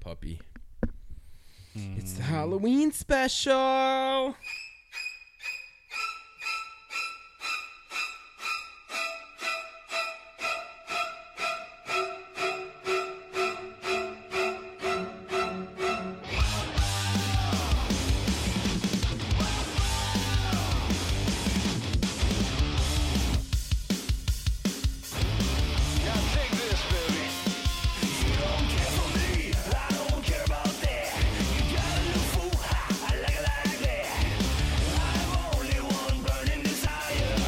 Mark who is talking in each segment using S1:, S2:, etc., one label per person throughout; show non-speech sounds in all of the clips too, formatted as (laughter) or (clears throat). S1: puppy. It's the Halloween special.
S2: Now take this, baby. You don't care for me. I don't care about that. You got a new fool. I like it like that. I'm only one burning desire.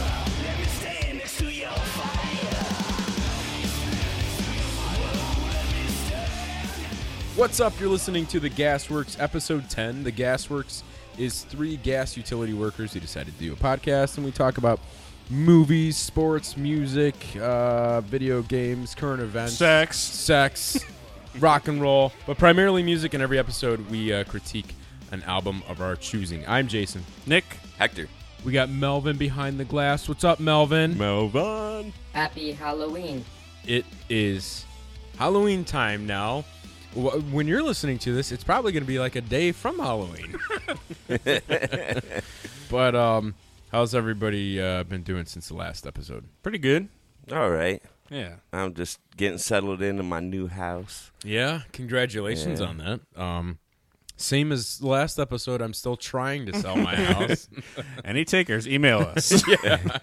S2: Let me stand next to your fire.
S1: What's up? You're listening to The Gasworks, episode 10. The Gasworks is three gas utility workers who decided to do a podcast, and we talk about movies, sports, music, uh, video games, current events, (laughs)
S3: sex.
S1: sex, rock and roll, but primarily music. In every episode, we uh, critique an album of our choosing. I'm Jason.
S3: Nick.
S4: Hector.
S1: We got Melvin behind the glass. What's up, Melvin?
S3: Melvin.
S5: Happy Halloween.
S1: it is Halloween time now. Wh- When you're listening to this, it's probably going to be like a day from (laughs) Halloween. but um, how's everybody uh, been doing since the last episode?
S3: Pretty good.
S4: All right.
S3: Yeah.
S4: I'm just getting settled into my new house.
S1: Yeah, congratulations
S4: Yeah.
S1: on that. Um, same as the last episode, I'm still trying to sell (laughs) my house.
S3: Any takers, email us.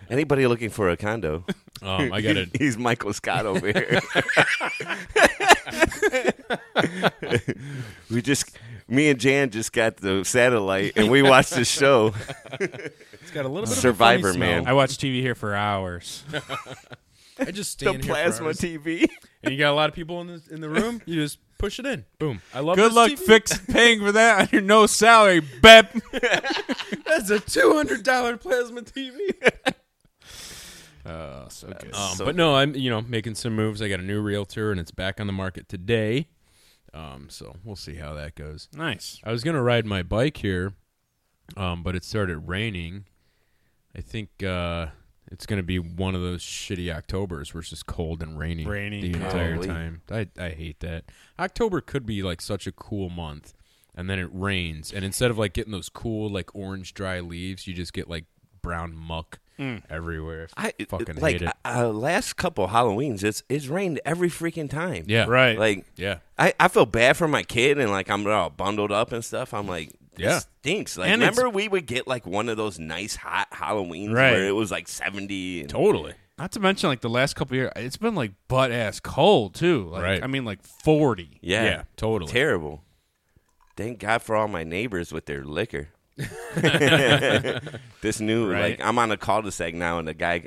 S4: Anybody looking for
S1: (laughs)
S4: a condo?
S1: Um, I got to
S4: He's Michael Scott
S1: (laughs)
S4: over here. we just, me and Jan just got the satellite and we watched
S1: (laughs)
S4: the show.
S1: It's got a little bit
S4: Survivor
S1: of a funny smell.
S4: Man.
S3: I watch TV here for hours.
S1: I (laughs) just
S4: the
S1: stand here for
S4: plasma
S1: hours.
S4: TV.
S1: and you got a lot of people in the in the room. You just push it in. Boom. I love
S3: Good
S1: this
S3: luck
S1: TV.
S3: fixing paying for that on your no salary, Bep.
S1: That's a two hundred dollar plasma TV.
S3: Oh, so
S1: (laughs)
S3: good.
S1: Um,
S4: So-
S1: but no, I'm you know making some moves. I got a new realtor, and it's back on the market today. Um, so we'll see how that goes.
S3: nice.
S1: I was gonna ride my bike here, um, but it started raining. I think uh, it's gonna be one of those shitty Octobers where it's just cold and rainy
S3: Rainy,
S1: the entire
S4: probably.
S1: time. I I hate that. October could be like such a cool month, and then it rains, and instead of like getting those cool like orange dry leaves, you just get like brown muck
S3: Mm.
S1: everywhere. I fucking
S4: like
S1: hate it.
S4: Uh, last couple Halloweens, it's it's rained every freaking time.
S1: yeah,
S3: Right.
S4: like
S1: Yeah.
S4: I, I feel bad for my kid and like I'm all bundled up and stuff. I'm like, this
S1: Yeah.
S4: stinks. Like,
S3: And it's-
S4: remember we would get like one of those nice hot Halloweens
S3: Right.
S4: where it was like 70. And,
S1: Totally.
S3: Not to mention, like the last couple of years, it's been like butt ass cold too. Like,
S1: Right.
S3: I mean, like forty.
S4: yeah,
S1: totally.
S4: terrible. Thank God for all my neighbors with their liquor. (laughs) this new
S3: Right.
S4: like I'm on a cul-de-sac now, and the guy,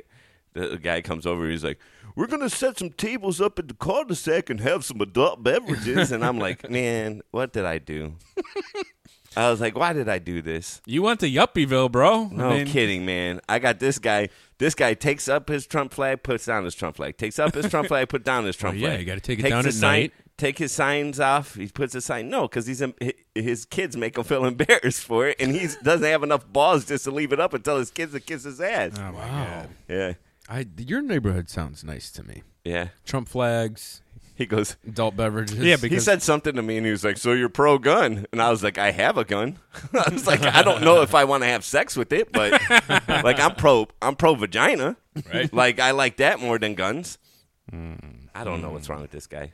S4: the guy comes over. He's like, "We're gonna set some tables up at the cul-de-sac and have some adult beverages." and I'm
S3: (laughs)
S4: like, "Man, what did I do?" I was like, "Why did I do this?"
S3: You went to Yuppieville, bro.
S4: No
S3: I mean,
S4: Oh, kidding, man. I got this guy. This guy takes up his Trump flag, puts down his Trump flag. Takes up his Trump flag, put down his
S1: (laughs)
S4: Trump
S1: Oh, yeah,
S4: flag.
S1: you gotta take it
S4: Takes
S1: down
S4: his
S1: at
S4: sign-
S1: night.
S4: Take his signs off. He puts his sign. No, because he's em- hi- his kids make him feel (laughs) embarrassed for it, and he doesn't have enough balls just to leave it up and tell his kids to kiss his ass.
S3: Oh my
S1: Wow.
S3: God.
S4: Yeah,
S1: I your neighborhood sounds nice to me.
S4: yeah.
S1: Trump flags,
S4: He goes.
S1: adult beverages.
S3: Yeah, because
S4: He said something to me, and he was like, "So you're pro gun?" And I was like, "I have a gun." (laughs) I was like, "I don't know if I want to have sex with it,
S1: (laughs)
S4: but like I'm pro, I'm pro vagina."
S1: right? Hmm.
S4: like I like that more than guns. I don't know what's wrong with this guy.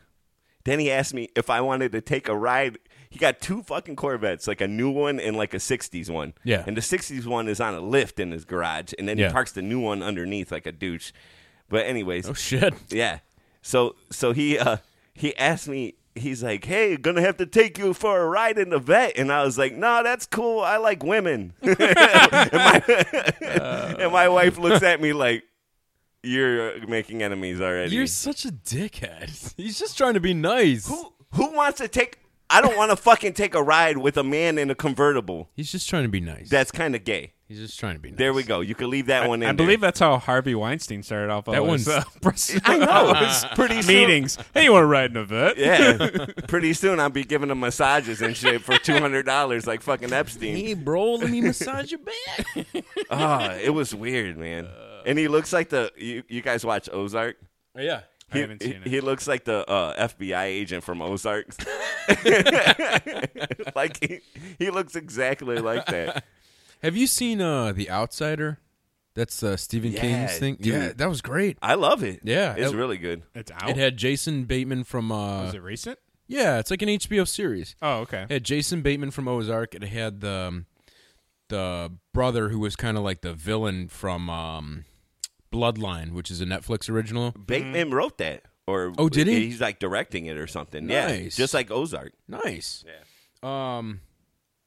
S4: Then he asked me if I wanted to take a ride. He got two fucking Corvettes, like a new one and like a '60s one.
S1: Yeah.
S4: and the '60s one is on a lift in his garage, and then
S1: Yeah.
S4: he parks the new one underneath like a douche. But anyways,
S1: oh shit.
S4: yeah. So so he uh he asked me he's like, "Hey, gonna have to take you for a ride in the vet." And I was like, "No, that's cool. I like women." (laughs) and, my, (laughs) and my wife looks at me like, "You're making enemies already."
S1: You're such a dickhead. (laughs) He's just trying to be nice.
S4: who, who wants to take I don't want to fucking take a ride with a man in a convertible.
S1: He's just trying to be nice.
S4: That's kind of gay.
S1: He's just trying to be nice.
S4: There we go. You can leave that one in.
S3: I
S4: there.
S3: believe that's how Harvey Weinstein started off. All
S1: That one's- (laughs)
S3: his, uh,
S4: (laughs)
S3: press-
S4: I know.
S3: (laughs)
S4: It's pretty soon-
S3: meetings. Hey, you want to ride in a vet? (laughs)
S4: Yeah. Pretty soon I'll be giving them massages and shit for $200 like fucking Epstein.
S1: bro, let me massage your back.
S4: Ah, it was weird, man. and he looks like the you, you guys watch Ozark.
S1: yeah.
S3: I haven't seen it.
S4: He looks like the uh, FBI agent from Ozarks. (laughs) like he, he looks exactly like that.
S1: (laughs) Have you seen uh, The Outsider? That's uh, Stephen
S4: Yeah,
S1: King's thing.
S4: dude.
S1: Yeah, that was great.
S4: I love it.
S1: Yeah,
S4: it's
S1: it-
S4: really good.
S3: it's out.
S1: It had Jason Bateman from. Uh,
S3: Is it recent?
S1: yeah, it's like an HBO series.
S3: Oh, okay.
S1: It had Jason Bateman from Ozark. It had the um, the brother who was kind of like the villain from um, Bloodline, which is a Netflix original.
S4: Bateman wrote that, or
S1: Oh, did he?
S4: He's like directing it or something. Yeah,
S1: Nice.
S4: just like Ozark.
S1: Nice. Um,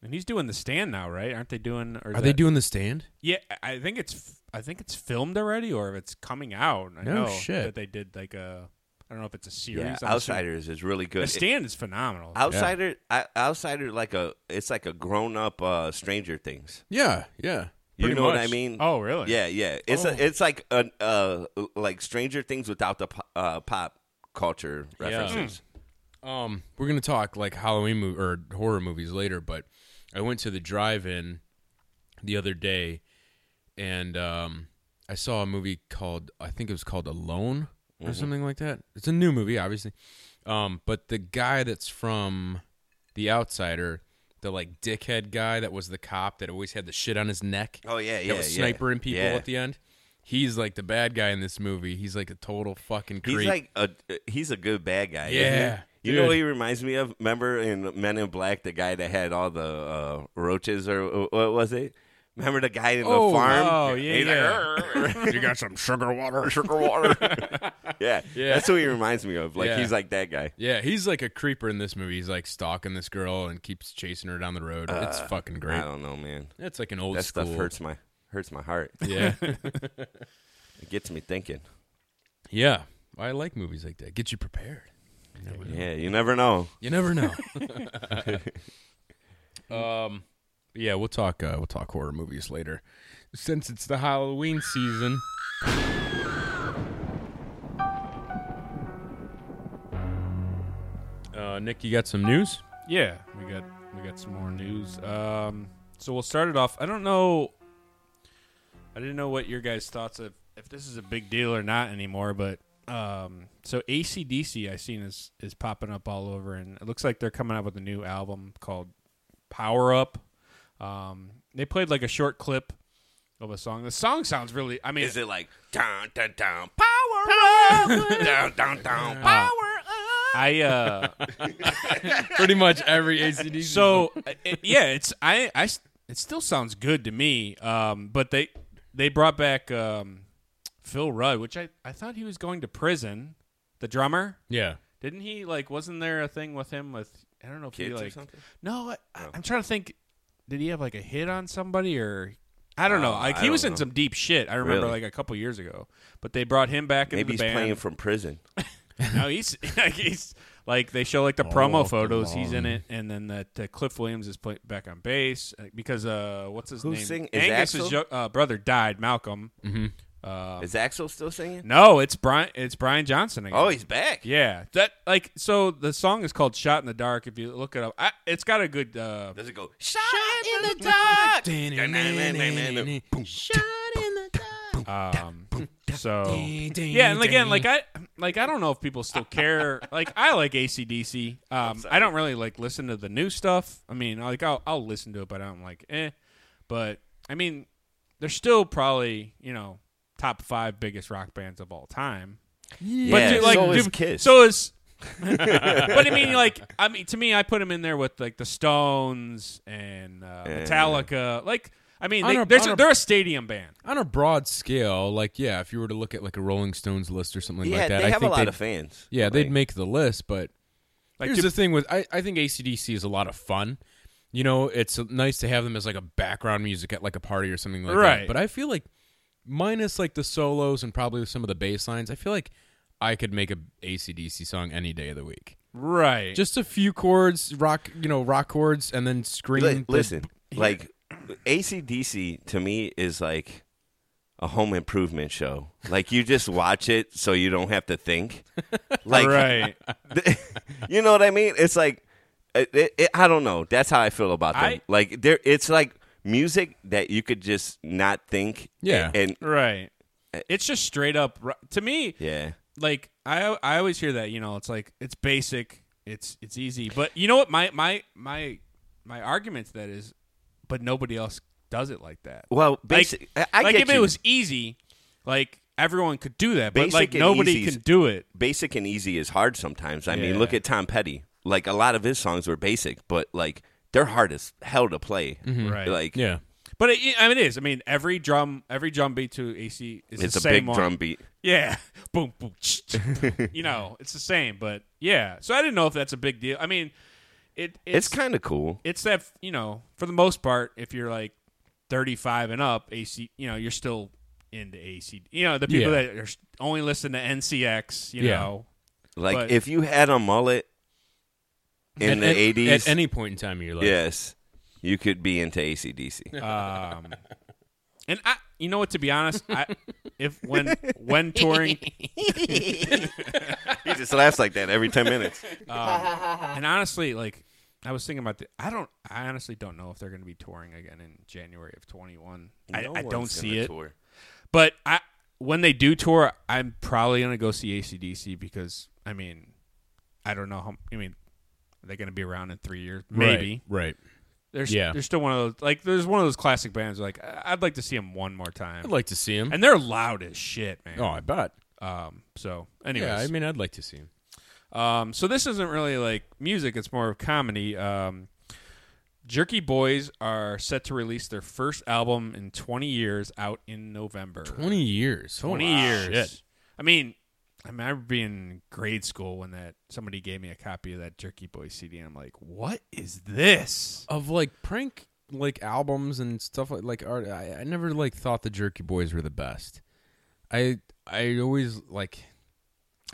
S3: And he's doing the stand now, right? Aren't they doing? Or is
S1: are they
S3: that-
S1: doing the stand?
S3: Yeah, I think it's f- I think it's filmed already, or if it's coming out. I
S1: No
S3: know
S1: shit.
S3: that they did like a. I don't know if it's a series.
S4: Yeah,
S3: I'm assuming-
S4: Outsiders is really good.
S3: The stand is phenomenal.
S4: Outsider, I, outsider, like a it's like a grown up uh, Stranger Things.
S1: Yeah, yeah.
S4: You
S1: Pretty
S4: know what
S1: much. Oh.
S4: I mean?
S3: Oh, really?
S4: Yeah, yeah. It's a, it's like a uh, like Stranger Things without the po- uh, pop culture references.
S1: Um, we're gonna talk like Halloween mo- or horror movies later, but I went to the drive-in the other day, and um, I saw a movie called I think it was called Alone
S4: Mm-hmm.
S1: or something like that. It's a new movie, obviously. Um, but the guy that's from The Outsider, the like dickhead guy that was the cop that always had the shit on his neck.
S4: Oh yeah,
S1: that
S4: yeah,
S1: was
S4: yeah.
S1: snipering people
S4: Yeah.
S1: at the end. He's like the bad guy in this movie. He's like a total fucking creep.
S4: He's like a he's a good bad guy. isn't he?
S1: Yeah,
S4: You know
S1: dude.
S4: what he reminds me of? Remember in Men in Black, the guy that had all the uh, roaches, or uh, what was it? Remember the guy in
S1: Oh,
S4: the farm?
S1: oh, yeah,
S4: He's like,
S1: yeah. (laughs)
S4: "Arr."
S3: you got some sugar water.
S4: sugar water. yeah,
S1: Yeah.
S4: that's who he reminds me of. Like
S1: Yeah.
S4: he's like that guy.
S1: Yeah, he's like a creeper in this movie. He's like stalking this girl and keeps chasing her down the road. it's fucking
S4: Uh, I
S1: great.
S4: don't know, man.
S1: It's like an old
S4: That
S1: school.
S4: stuff hurts my hurts my heart. (laughs)
S1: Yeah,
S4: It gets me thinking.
S1: yeah. I like movies like that. Get you prepared.
S4: Yeah, you never know.
S1: You never
S4: (laughs)
S1: know. (laughs) um, yeah, we'll talk. Uh, we'll talk horror movies later, since it's the Halloween season. Uh, Nick, you got some news?
S3: Yeah, we got we got some more news. Um, so we'll start it off. I don't know. I didn't know what your guys' thoughts of if this is a big deal or not anymore, but um, so ACDC I seen is is popping up all over, and it looks like they're coming out with a new album called Power Up. Um, they played like a short clip of a song. The song sounds really. I mean,
S4: Is it like down, down, down, power (laughs) up, down, down, down, power up?
S3: I uh,
S1: Pretty much every ACDC.
S3: So i- i- yeah, it's I, I s- it still sounds good to me. Um, but they they brought back um, Phil Rudd, which I I thought he was going to prison. The drummer,
S1: yeah.
S3: didn't he? Like, wasn't there a thing with him with I don't know if he
S4: Kids or
S3: like
S4: something? Oh.
S3: no, I, I'm trying to think. Did he have like a hit on somebody or? I don't know.
S4: Uh,
S3: Like
S4: I
S3: he was
S4: don't
S3: in
S4: know.
S3: some deep shit. I remember
S4: Really?
S3: like a couple years ago, but they brought him back into
S4: Maybe he's
S3: the band.
S4: playing from prison.
S3: No, he's (laughs) like he's like they show like the promo
S1: walked
S3: photos. He's in
S1: along.
S3: it, and then that uh, Cliff Williams is play, back on bass uh, because uh, what's his
S4: Who's
S3: name?
S4: sing- is
S3: Angus's
S4: Axl?
S3: jo- uh, brother died, Malcolm.
S1: Um,
S4: Is Axel still singing?
S3: No, it's Brian. It's Brian Johnson again.
S4: Oh, he's back.
S3: yeah. That like so the song is called "Shot in the Dark." If you look it up, I, it's got a good. Uh,
S4: Does it go shot in the dark?
S3: um, so yeah, and again, like I like I don't know if people
S1: (laughs)
S3: still care. like I like ACDC. Um, I don't really like listen to the new stuff. I mean, like I'll I'll listen to it, but I'm like eh. But I mean, they're still probably you know top five biggest rock bands of all time.
S4: Yeah,
S3: But dude, like
S4: so is
S3: dude,
S4: Kiss.
S1: (laughs)
S3: So is. but I mean, like, I mean, to me, I put them in there with like the Stones and uh, Metallica. Like, I mean,
S1: On
S3: they,
S1: a-
S3: there's
S1: on
S3: a,
S1: a-
S3: they're a stadium band.
S1: on a broad scale, like yeah, if you were to look at like a Rolling Stones list or something
S4: yeah,
S1: like that,
S4: they
S1: I
S4: have a
S1: think
S4: lot
S1: they'd-
S4: of fans.
S1: Yeah,
S4: Like,
S1: they'd make the list, but
S3: Like,
S1: here's
S3: to-
S1: the thing with I, I think ACDC is a lot of fun. You know, it's nice to have them as like a background music at like a party or something like that.
S3: Right.
S1: But I feel like minus like the solos and probably some of the bass lines, I feel like I could make a ACDC song any day of the week.
S3: right?
S1: Just a few chords, rock, you know, rock chords, and then
S4: li-
S1: scream. the-
S4: listen, like ACDC to me is like a home improvement show. Like you just watch it so you don't have
S1: (laughs)
S4: to think. Like
S3: right.
S4: (laughs) you know what I mean? It's like it, it, it- I don't know. That's how I feel about them.
S3: I-
S4: like there, it's like music that you could just not think.
S1: Yeah.
S4: and,
S3: Right. It's just straight up ro- to me
S4: Eh. yeah,
S3: like I I always hear that you know it's like it's basic, it's it's easy, but you know what my my my my argument to that is, but nobody else does it like that.
S4: Well,
S3: Like-
S4: basic. I, I
S3: like
S4: get
S3: if it
S4: you.
S3: was easy, like everyone could do that, but
S4: Basic
S3: like
S4: and
S3: nobody
S4: easy's-
S3: can do it.
S4: basic and easy is hard sometimes. I
S3: Yeah.
S4: mean, look at Tom Petty. Like a lot of his songs were basic, but like they're hard as hell to play.
S3: Right.
S4: Like
S1: Yeah.
S3: But it, I mean, it is. I mean, every drum, every drum beat to AC is
S4: it's
S3: the
S4: a
S3: same
S4: big
S3: one.
S4: drum beat.
S3: Yeah, (laughs) boom,
S4: (laughs)
S3: boom. tch, tch. you know, it's the same. But yeah, so I didn't know if that's a big deal. I mean, it
S4: It's,
S3: it's it's,
S4: kind of cool.
S3: that you know, for the most part, if you're like 35 and up, AC, you know, you're still into AC. You know, the people
S1: Yeah.
S3: that are s- only listen to NCX, you
S1: Yeah.
S3: know,
S4: Like
S3: but-
S4: if you had a mullet in
S1: At-
S4: the
S1: at-
S4: eighties,
S1: At any point in time in your life.
S4: yes, you could be into ACDC.
S3: Um, and I, you know what? To be honest,
S1: (laughs)
S3: I, if when
S4: (laughs)
S3: when touring,
S4: he just laughs like that every ten minutes. (laughs)
S3: and honestly, like I was thinking about, the, I don't, I honestly don't know if they're going to be touring again in January of twenty one. I,
S4: No
S3: I
S4: one's
S3: don't see
S4: gonna
S3: it,
S4: tour.
S3: but I when they do tour, I'm probably going to go see ACDC because I mean, I don't know how. I mean, they're going to be around in three years, maybe.
S1: Right.
S3: There's,
S1: Yeah.
S3: there's still one of those like there's one of those classic bands. Like I- I'd like to see them one more time,
S1: I'd like to see him.
S3: and they're loud as shit, man.
S1: oh, I bet.
S3: Um, so, anyways,
S1: Yeah, I mean, I'd like to see him.
S3: um, so this isn't really like music; it's more of comedy. Um, Jerky Boys are set to release their first album in 20 years, out in November.
S1: 20 years.
S3: 20
S1: Holy
S3: years.
S1: shit.
S3: I mean, I remember being in grade school when that somebody gave me a copy of that Jerky Boys CD, and I'm like, "What is this?"
S1: Of like prank like albums and stuff like like art. I, I never like thought the Jerky Boys were the best. I I always like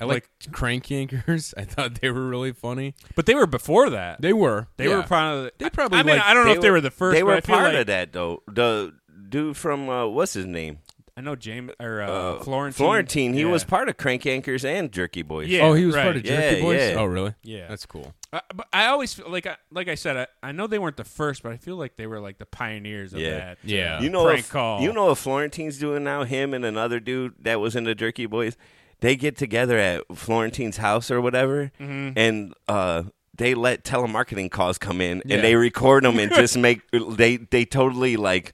S1: I like, Crank Yankers. (laughs) I thought they were really funny.
S3: But they were before that. They,
S1: They were.
S3: were probably.
S1: They probably,
S3: I mean,
S1: like-
S3: I don't know
S1: they
S3: if they
S1: were-
S3: were the first.
S4: they
S3: but
S4: were
S3: I feel
S4: part
S3: like-
S4: of that though. The dude from uh, what's his name?
S3: I know James or uh,
S4: Uh,
S3: Florentine.
S4: Florentine. He
S3: Yeah.
S4: was part of Crank Anchors and Jerky Boys.
S3: Yeah.
S1: oh, he was part
S3: right.
S1: of Jerky
S4: Yeah,
S1: Boys.
S4: yeah.
S1: Oh, really?
S3: Yeah.
S1: that's cool.
S3: I, but I always feel like I, like I said, I, I know they weren't the first, but I feel like they were like the pioneers of
S4: Yeah.
S3: that. uh,
S1: Yeah.
S4: You know,
S3: prank
S4: if,
S3: call.
S4: you know what Florentine's doing now? Him and another dude that was in the Jerky Boys, they get together at Florentine's house or whatever,
S3: Mm-hmm.
S4: and uh, they let telemarketing calls come in
S1: Yeah.
S4: and they record them and
S3: (laughs)
S4: just make they they totally like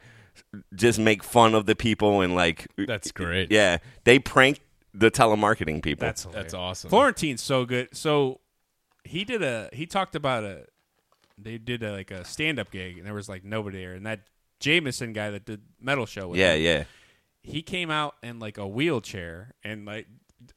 S4: just make fun of the people and like
S1: That's great.
S4: yeah they prank the telemarketing people.
S3: that's hilarious.
S1: That's awesome.
S3: Florentine's so good. So he did a he talked about a they did a, like a stand up gig and there was like nobody there and that Jameson guy that did metal show with
S4: yeah
S3: him,
S4: yeah.
S3: he came out in like a wheelchair and like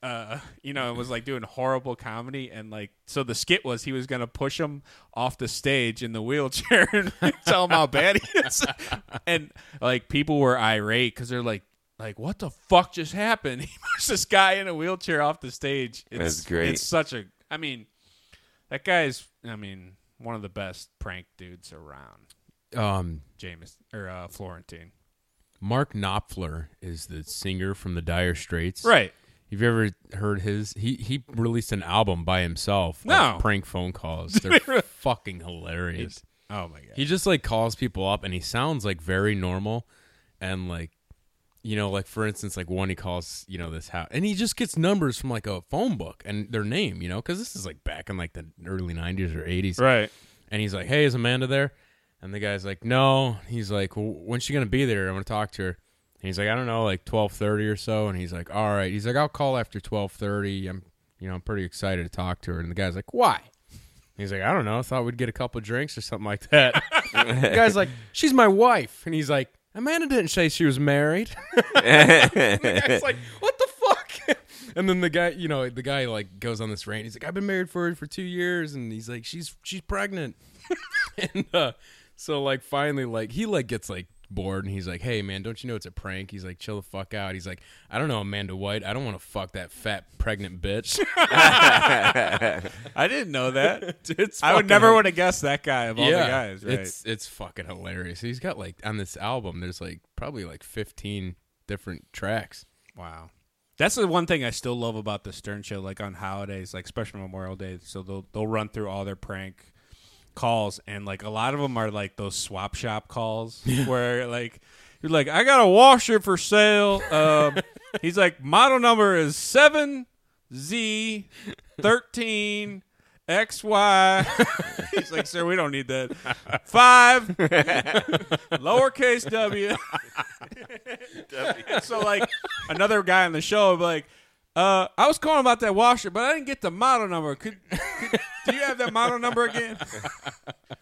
S3: uh you know it was like doing horrible comedy and like so the skit was he was gonna push him off the stage in the wheelchair (laughs) and tell him how bad he is (laughs) and like people were irate because they're like like what the fuck just happened (laughs) he pushed this guy in a wheelchair off the stage it's
S4: That's great.
S3: it's such a i mean that guy's i mean one of the best prank dudes around
S1: Um,
S3: james or uh florentine
S1: Mark Knopfler is the singer from the Dire Straits.
S3: right
S1: Have you ever heard his? He he released an album by himself. of
S3: No.
S1: prank phone
S3: (laughs)
S1: calls. They're fucking hilarious.
S3: oh my god
S1: He just like calls people up, and he sounds like very normal, and like, you know, like for instance, like one he calls, you know, this house, and he just gets numbers from like a phone book and their name, you know, because this is like back in like the early '90s or '80s,
S3: right
S1: and he's like, "Hey, is Amanda there?" And the guy's like, "No." He's like, well, "When's she gonna be there? I'm gonna talk to her." And he's like, "I don't know, like twelve thirty or so." And he's like, "All right." He's like, "I'll call after twelve thirty. I'm, you know, I'm pretty excited to talk to her." And the guy's like, "Why?" He's like, "I don't know. Thought we'd get a couple drinks or something like that." the guy's like, "She's my wife," and he's like. Amanda didn't say she was married. and the guy's
S3: (laughs)
S1: like, "What the fuck?" (laughs) And then the guy, you know, the guy like goes on this rant. He's like, "I've been married for for two years," and he's like, "She's she's
S3: (laughs)
S1: pregnant." (laughs) and uh, so like finally like he like gets like bored and he's like hey man don't you know it's a prank he's like chill the fuck out he's like i don't know amanda white i don't want to fuck that fat pregnant
S3: (laughs)
S1: bitch (laughs)
S3: I didn't know (laughs) that.
S1: It's
S3: I would
S1: fucking
S3: never
S1: hil-
S3: would have guessed that guy of all
S1: yeah
S3: the guys. Right?
S1: it's it's fucking hilarious he's got like on this album there's like probably like 15 different tracks
S3: wow. That's the one thing I still love about the Stern Show. Like on holidays, like especially Memorial Day, so they'll they'll run through all their prank calls, and like a lot of them are like those swap shop (laughs) calls where like you're like, (laughs) I got a washer for sale. Um, he's like, model number is seven Z thirteen X Y. (laughs) He's like, sir, we don't need that. Five (laughs) lowercase W. And (laughs) so like another guy on the show would be like, uh, I was calling about that washer, but I didn't get the model number. Could, could do you have that model number again?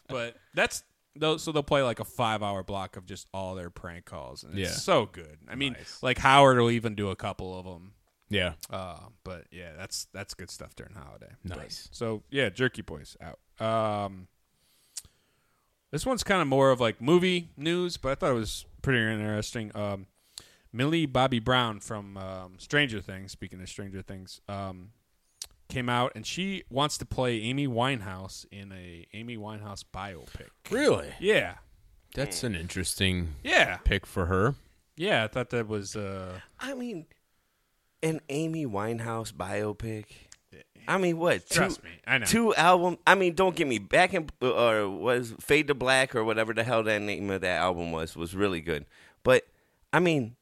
S3: but that's those. So they'll play like a five-hour block of just all their prank calls, and it's
S1: Yeah.
S3: so good. I mean,
S1: Nice.
S3: like Howard will even do a couple of them.
S1: Yeah.
S3: Uh, but yeah, that's that's good stuff during holiday.
S1: Nice.
S3: But- so yeah, Jerky Boys out. Um, this one's kind of more of like movie news, but I thought it was pretty interesting. Um, Millie Bobby Brown from um, Stranger Things. Speaking of Stranger Things, um, came out and she wants to play Amy Winehouse in a Amy Winehouse biopic.
S1: Really?
S3: Yeah, Mm.
S1: That's an interesting
S3: yeah,
S1: pick for her.
S3: yeah. I thought that was. Uh,
S4: I mean, an Amy Winehouse biopic. I mean, what?
S3: Trust
S4: two,
S3: me, I know.
S4: Two album. I mean, don't get me back in or was Fade to Black or whatever the hell that name of that album was was really good. But I mean,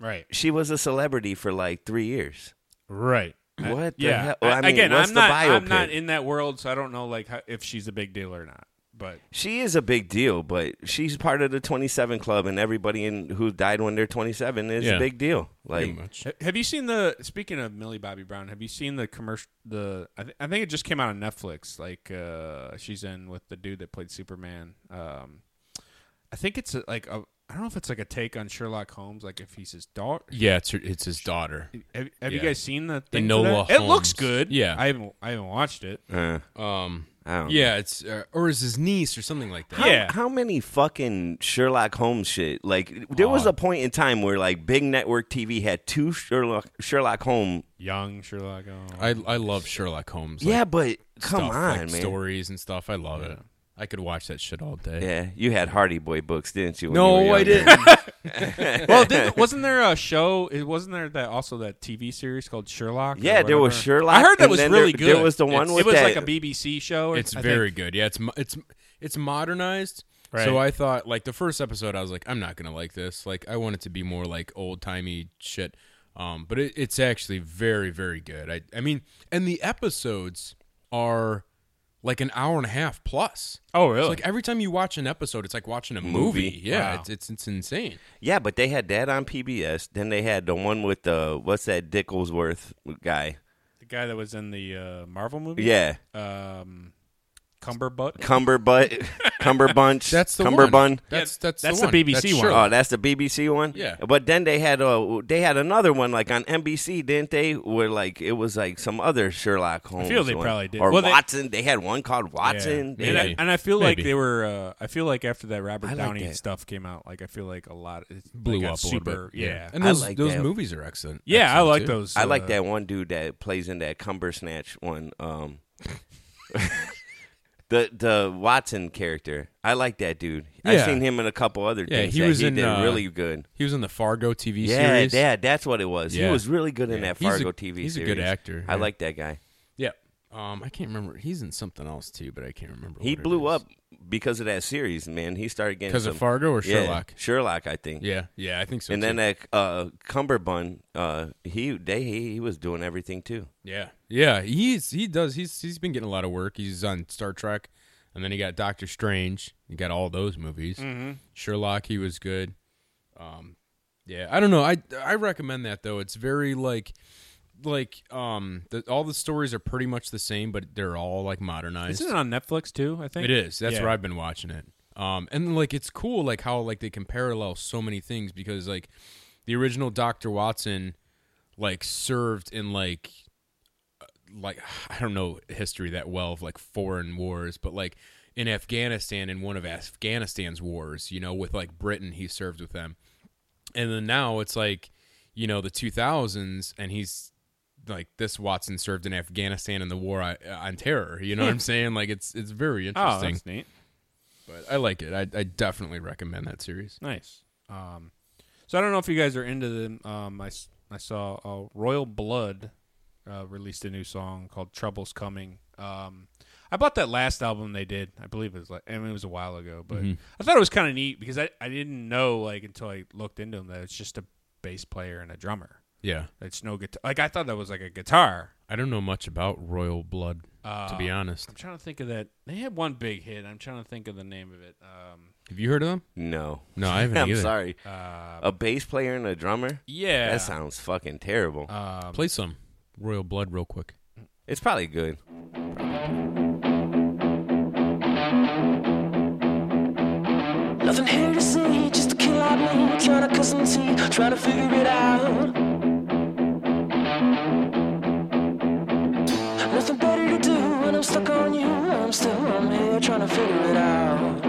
S3: right,
S4: she was a celebrity for like three years.
S3: right.
S4: What? The
S3: Uh, yeah.
S4: hell? Well, I
S3: A-
S4: mean,
S3: Again,
S4: what's
S3: I'm
S4: the
S3: not.
S4: biopic?
S3: I'm not in that world, so I don't know like how, if she's a big deal or not. But
S4: She is a big deal, but she's part of the 27 club, and everybody in who died when they're 27 is
S1: Yeah.
S4: a big deal. Like,
S1: much.
S3: ha- have you seen the? Speaking of Millie Bobby Brown, have you seen the commercial? The I, th- I think it just came out on Netflix. Like uh, she's in with the dude that played Superman. Um, I think it's a, like a. I don't know if it's like a take on Sherlock Holmes, like if he's his daughter.
S1: Yeah, it's her, it's his daughter.
S3: Have, have you
S1: Yeah.
S3: guys seen the thing? for
S1: Enola
S3: that? It looks
S1: Holmes.
S3: good.
S1: Yeah.
S3: I haven't. I haven't watched it.
S4: uh,
S1: Um,
S4: I don't
S1: yeah, it's uh, or is his niece or something like that.
S3: yeah.
S4: How many fucking Sherlock Holmes shit? Like there was a point in time where like big network TV had two Sherlock Sherlock Holmes.
S3: Young Sherlock Holmes.
S1: I I love Sherlock Holmes. like,
S4: yeah, but come
S1: stuff,
S4: on,
S1: like,
S4: man.
S1: stories and stuff. I love it. I could watch that shit all day.
S4: Yeah, you had Hardy Boy books, didn't you? when you were
S1: No, I
S4: younger?
S1: didn't.
S4: (laughs)
S3: well, didn't, wasn't there a show? It wasn't there that also that TV series called Sherlock. or
S4: Yeah, there was
S3: whatever?
S4: Sherlock,
S3: I heard that
S4: and
S3: was
S4: then
S3: really
S4: there-
S3: good.
S4: there was the one
S3: It's-
S4: with
S3: it was
S4: that-
S3: like a BBC show. Or,
S1: It's
S3: I
S1: very
S3: think.
S1: good. Yeah, it's mo- it's it's modernized.
S3: Right.
S1: So I thought like the first episode, I was like, I'm not gonna like this. Like I want it to be more like old timey shit. Um, but it, it's actually very very good. I I mean, and the episodes are like an hour and a half plus.
S3: Oh, really?
S1: So, like every time you watch an episode, it's like watching a movie.
S4: Movie.
S1: Yeah,
S3: Wow.
S1: it's, it's it's insane.
S4: Yeah, but they had that on PBS. Then they had the one with the what's that Dicklesworth guy?
S3: the guy that was in the uh, Marvel movie.
S4: Yeah,
S3: Um, Cumberbutt. (laughs)
S4: Cumberbutt, Cumberbunch.
S1: That's the
S4: Cumberbun.
S1: one. That's that's
S3: that's the
S1: the, one.
S3: BBC
S1: That's
S3: one.
S1: Sherlock.
S4: Oh, that's the BBC one.
S1: Yeah.
S4: But then they had a they had another one like on NBC, didn't they? Where like it was like some other Sherlock Holmes.
S3: feel they
S4: one.
S3: probably did.
S4: Or
S3: Well, they-
S4: Watson. They, had one called Watson.
S3: And, I,
S1: Maybe.
S3: and I feel
S1: Maybe.
S3: like they were. Uh, I feel like after that Robert
S4: I like
S3: Downey
S4: that.
S3: stuff came out, like I feel like a lot it
S1: blew
S3: got
S1: up a
S3: super,
S1: little bit.
S3: Yeah, yeah.
S1: and
S4: I
S1: those
S4: like
S1: those
S4: that.
S1: movies are excellent.
S3: I
S1: excellent,
S3: like
S1: too.
S3: those.
S4: I like
S3: uh,
S4: that one dude that plays in that Cumbersnatch one. Um, (laughs) the the Watson character. I like that dude. I've
S1: Yeah.
S4: seen him in a couple other
S1: Yeah,
S4: things.
S1: he
S4: that
S1: was
S4: he
S1: in,
S4: did
S1: uh,
S4: really good.
S1: He was in the Fargo TV
S4: Yeah,
S1: series.
S4: yeah, that's what it was.
S1: Yeah.
S4: He was really good in
S1: Yeah.
S4: that
S1: He's a-
S4: Fargo TV
S1: he's a
S4: series.
S1: good actor,
S4: I
S1: yeah.
S4: like that guy.
S1: Yeah. Um, I can't remember. He's in something else too, but I can't remember.
S4: He blew up because of that series, man. He started getting
S1: because of
S4: some-
S1: Fargo or
S4: Yeah,
S1: Sherlock.
S4: Sherlock, I think.
S1: Yeah, yeah, I think so.
S4: and then
S1: too.
S4: that uh, Cumberbund, uh, he they he, he was doing everything too.
S1: yeah, yeah, he's he does. He's he's been getting a lot of work. He's on Star Trek, and then he got Doctor Strange. He got all those movies.
S4: Mm-hmm.
S1: Sherlock, he was good. Um, yeah, I don't know. I I recommend that though. It's very like like um the, all the stories are pretty much the same, but they're all like modernized.
S3: Isn't it on Netflix too? I think
S1: It is. That's
S3: Yeah.
S1: where I've been watching it. Um, and like it's cool, like how like they can parallel so many things because like the original Doctor Watson, like served in like uh, like (sighs) I don't know history that well of like foreign wars, but like in Afghanistan in one of Afghanistan's wars, you know, with like Britain, he served with them, and then now it's like you know the 2000s, and he's like this Watson served in Afghanistan in the war on, on terror. You know what I'm saying? Like it's it's very
S3: Oh,
S1: interesting.
S3: that's neat.
S1: But I like it. I, I definitely recommend that series.
S3: Nice. Um, so I don't know if you guys are into them. Um, I, s- I saw uh, Royal Blood uh, released a new song called "Troubles Coming." Um, I bought that last album they did. I believe it was like I mean it was a while ago, but I thought it was kind of neat because I, I didn't know like until I looked into them that it's just a bass player and a drummer.
S1: Yeah.
S3: It's no guitar. Like I thought that was like a guitar.
S1: I don't know much about Royal Blood, to
S3: Uh,
S1: be honest.
S3: I'm trying to think of that. They had one big hit. I'm trying to think of the name of it. Um,
S1: Have you heard of them?
S4: No.
S1: No, I haven't
S4: (laughs) I'm
S1: either. Uh,
S4: sorry. a bass player and a drummer?
S3: yeah.
S4: That sounds fucking terrible.
S1: Uh,
S3: um,
S1: Play some Royal Blood real quick.
S4: it's probably good.
S5: Nothing here to see, just a kid like me, kinda cussing tea, trying to figure it out. Nothing better to do when I'm stuck on you. I'm still I'm here trying to figure it out.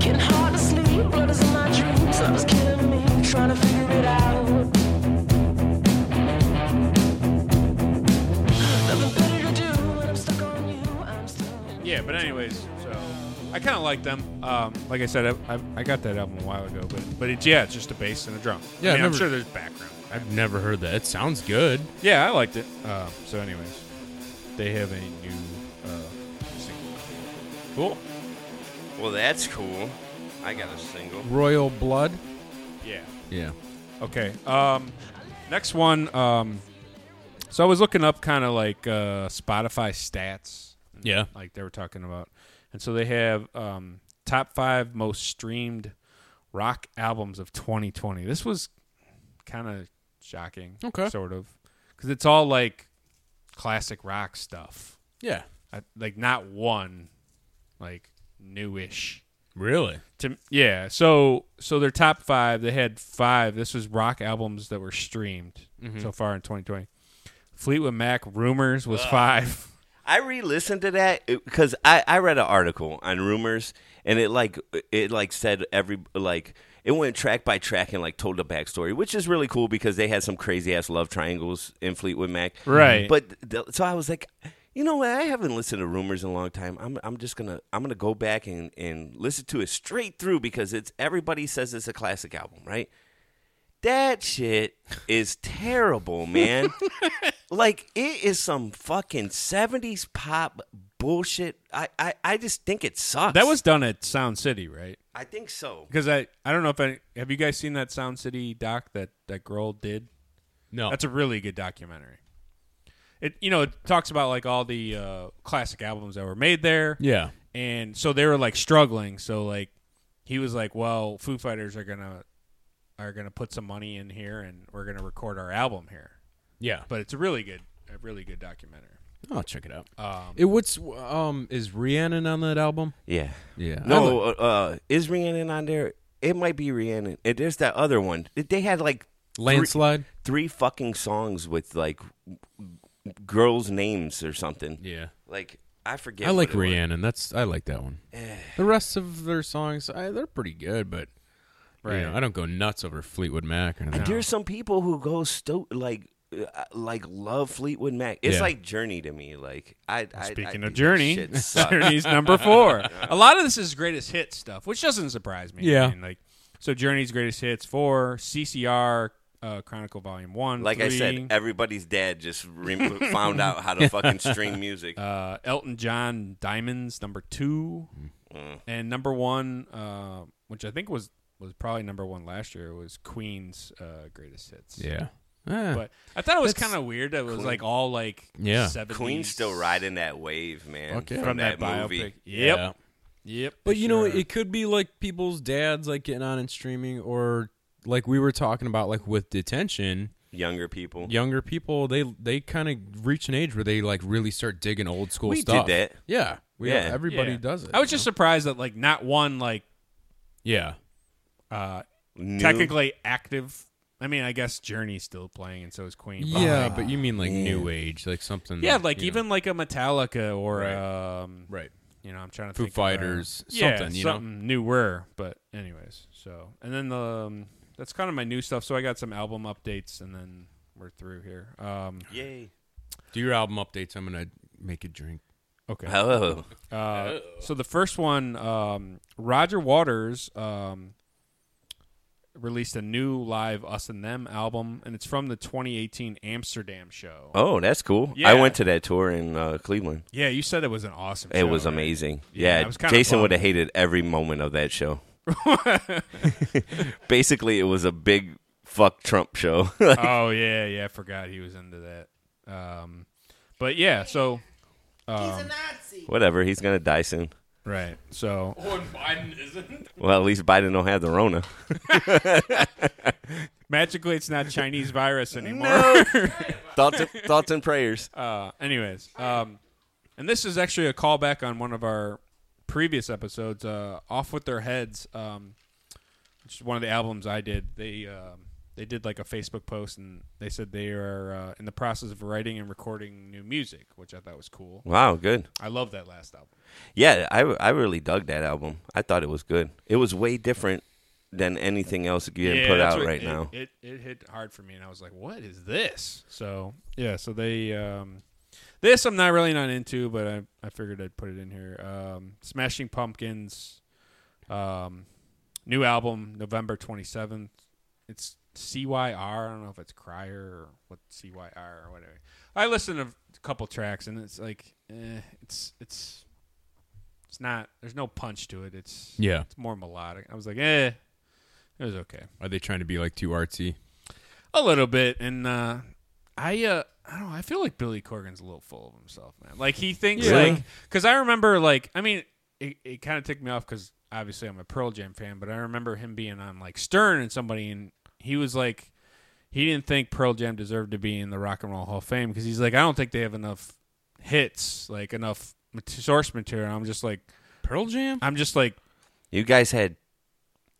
S5: Getting hard to sleep, blood is in my dreams. Love is killing me, trying to figure it out. Nothing better to do when I'm stuck on you. I'm still.
S3: Yeah, but anyways, so I kind of like them. Um, like I said, I, I, I got that album a while ago, but but it's yeah, it's just a bass and a drum.
S1: Yeah,
S3: I
S1: I
S3: mean, I'm
S1: never-
S3: sure there's background.
S1: I've never heard that. It sounds good.
S3: Yeah, I liked it. Uh, so, anyways, they have a new uh, single. Cool.
S4: Well, that's cool. I got a single.
S1: Royal Blood.
S3: Yeah.
S1: Yeah.
S3: Okay. Um, next one. Um, so I was looking up kind of like uh, Spotify stats.
S1: Yeah.
S3: Like they were talking about, and so they have um, top five most streamed rock albums of 2020. This was kind of shocking.
S1: Okay.
S3: Sort of, because it's all like classic rock stuff.
S1: Yeah.
S3: I, like not one, like newish.
S1: Really?
S3: To yeah, so so their top five. They had five. This was rock albums that were streamed so far in 2020. Fleetwood Mac Rumors was five.
S4: I re-listened to that because I, I read an article on rumors and it like it like said every like it went track by track and like told the backstory, which is really cool because they had some crazy ass love triangles in Fleetwood Mac,
S3: Right.
S4: But th- so I was like, you know what? I haven't listened to rumors in a long time. I'm I'm just gonna I'm gonna go back and and listen to it straight through because it's everybody says it's a classic album, right? That shit is
S1: (laughs)
S4: terrible, man. like it is some fucking seventies pop bullshit. I, I I just think it sucks.
S3: That was done at Sound City, right?
S4: I think so.
S3: Because I I don't know if any, have you guys seen that Sound City doc that that girl did.
S1: No.
S3: That's a really good documentary. It you know it talks about like all the uh, classic albums that were made there.
S1: yeah.
S3: and so they were like struggling so like he was like well foo fighters are gonna are gonna put some money in here and we're gonna record our album here
S1: Yeah.
S3: but it's a really good a really good documentary
S1: I'll check it out. it what's um is Rhiannon on that album?
S4: Yeah.
S1: Yeah.
S4: No, uh, uh, is Rhiannon on there? It might be Rhiannon. And there's that other one. They had like
S1: Landslide.
S4: three fucking songs with like w- girls' names or something.
S1: yeah.
S4: Like I forget.
S1: I like
S4: what it was.
S1: Rhiannon. That's I like that one.
S3: Eh.
S1: the rest of their songs, I, they're pretty good, but you know, I don't go nuts over Fleetwood Mac or anything.
S4: There's some people who go sto- like uh, like love Fleetwood Mac. It's
S1: Yeah.
S4: like Journey to me. Like I, I I
S3: speaking
S4: think
S3: of journey
S4: shit
S3: (laughs)
S4: sucks.
S3: journey's number
S4: (laughs)
S3: four a lot of this is greatest hit stuff which doesn't surprise me I
S1: Yeah.
S3: mean, like so journey's greatest hits four ccr uh, chronicle volume one
S4: like I
S3: three,
S4: said, everybody's dad just
S3: (laughs)
S4: re- found out how to fucking stream music.
S3: uh, Elton John Diamonds number two,
S4: Mm.
S3: and number one, uh, which I think was was probably number one last year, was Queen's uh, greatest hits.
S1: Yeah. Eh,
S3: but I thought it was
S1: That's-
S3: kind of weird that it was like all like
S1: Yeah.
S3: 70s
S4: Queen's still riding that wave, man.
S1: Fuck yeah.
S4: From,
S3: from
S4: that,
S3: that, biopic.
S4: movie.
S3: Yep,
S1: Yeah.
S3: yep.
S1: But you know,
S3: Sure.
S1: it could be like people's dads like getting on and streaming or like we were talking about like with detention,
S4: Younger people.
S1: younger people they they kind of reach an age where they like really start digging old school
S4: We did
S1: stuff.
S4: that.
S1: Yeah. We, uh,
S4: Yeah.
S1: everybody
S3: Yeah.
S1: does it.
S3: I was just surprised that like not one like
S1: Yeah.
S3: uh,
S4: New-
S3: technically active. I mean, I guess Journey's still playing, and so is Queen. but,
S1: Yeah,
S3: like-
S1: but you mean like new age, like something
S3: yeah, like
S1: you know.
S3: even like a Metallica or
S1: Mm-hmm. Right.
S3: um,
S1: Right.
S3: you know, I'm trying to
S1: Foo
S3: think of, uh,
S1: Fighters,
S3: yeah,
S1: something, you know?
S3: something newer. But anyways, so and then the um, that's kind of my new stuff. So I got some album updates, and then we're through here. Um,
S4: Yay.
S1: Do your album updates. I'm gonna make a drink.
S3: okay.
S4: Oh.
S3: Uh, so the first one, um, Roger Waters um, released a new live Us and Them album, and it's from the 2018 Amsterdam show.
S4: Oh, that's cool.
S3: Yeah.
S4: I went to that tour in uh, Cleveland.
S3: Yeah, you said it was an awesome.
S4: It
S3: show, (laughs)
S4: was
S3: right?
S4: amazing.
S3: Yeah,
S4: Yeah,
S3: I was kinda
S4: Jason
S3: bummed. (laughs)
S4: would have hated every moment of that show. Basically, it was a big fuck Trump show. (laughs) Like,
S3: oh yeah, yeah. I forgot he was into that. Um, but yeah, so
S4: whatever, he's gonna die soon.
S3: right, so
S6: Oh, Biden isn't.
S4: Well, at least Biden don't have the Rona.
S3: magically it's not Chinese
S4: (laughs)
S3: virus anymore.
S4: thoughts, and, thoughts and prayers.
S3: Uh, anyways, um, and this is actually a callback on one of our previous episodes, uh, "Off with Their Heads," um, which is one of the albums I did. They um, they did like a Facebook post, and they said they are uh, in the process of writing and recording new music, which I thought was cool.
S4: (laughs) Wow, good.
S3: I love that last album.
S4: Yeah, I, I really dug that album. I thought it was good. It was way different than anything else you had put
S3: that's
S4: out
S3: what-
S4: right
S3: it-
S4: now.
S3: It, it hit hard for me, and I was like, "What is this?" So yeah, so they um, this I'm not really not into, but I I figured I'd put it in here. Um, Smashing Pumpkins, um, new album November 27th. It's CYR. I don't know if it's Crier or what CYR or whatever. I listened to a couple tracks, and it's like eh, it's it's. It's not. There's no punch to it. It's
S1: Yeah.
S3: It's more melodic. I was like, eh, it was okay.
S1: Are they trying to be like too artsy?
S3: A little bit, and uh, I, uh, I don't. know, I feel like Billy Corgan's a little full of himself, man. Like he thinks,
S4: Really?
S3: like, because I remember, like, I mean, it, it kind of ticked me off because obviously I'm a Pearl Jam fan, but I remember him being on like Stern and somebody, and he was like, he didn't think Pearl Jam deserved to be in the Rock and Roll Hall of Fame because he's like, I don't think they have enough hits, like enough mat- source material. I'm just like,
S6: Pearl Jam?
S3: I'm just like,
S4: You guys had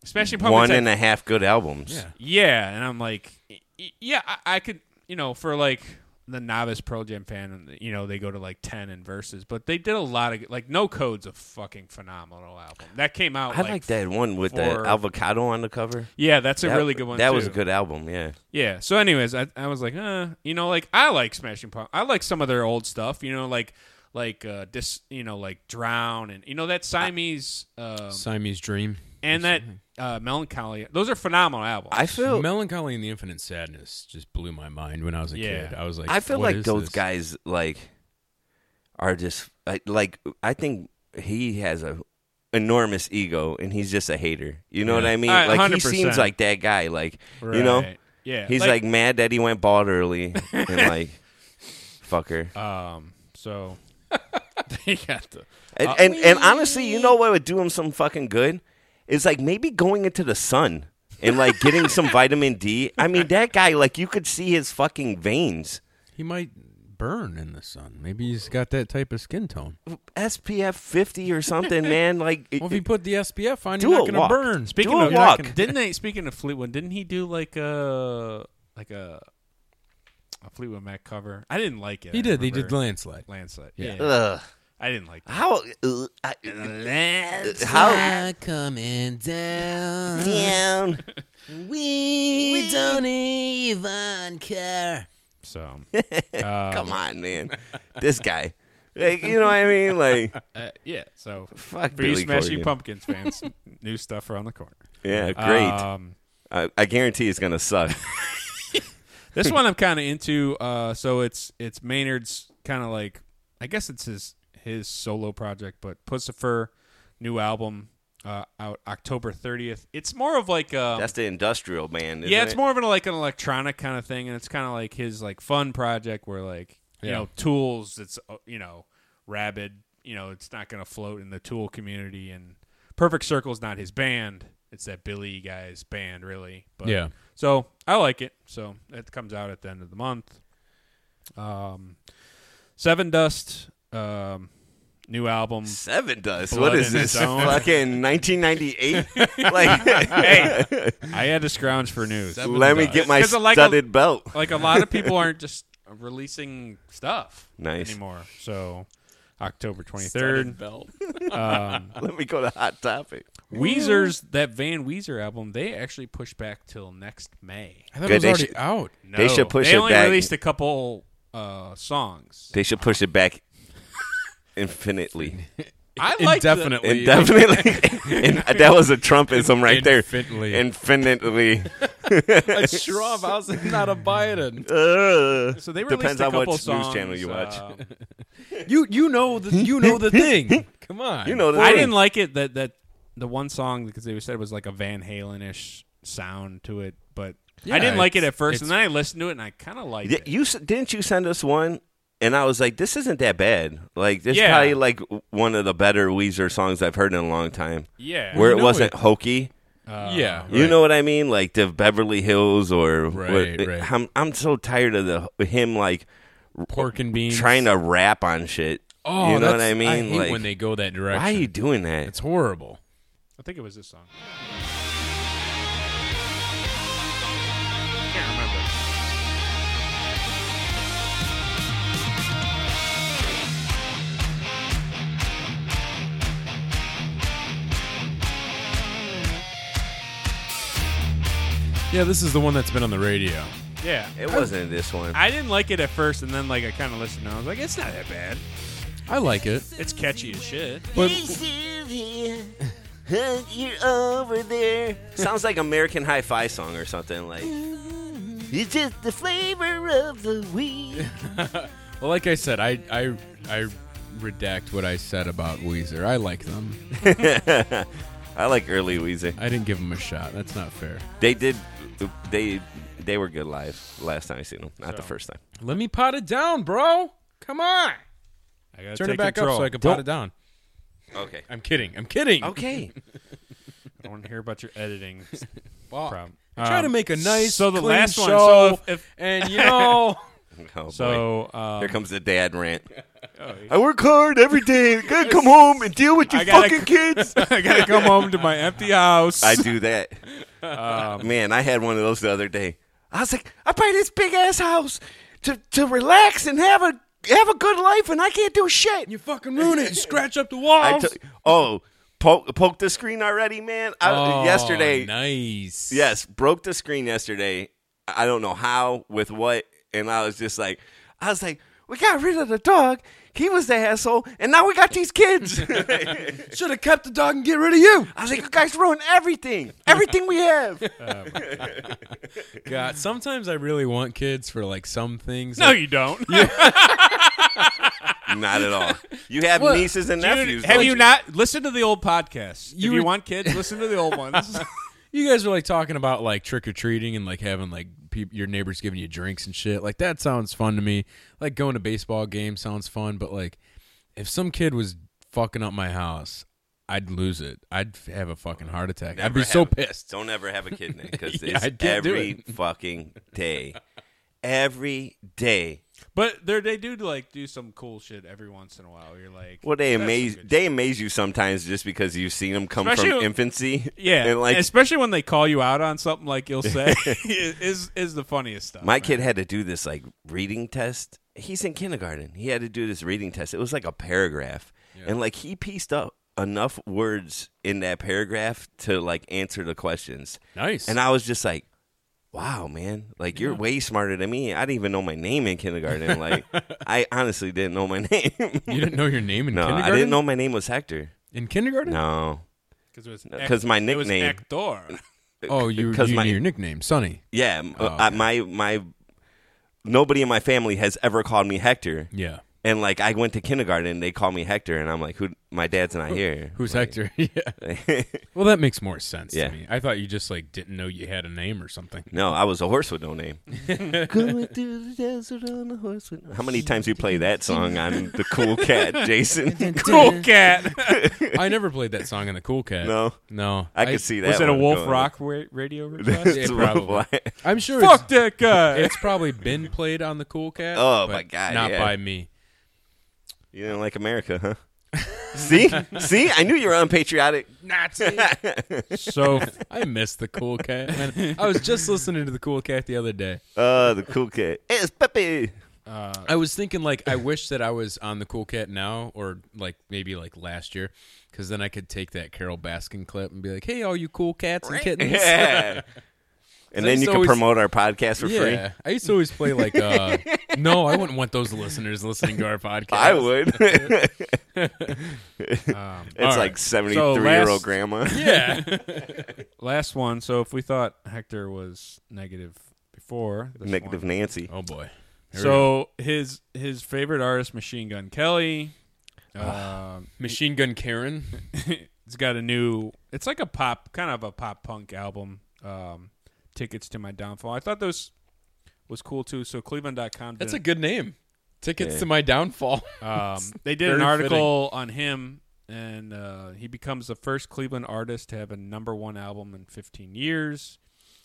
S3: especially Pumpkins
S4: one
S3: had-
S4: and a half good albums.
S1: Yeah.
S3: Yeah, and I'm like, y- y- yeah, I, I could, you know, for like the novice Pearl Jam fan, and you know, they go to like ten and verses, but they did a lot of like No Code's a fucking phenomenal album that came out.
S4: I like, that one with
S3: four-
S4: the avocado on the cover.
S3: Yeah, that's a
S4: That-
S3: really good one.
S4: That was a
S3: too.
S4: good album, yeah.
S3: Yeah. So, anyways, I, I was like, uh, you know, like I like Smashing Pump. I like some of their old stuff. You know, like like uh, dis, you know, like Drown, and you know that Siamese um,
S1: Siamese Dream.
S3: and that uh, Melancholy. Those are phenomenal albums.
S4: I feel
S1: Melancholy and the Infinite Sadness just blew my mind when I was a
S3: Yeah.
S1: kid. I was like,
S4: I feel
S1: what
S4: like
S1: is
S4: those
S1: this?
S4: guys like are just I- like I think he has a enormous ego and he's just a hater. You know what I mean?
S3: Uh,
S4: like he
S3: 100%.
S4: seems like that guy. Like you know,
S3: Right. yeah,
S4: he's like, mad that he went
S1: (laughs)
S4: bald early and like fucker.
S1: Uh,
S3: Um, so (laughs) they got the
S4: and,
S1: uh,
S4: and and honestly, you know what would do him some fucking good? Is like maybe going into the sun and like getting
S1: (laughs)
S4: some vitamin D. I mean, that guy like you could see his fucking veins.
S1: He might burn in the sun. Maybe he's got that type of skin tone.
S4: SPF 50 or something, man. Like,
S1: Well, if
S4: (laughs)
S1: you put the SPF on,
S4: Do
S1: you're not
S4: a
S1: going to
S4: walk.
S1: burn.
S4: Speak-
S3: speaking
S4: Do a
S3: of
S4: walk.
S3: Didn't they? Speaking of Fleetwood, didn't he do like a like a a Fleetwood Mac cover? I didn't like it.
S1: he
S3: I
S1: did. He did
S3: remember.
S1: landslide.
S3: landslide.
S1: Yeah.
S3: Yeah,
S4: ugh.
S3: I didn't like. That.
S4: How? Uh, I,
S3: uh,
S4: how
S7: coming down.
S4: (laughs) down?
S7: We don't
S4: e-
S7: even care.
S3: (laughs) So e-
S4: Come on,
S3: (laughs)
S4: man. This guy. Like, you know what I mean? Like,
S3: uh, yeah, so
S4: fuck
S3: for you
S4: Billy
S3: Smashing
S4: Corgan. (laughs)
S3: Pumpkins fans, new stuff around the corner.
S4: Yeah, great.
S3: Um,
S4: I, I guarantee it's gonna suck.
S3: (laughs) this one I'm kind of into. Uh, so it's it's Maynard's kind of like I guess it's his his solo project, but Pussifer new album uh, out October 30th. It's more of like um,
S4: That's the industrial man. Isn't
S3: yeah, it's
S4: it?
S3: more of an like an electronic kind of thing, and it's kind of like his like fun project where like you
S1: Yeah.
S3: know tools. It's uh, you know rabid. You know it's not gonna float in the tool community, and Perfect Circle's not his band. It's that Billy guy's band, really. But,
S1: Yeah.
S3: So I like it. So it comes out at the end of the month. Um, Seven Dust, um, new album.
S4: Seven dust.
S3: Blood
S4: what is
S3: in
S4: this?
S3: its own.
S4: (laughs) Fucking
S3: (laughs)
S4: 1998. like, (laughs)
S3: hey, I had to scrounge for news.
S4: let me get my
S3: 'Cause I like a-
S4: studded
S3: (laughs)
S4: belt. (laughs)
S3: like a lot of people aren't just releasing stuff
S4: Nice.
S3: anymore. So October 23rd, um,
S4: Let me go to hot topic.
S3: Weezer's that Van Weezer album they actually pushed back till next May.
S1: I thought
S4: Good,
S1: it was
S4: they
S1: already
S4: should- (laughs)
S1: out.
S3: No,
S4: They should push
S3: They
S4: it
S3: only
S4: back.
S3: released a couple uh, songs.
S4: They should push it
S3: (laughs)
S4: back infinitely.
S3: I like the-
S1: Indefinitely.
S4: Indefinitely.
S1: (laughs)
S4: (laughs) and that was a Trumpism right there.
S1: Infinitely. (laughs)
S4: Infinitely. (laughs)
S1: a shrub. I was not a Biden.
S4: (laughs) Ugh.
S3: so they released
S4: Depends
S3: a
S4: on
S3: couple
S4: what
S3: songs,
S4: news channel you watch.
S3: um,
S1: (laughs)
S4: (laughs)
S1: You you know the you know the thing. Come on.
S4: you know, the
S3: I
S4: thing.
S3: didn't like it that that the one song because they said was like a Van Halen ish sound to it, but
S1: Yeah,
S3: I didn't like it
S1: it's-
S3: at first,
S1: it's-
S3: and then I listened to it and I kind of liked
S4: Y-
S3: it.
S4: You s- didn't you send us one? And I was like, this isn't that bad. Like, this
S3: Yeah.
S4: probably like one of the better Weezer songs I've heard in a long time.
S3: Yeah,
S4: Where
S1: you
S4: it
S1: know
S4: wasn't hokey.
S1: yeah,
S4: You
S1: Uh, right.
S4: know what I mean? Like the Beverly Hills or
S1: Right,
S4: what-
S1: right.
S4: I'm I'm so tired of the him like
S1: pork and beans.
S4: trying to rap on shit.
S1: Oh,
S4: you know what
S1: that's-
S4: I mean?
S1: I hate
S4: like
S1: when they go that direction.
S4: why are you doing that?
S1: It's horrible.
S3: I think it was this song.
S1: Yeah, this is the one that's been on the radio.
S3: Yeah,
S4: it wasn't this one.
S3: I didn't like it at first, and then like I kind of listened. and I was like, it's not that bad.
S1: I like it,
S3: It's catchy as shit.
S1: but
S4: Huh, You're over there. Sounds like American Hi Fi song or something. Like Mm-hmm. it's just the flavor of the weed.
S1: well, like I said, I I I redact what I said about Weezer. I like them.
S4: (laughs) I like early Weezer.
S1: I didn't give them a shot. That's not fair.
S4: They did. They they were good live last time I seen them. Not the first time.
S1: Let me pot it down, bro. Come on.
S3: I gotta
S1: Turn
S3: take
S1: it back
S3: control.
S1: up so I can pot it down.
S4: Okay.
S1: I'm kidding. I'm kidding.
S4: (laughs) Okay.
S3: I want to hear about your editing
S1: (laughs)
S3: s-
S1: Fuck.
S3: problem.
S1: Try to
S3: Um,
S1: make a nice
S3: so the
S1: clean
S3: last
S1: show,
S3: one. So if, if
S1: (laughs) and you
S3: (laughs)
S1: know
S4: Oh, boy.
S3: so, um,
S4: Here comes the dad rant.
S3: yeah.
S4: I work hard every day. I gotta come home and deal with your
S3: I gotta-
S4: (laughs) fucking kids.
S3: (laughs) I gotta come home to my
S1: (laughs)
S3: empty house.
S4: I do that.
S1: Um,
S4: Man, I had one of those the other day. I was like, I buy this big ass house to, to relax and have a have a good life, and I can't do shit.
S1: you fucking ruin it. You scratch up the
S4: I
S1: walls.
S4: t- oh, poke poke the screen already, man. I,
S3: uh,
S1: Oh,
S4: yesterday,
S1: Nice.
S4: yes, broke the screen yesterday. I don't know how with what, and I was just like, I was like, we got rid of the dog. He was the asshole, and now we got
S1: (laughs)
S4: these kids. (laughs) I
S1: Should have kept the dog and get rid of you.
S4: was like, you guys ruined everything, everything we have.
S1: God, sometimes I really want kids for like some things.
S3: No,
S1: Like,
S3: you don't.
S4: Not at
S3: (laughs)
S4: all. You have nieces and nephews.
S3: have
S4: don't
S3: you not listened to the old podcast?
S1: You
S3: if you
S1: were-
S3: want kids, listen to the old (laughs) ones.
S1: you guys are like talking about like trick or treating and like having like peop your neighbors giving you drinks and shit. Like that sounds fun to me. Like going to baseball games sounds fun, but like if some kid was fucking up my house, I'd lose it. I'd f- have a fucking heart attack. I'd
S4: Never
S1: be so
S4: have-
S1: pissed.
S4: Don't ever have a kid name
S1: (laughs)
S4: because
S1: Yeah, I
S4: it's
S1: can't do
S4: every (laughs) fucking day, every day.
S3: but they they do like do some cool shit every once in a while. You're like,
S4: Well, they
S3: that's some
S4: amaze
S3: good shit.
S4: they amaze you sometimes just because you've seen them come
S3: Especially-
S4: from infancy.
S3: (laughs) Yeah,
S4: and like
S3: especially when they call you out on something like
S4: (laughs)
S3: you'll say (laughs) is is the funniest stuff.
S4: my
S3: man.
S4: kid had to do this like reading test. He's in kindergarten. He had to do this reading test. It was like a paragraph, and like he pieced up enough words in that paragraph to like answer the questions.
S1: Nice.
S4: And I was just like, wow, man, like you're way smarter than me. I didn't even know my name in kindergarten. Like, (laughs) I honestly didn't know my name. (laughs)
S1: you didn't know your name in
S4: no,
S1: kindergarten.
S4: I didn't know my name was Hector.
S1: in kindergarten.
S4: No.
S3: because it was
S4: 'cause my
S3: it was
S4: nickname-
S3: (laughs) Actor.
S1: Oh, you, you
S4: 'Cause
S1: knew
S4: my-
S1: your nickname, Sonny.
S4: Yeah. m- uh, my, my, nobody in my family has ever called me Hector.
S1: Yeah.
S4: And like, I went to kindergarten and they called me Hector. And I'm like, who, my dad's not here.
S1: Who's
S4: Like-
S1: Hector? (laughs) yeah. Well, that makes more sense
S4: Yeah.
S1: to me. I thought you just like didn't know you had a name or
S4: (laughs)
S1: something.
S4: (laughs) No, I was a horse with no (laughs) name. Going through the desert on a horse with no How many times you play that song on the cool cat, (laughs) Jason?
S3: Cool cat.
S1: I never played that song in the Cool Cat.
S4: (laughs) No.
S1: no,
S4: I could see that.
S3: was it a
S4: one
S3: Wolf
S4: going.
S3: Rock ra-
S4: (laughs)
S3: radio request?
S4: It's
S1: probably.
S4: Wolf Rock.
S1: I'm sure it's,
S3: Fuck that guy.
S1: it's probably been played on the Cool Cat.
S4: Oh,
S1: but
S4: my God,
S1: not
S4: yeah.
S1: by me.
S4: You didn't like America, huh? See, see, I knew you were unpatriotic. (laughs)
S3: so
S1: I miss the Cool Cat. Man, I was just listening to the Cool Cat the other day.
S4: Oh, the cool cat. It's Pepe.
S1: I was thinking like I wish that I was on the Cool Cat now, or like maybe like last year, because then I could take that Carol Baskin clip and be like, "Hey, all you cool cats and kittens."
S4: (laughs) Yeah. And
S1: I
S4: then
S1: used
S4: you
S1: to
S4: can
S1: always-
S4: promote our podcast for free.
S1: Yeah, I used to always play like.
S4: (laughs)
S1: uh No, I wouldn't want those listeners listening to our podcast.
S4: I would. it's (laughs)
S3: right.
S4: like seventy-three year
S3: last-
S4: old grandma.
S1: Yeah.
S4: (laughs)
S3: last one. So if we thought Hector was negative before, this
S4: Negative
S3: one-
S4: Nancy.
S1: Oh boy. Here we go.
S3: So his his
S4: Ah.
S3: favorite artist, Machine Gun Kelly. Um
S1: Machine Gun Karen.
S3: (laughs) It's got a new. It's like a pop, kind of a pop punk album. Um, Tickets to My Downfall. I thought those was cool too. So Cleveland.com.
S1: That's a
S3: did-
S1: good name. Tickets to my downfall. (laughs)
S3: um, they did an
S1: very
S3: article on him, and uh, he becomes the first Cleveland artist to have a number one album in 15 years.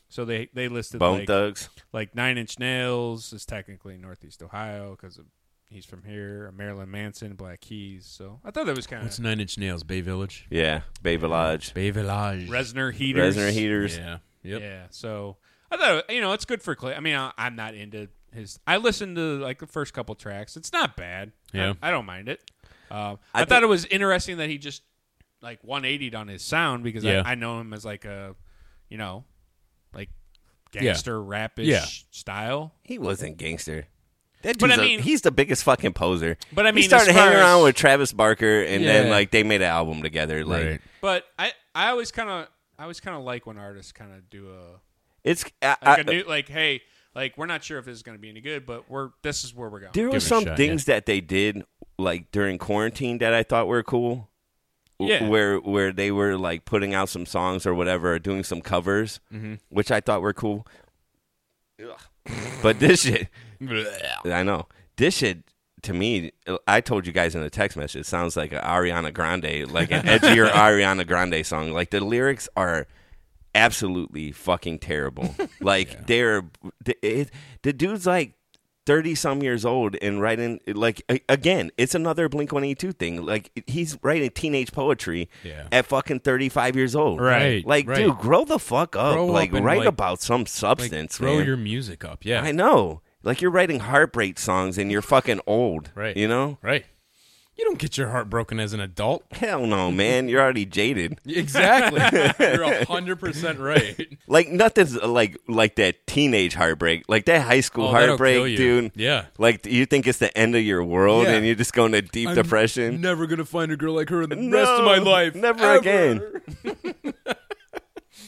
S3: So they they listed
S4: Bone
S3: like,
S4: Thugs.
S3: like Nine Inch Nails is technically Northeast Ohio because he's from here. Marilyn Manson, Black Keys. So I thought that was kind of
S1: Nine Inch Nails? Bay Village.
S4: Yeah, Bay Village.
S1: Bay Village.
S3: Resner Heaters.
S4: Resident Heaters.
S1: Yeah. Yep.
S3: Yeah. So I thought you know it's good for Clay. I mean, I, I'm not into his. I listened to like the first couple tracks. It's not bad.
S1: Yeah.
S3: I, I don't mind it. Um, I,
S4: I
S3: thought
S4: thi-
S3: it was interesting that he just like 180'd on his sound because
S1: Yeah.
S3: I, I know him as like a, you know, like
S1: Yeah.
S3: gangster rapish
S1: Yeah.
S3: style.
S4: He wasn't gangster. That
S3: But
S4: dude's
S3: I
S4: a-
S3: mean-
S4: he's the biggest fucking poser.
S3: But I mean,
S4: he
S3: as
S4: started
S3: far
S4: hanging
S3: as-
S4: around with Travis Barker, and then
S1: Yeah.
S4: like they made an album together. Like
S1: Right.
S3: But I I always kind of I always kind of like when artists kind of do a
S4: it's I, uh,
S3: like a
S4: I-
S3: new like hey like we're not sure if this is going to be any good but we're this is where we're going.
S4: there were
S1: it a
S4: some
S1: shot,
S4: things that they did like during quarantine that I thought were cool. w-
S3: Yeah.
S4: Where where they were like putting out some songs or whatever, or doing some covers,
S1: Mm-hmm.
S4: which I thought were cool. but this shit, I know this shit. To me, I told you guys in a text message, it sounds like an Ariana Grande, like
S1: (laughs)
S4: an edgier Ariana Grande song. Like the lyrics are absolutely fucking
S1: (laughs)
S4: terrible. like they're th- it, the dude's like thirty some years old and writing like a- again, it's another Blink One Eighty Two thing. Like he's writing teenage poetry
S1: Yeah.
S4: at fucking thirty five years old.
S1: Right,
S4: Like,
S1: right.
S4: dude, grow the fuck up.
S1: Grow up
S4: like,
S1: and,
S4: write
S1: like-
S4: about some
S1: Like,
S4: substance,
S1: throw
S4: man.
S1: your music up. Yeah.
S4: I know. Like you're writing heartbreak songs and you're fucking old.
S1: Right.
S4: You know?
S1: Right. You don't get your heart broken as an adult.
S4: Hell no, man. You're already jaded.
S1: (laughs)
S4: (laughs)
S1: Exactly. You're hundred percent right.
S4: Like nothing's uh, like like that teenage heartbreak. Like that high school
S1: Oh, that'll kill
S4: heartbreak,
S1: you.
S4: dude.
S1: Yeah.
S4: Like you think it's the end of your world
S1: Yeah.
S4: and you just go into deep depression.
S1: Never gonna find a girl like her in the
S4: No,
S1: rest of my life.
S4: Never
S1: ever.
S4: again.
S1: (laughs)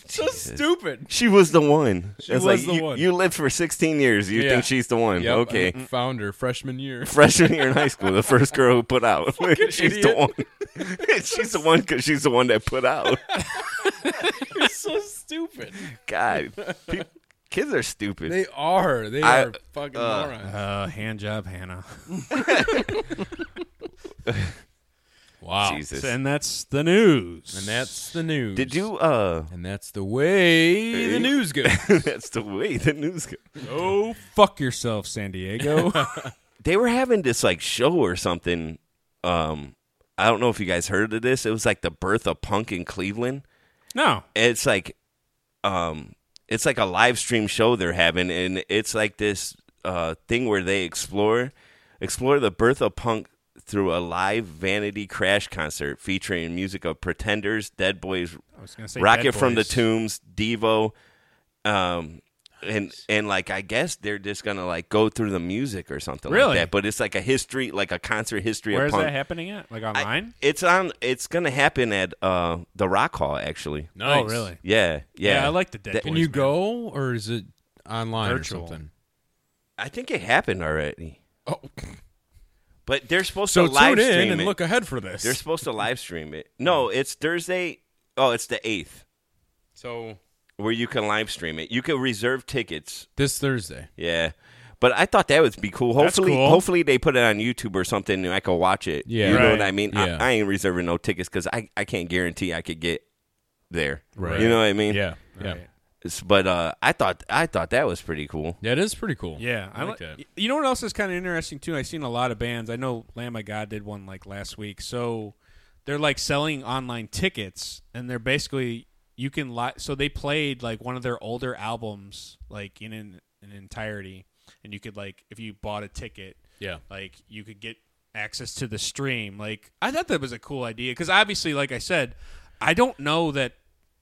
S1: So stupid.
S4: She was the one. She
S1: was
S4: like,
S1: the
S4: you,
S1: one.
S4: You lived for 16 years. You
S1: Yeah.
S4: think she's the one?
S1: Yep,
S4: okay.
S1: I found her freshman year. (laughs)
S4: Freshman year in high school, the first girl who put out. (laughs) she's the
S1: idiot.
S4: one. (laughs) she's the one because she's the one that put out.
S1: so stupid. (laughs)
S4: God, pe- kids are stupid.
S1: They are. They
S4: I-
S1: are fucking
S4: uh,
S1: morons.
S3: Uh, hand job, Hannah.
S1: Wow.
S4: Jesus.
S3: and that's the news.
S1: And that's the news.
S4: Did you? Uh,
S1: And that's the way the news goes.
S4: (laughs) that's the way the news. Go.
S3: oh, fuck yourself,
S4: (laughs)
S3: San Diego.
S4: They were having this like show or something. Um, I don't know if you guys heard of this. It was like the birth of punk in Cleveland.
S3: no,
S4: It's like, um, it's like a live stream show they're having, and it's like this uh thing where they explore explore the birth of punk through a live Vanity Crash concert featuring music of Pretenders, Dead Boys,
S3: I was gonna say
S4: Rocket
S3: Dead
S4: from the
S3: Boys.
S4: Tombs, Devo, um, and and like I guess they're just gonna like go through the music or something
S3: Really?
S4: like that. But it's like a history, like a concert history
S3: Where
S4: of
S3: is
S4: punk.
S3: that happening at? Like
S4: I-
S3: online?
S4: it's on. It's gonna happen at uh, the Rock Hall actually.
S1: Nice.
S3: Oh, really?
S4: Yeah, yeah.
S3: Yeah, I like the Dead
S4: That-
S1: Can
S3: Boys,
S1: you
S3: man.
S1: go or is it online
S3: Virtual.
S1: or something?
S4: I think it happened already.
S1: (laughs) Oh.
S4: But they're supposed
S1: So
S4: to live
S1: tune in
S4: stream
S1: and
S4: it.
S1: look ahead for this.
S4: They're supposed to live stream it. No, it's Thursday. Oh, it's the eighth
S1: so
S4: where you can live stream it. You can reserve tickets
S1: this Thursday.
S4: Yeah. But I thought that would be cool. Hopefully,
S3: cool.
S4: hopefully they put it on YouTube or something, and I could watch it.
S1: Yeah.
S4: you know
S1: Right.
S4: what I mean.
S1: Yeah.
S4: I, I ain't reserving no tickets because I, I can't guarantee I could get there.
S1: Right.
S4: You know what I mean?
S1: Yeah. Yeah.
S4: It's- But uh, I thought I thought that was pretty cool.
S1: That is pretty cool.
S3: Yeah, I,
S1: I
S3: like
S1: like
S3: that.
S1: that.
S3: You know what else is kind of interesting too? I've seen a lot of bands. I know Lamb of God did one like last week. So they're like selling online tickets, and they're basically you can li- so they played like one of their older albums like in an, an entirety, and you could like if you bought a ticket,
S1: Yeah.
S3: like you could get access to the stream. Like I thought that was a cool idea because obviously, like I said, I don't know that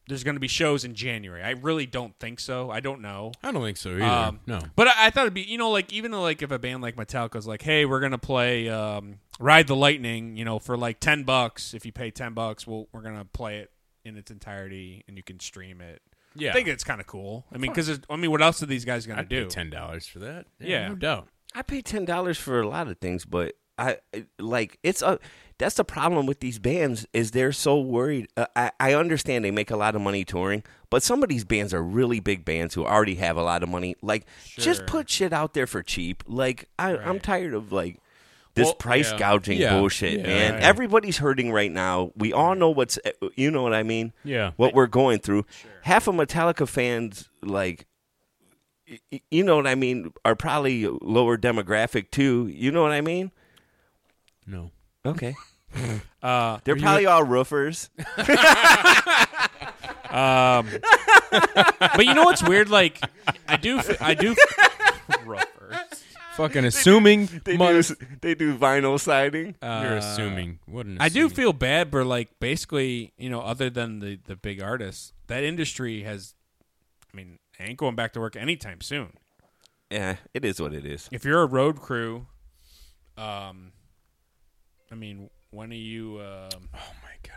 S3: there's going to be shows in January. I really don't think so. I don't know.
S1: I don't think so either.
S3: Um,
S1: no.
S3: But I, I thought it'd be you know like even like if a band like Metallica's like, hey, we're gonna play um, Ride the Lightning, you know, for like ten bucks. If you pay ten bucks, we'll we're gonna play it in its entirety and you can stream it.
S1: Yeah.
S3: I think it's kind of cool. I mean, because I mean, what else are these guys gonna
S1: I'd pay
S3: do?
S1: ten dollars for that.
S3: Yeah.
S1: No doubt.
S4: I pay ten dollars for a lot of things, but I like it's a that's the problem with these bands is they're so worried. Uh, I I understand they make a lot of money touring, but some of these bands are really big bands who already have a lot of money. Like just
S3: Sure.
S4: put shit out there for cheap. Like I I'm
S3: Right.
S4: tired of like this
S3: Well,
S4: price
S3: yeah.
S4: gouging
S1: Yeah.
S4: bullshit,
S1: Yeah.
S4: man.
S3: Right.
S4: Everybody's hurting right now. We all know what's eh, you know what I mean?
S3: Yeah.
S4: What we're going through. Half of Metallica fans like y- you know what I mean, are probably lower demographic too. You know what I mean?
S1: No.
S4: Okay.
S3: Uh,
S4: They're probably all roofers.
S3: but you know what's weird? Like, I do, f- I do.
S1: (laughs)
S3: Rougher.
S1: Fucking assuming.
S4: They
S1: mother-
S4: do they do vinyl siding.
S1: You're assuming. What an
S3: I do
S1: assuming.
S3: feel bad, but like, basically, you know, other than the the big artists, that industry has. I mean, ain't going back to work anytime soon.
S4: yeah, it is what it is.
S3: If you're a road crew, um, I mean, when are you? Um,
S1: Oh my god.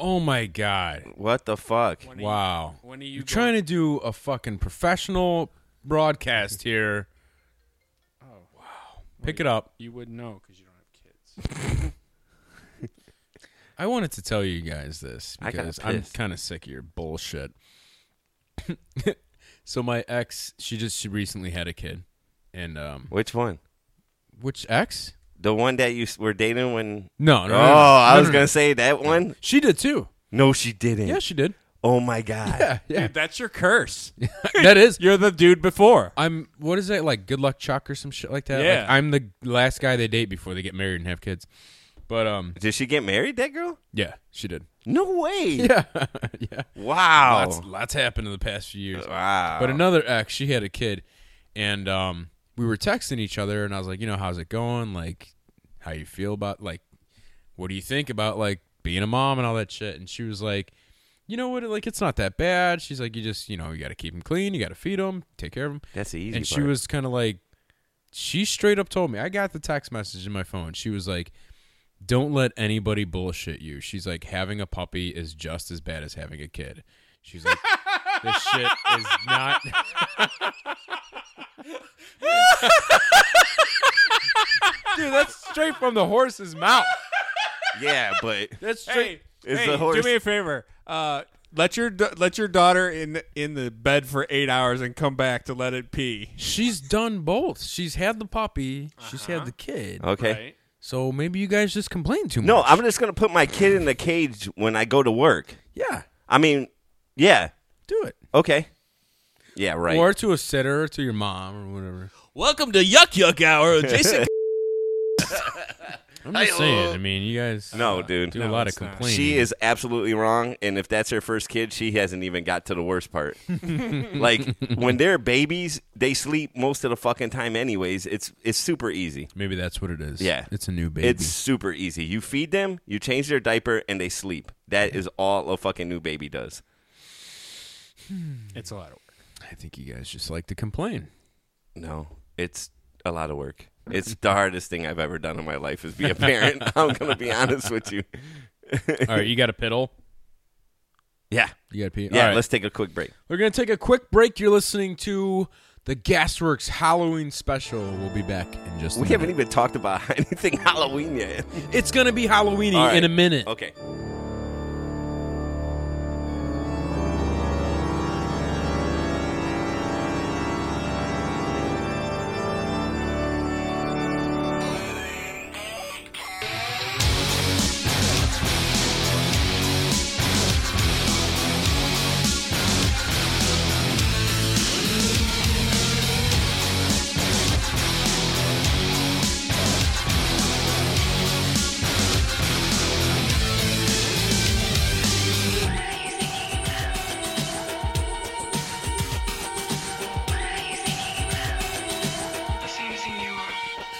S1: Oh my god.
S4: What the fuck?
S3: when are
S1: Wow.
S3: You, when are you
S1: You're
S3: going-
S1: trying to do a fucking professional broadcast here. Oh wow. Pick it up.
S3: You wouldn't know because you don't have kids. (laughs)
S1: I wanted to tell you guys this
S4: I got
S1: because I'm
S4: pissed.
S1: kind of sick of your bullshit. (laughs) so my ex, she just she recently had a kid, and um,
S4: Which one?
S1: which ex?
S4: The one that you s- were dating when?
S1: No, no.
S4: Oh,
S1: no, no.
S4: I
S1: No,
S4: was
S1: no, no.
S4: gonna say that one.
S1: She did too.
S4: No, she didn't.
S1: Yeah, she
S4: (laughs)
S1: did.
S4: oh my god.
S1: Yeah, yeah.
S3: Dude, that's your curse.
S1: (laughs) that is.
S3: (laughs) You're the dude before.
S1: I'm. What is that like? Good luck Chuck or some shit like that. Like,
S3: Yeah.
S1: I'm the last guy they date before they get married and have kids. But um,
S4: Did she get married? That girl?
S1: yeah, she did.
S4: No way.
S1: (laughs) Yeah, yeah.
S4: Wow.
S1: Lots, lots happened in the past few years.
S4: Oh. wow.
S1: But another ex, she had a kid, and um, we were texting each other, and I was like, you know, how's it going? Like, how you feel about like, what do you think about like being a mom and all that shit? And she was like, you know what? Like, it's not that bad. She's like, you just, you know, you got to keep them clean, you got to feed them, take care of them.
S4: That's the easy.
S1: and she
S4: part.
S1: was kind of like, she straight up told me. I got the text message in my phone. She was like. Don't let anybody bullshit you. She's like, having a puppy is just as bad as having a kid. She's like, this shit is not. (laughs) Dude, that's straight from the horse's mouth.
S4: Yeah,
S1: (laughs)
S4: but
S3: That's straight. Hey,
S4: Is the horse-
S3: do me a favor. Uh, let your da- let your daughter in in the bed for eight hours and come back to let it pee.
S1: She's done both. She's had the puppy, she's had the kid.
S4: okay.
S1: So maybe you guys just complain too much.
S4: No, I'm just gonna put my kid in the cage when I go to work.
S1: Yeah,
S4: I mean, yeah.
S1: do it.
S4: Okay. Yeah. Right.
S1: Or to a sitter, or to your mom, or whatever.
S7: Welcome to Yuck Yuck
S1: (laughs)
S7: Hour, Jason.
S1: I'm just saying. I mean, you guys
S4: No,
S1: uh,
S4: dude.
S1: do a
S4: No,
S1: lot of
S3: it's not.
S1: complaining.
S4: She is absolutely wrong, and if that's her first kid, she hasn't even got to the worst part.
S1: (laughs)
S4: like when they're babies, they sleep most of the fucking time, anyways. It's it's super easy.
S1: Maybe that's what it is.
S4: Yeah.
S1: it's a new baby.
S4: It's super easy. You feed them, you change their diaper, and they sleep. That is all a fucking new baby does.
S3: It's a lot of work.
S1: I think you guys just like to
S4: (laughs)
S1: complain.
S4: No, it's a lot of work. It's the hardest thing I've ever done in my life is be a parent. (laughs) I'm gonna be honest with you.
S1: All right, you got a piddle.
S4: Yeah,
S1: You got to pee.
S4: yeah.
S1: All right.
S4: Let's take a quick break.
S1: We're going to take a quick break. You're listening to the Gasworks Halloween special. We'll be back in just a
S4: We
S1: minute.
S4: haven't even talked about (laughs) anything Halloween yet. (laughs)
S1: It's going to be Halloweeny
S4: All right.
S1: in a minute.
S4: Okay.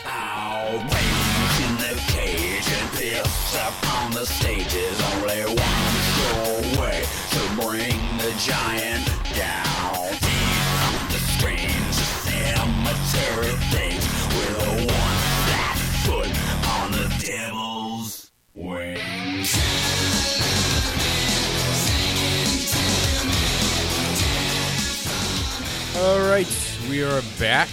S2: I'll paint in the cage and piss up on the stage is only one sure way to bring the giant down. Deep on the screen, just amateur things with a one flat foot on the devil's wings.
S1: All right, we are back.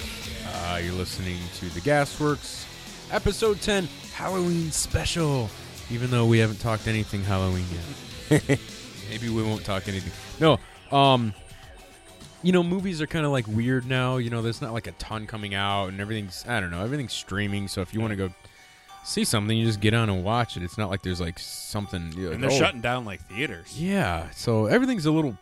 S1: Uh, you're listening to the Gasworks episode 10 Halloween special. Even though we haven't talked anything Halloween
S3: (laughs)
S1: yet. Maybe we won't talk anything. No, um you know, movies are kind of like weird now, you know, there's not like a ton coming out and everything's I don't know, everything's streaming, so if you want to go see something, you just get on and watch it. It's not like there's like something you're like,
S3: And they're
S1: "Oh,
S3: shutting down like theaters.
S1: yeah, so everything's a little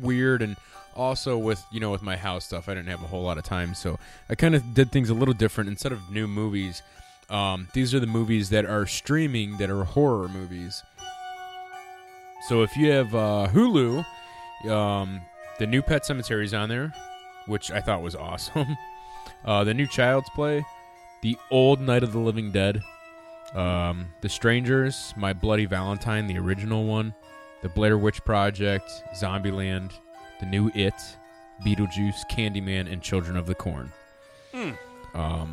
S1: weird, and also with you know with my house stuff, I didn't have a whole lot of time, so I kind of did things a little different. Instead of new movies, um, these are the movies that are streaming that are horror movies. So if you have uh, Hulu, um, the new Pet Cemetery's on there, which I thought was awesome. (laughs) Uh, the new Child's Play, the old Night of the Living Dead, um, The Strangers, My Bloody Valentine, the original one, The Blair Witch Project, Zombieland, The New It, Beetlejuice, Candyman, and Children of the Corn. Um, I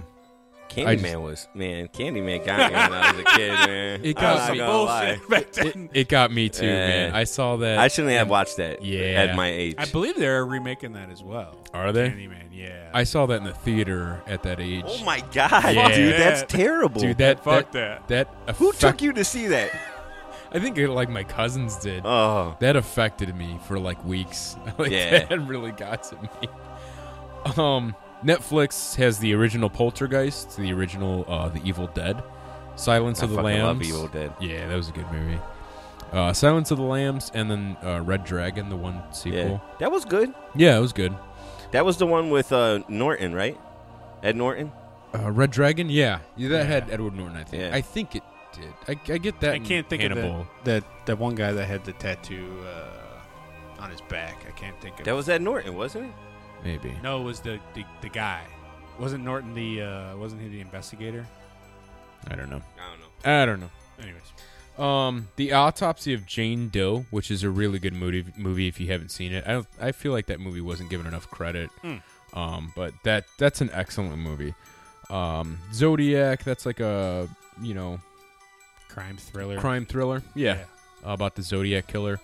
S4: Candyman
S1: just-
S4: was man. Candyman got me when I was a
S1: (laughs)
S4: kid, man.
S1: It got
S4: I'm not
S1: me.
S4: gonna lie.
S3: Back
S1: it,
S3: then.
S1: it got me too,
S4: Yeah.
S1: man. I saw that.
S4: Eh. I shouldn't have watched that.
S1: Yeah.
S4: at my age.
S3: I believe they're remaking that as well.
S1: Are they?
S3: Candyman, yeah.
S1: I saw that in the theater at that age.
S4: oh my god,
S1: Yeah.
S4: dude, that's
S3: Fuck
S4: terrible.
S1: Dude, that
S3: Fuck
S1: that that
S4: Who
S1: affect-
S4: took you to see that?
S1: I think it, like my cousins did.
S4: Oh,
S1: that affected me for like weeks. (laughs) like
S4: Yeah.
S1: that really got to me. Um, Netflix has the original Poltergeist, the original uh, The Evil Dead, Silence
S4: I
S1: of the
S4: fucking
S1: Lambs.
S4: love Evil Dead.
S1: Yeah, that was a good movie. Uh, Silence of the Lambs, and then uh, Red Dragon, the one
S4: yeah,
S1: sequel.
S4: that was good.
S1: Yeah, it was good.
S4: That was the one with uh, Norton, right? Ed Norton.
S1: Uh, Red Dragon, yeah, yeah that had Edward Norton. I think.
S4: Yeah.
S1: I think it did. I, I get that.
S3: I
S1: in
S3: can't think
S1: Hannibal.
S3: of the, that that one guy that had the tattoo uh, on his back. I can't think of
S4: That was Ed Norton, wasn't it?
S1: Maybe.
S3: No, it was the, the the guy. Wasn't Norton the uh, wasn't he the investigator?
S1: I don't know.
S4: I don't know.
S1: I don't know.
S3: Anyways.
S1: Um, the autopsy of Jane Doe, which is a really good movie. Movie if you haven't seen it, I don't, I feel like that movie wasn't given enough credit.
S3: Hmm.
S1: Um, but that that's an excellent movie. Um, Zodiac, that's like a you know
S3: Crime thriller.
S1: crime thriller. Yeah, Uh, about the Zodiac killer.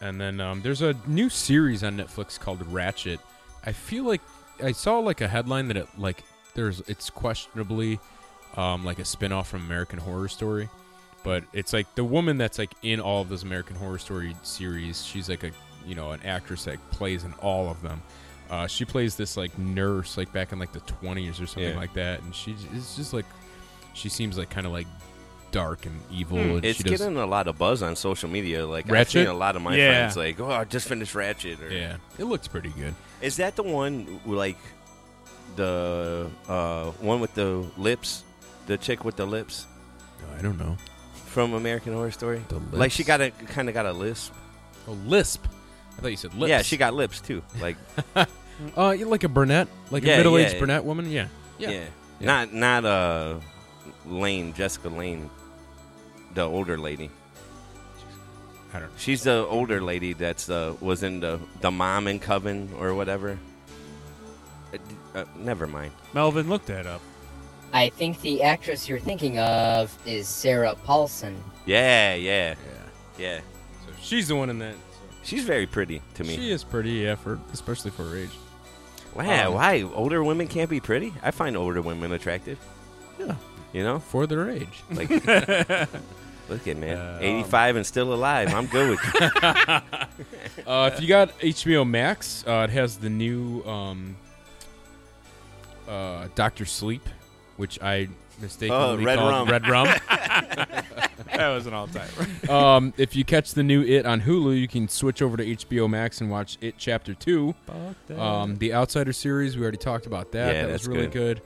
S1: And then um, there's a new series on Netflix called Ratchet. I feel like I saw like a headline that it like there's it's questionably um, like a spin-off from American Horror Story, but it's like the woman that's like in all of those American Horror Story series. She's like a you know an actress that plays in all of them. Uh, she plays this like nurse like back in like the 20s or something
S4: Yeah.
S1: like that, and she it's just like she seems like kind of like dark and evil. And
S4: Hmm. It's
S1: she does,
S4: getting a lot of buzz on social media. Like I've
S1: Ratchet?
S4: seen a lot of my
S3: Yeah.
S4: friends like, "Oh, I just finished Ratchet." Or,
S1: Yeah, it looks pretty good.
S4: Is that the one w- like the uh, one with the lips? The chick with the lips
S1: I don't know.
S4: from American Horror Story.
S1: The
S4: Like she
S1: lips?
S4: got a kind of got a lisp.
S1: Oh, lisp. I thought you said lips.
S4: Yeah, she got lips too. Like
S1: Uh, you like a brunette, like
S4: Yeah,
S1: a middle-aged
S4: yeah.
S1: brunette woman. Yeah.
S4: yeah.
S1: Yeah.
S4: not not uh Lane Jessica Lane, the older lady.
S1: I don't know.
S4: She's the older lady that's uh, was in the the mom and coven or whatever. Uh, d- uh, never mind.
S3: Melvin looked that up.
S8: I think the actress you're thinking of is Sarah Paulson.
S4: Yeah, yeah, yeah.
S1: So she's the one in that.
S4: She's very pretty to me.
S1: She is pretty, yeah, for especially for her age.
S4: Wow,
S1: Um,
S4: why older women can't be pretty? I find older women attractive.
S1: Yeah.
S4: You know,
S1: For Uh, their (laughs) age.
S4: like look at man, eighty-five and still alive. I'm good with you.
S1: Uh, if you got HBO Max, uh, it has the new um, uh, Doctor Sleep, which I mistakenly
S4: Oh, Red
S1: called
S4: Rum.
S1: Red
S4: (laughs)
S1: Rum.
S3: That was an
S1: (laughs)
S3: all time.
S1: um, if you catch the new It on Hulu, you can switch over to HBO Max and watch It Chapter Two. Um, the Outsider series, we already talked about that.
S4: Yeah,
S1: that was
S4: that's
S1: really good.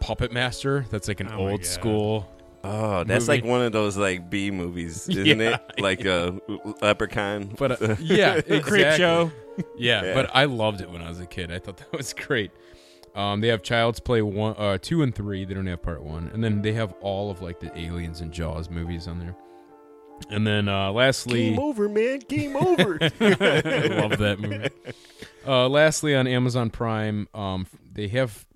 S1: Puppet Master, that's like an
S3: Oh my
S1: old
S3: God.
S1: school.
S4: Oh, that's
S1: Movie.
S4: like one of those like B movies, isn't
S1: Yeah.
S4: it? Like a uh, leprechaun.
S1: But uh, yeah, (laughs) exactly.
S3: Creep show.
S1: Yeah,
S4: Yeah.
S1: but I loved it when I was a kid. I thought that was great. Um, they have Child's Play one, uh, two, and three. They don't have Part One, and then they have all of like the Aliens and Jaws movies on there. And then uh, lastly,
S4: Game over, man. Game
S5: (laughs)
S4: over.
S1: I love that movie. Uh, lastly, on Amazon Prime, um, they have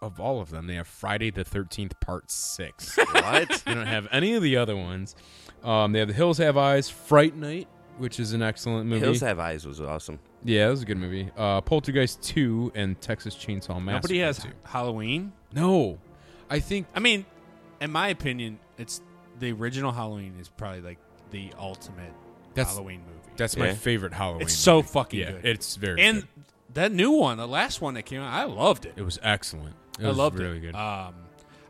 S1: of all of them, they have Friday the Thirteenth Part Six.
S4: what?
S1: they don't have any of the other ones. Um, they have The Hills Have Eyes, Fright Night, which is an excellent movie.
S4: Hills Have Eyes was awesome.
S1: yeah, that was a good movie. Uh, Poltergeist Two and Texas Chainsaw Massacre.
S3: Nobody has
S1: two.
S3: Halloween.
S1: No, I think
S3: I mean, in my opinion, it's the original Halloween is probably like the ultimate
S1: That's-
S3: Halloween movie.
S1: that's my
S4: Yeah.
S1: favorite Halloween.
S3: it's so
S1: movie.
S3: fucking
S1: yeah,
S3: good.
S1: it's very
S3: and
S1: good.
S3: that new one, the last one that came out, I loved it.
S1: it was excellent. It
S3: I
S1: was
S3: loved
S1: really
S3: it.
S1: good.
S3: Um,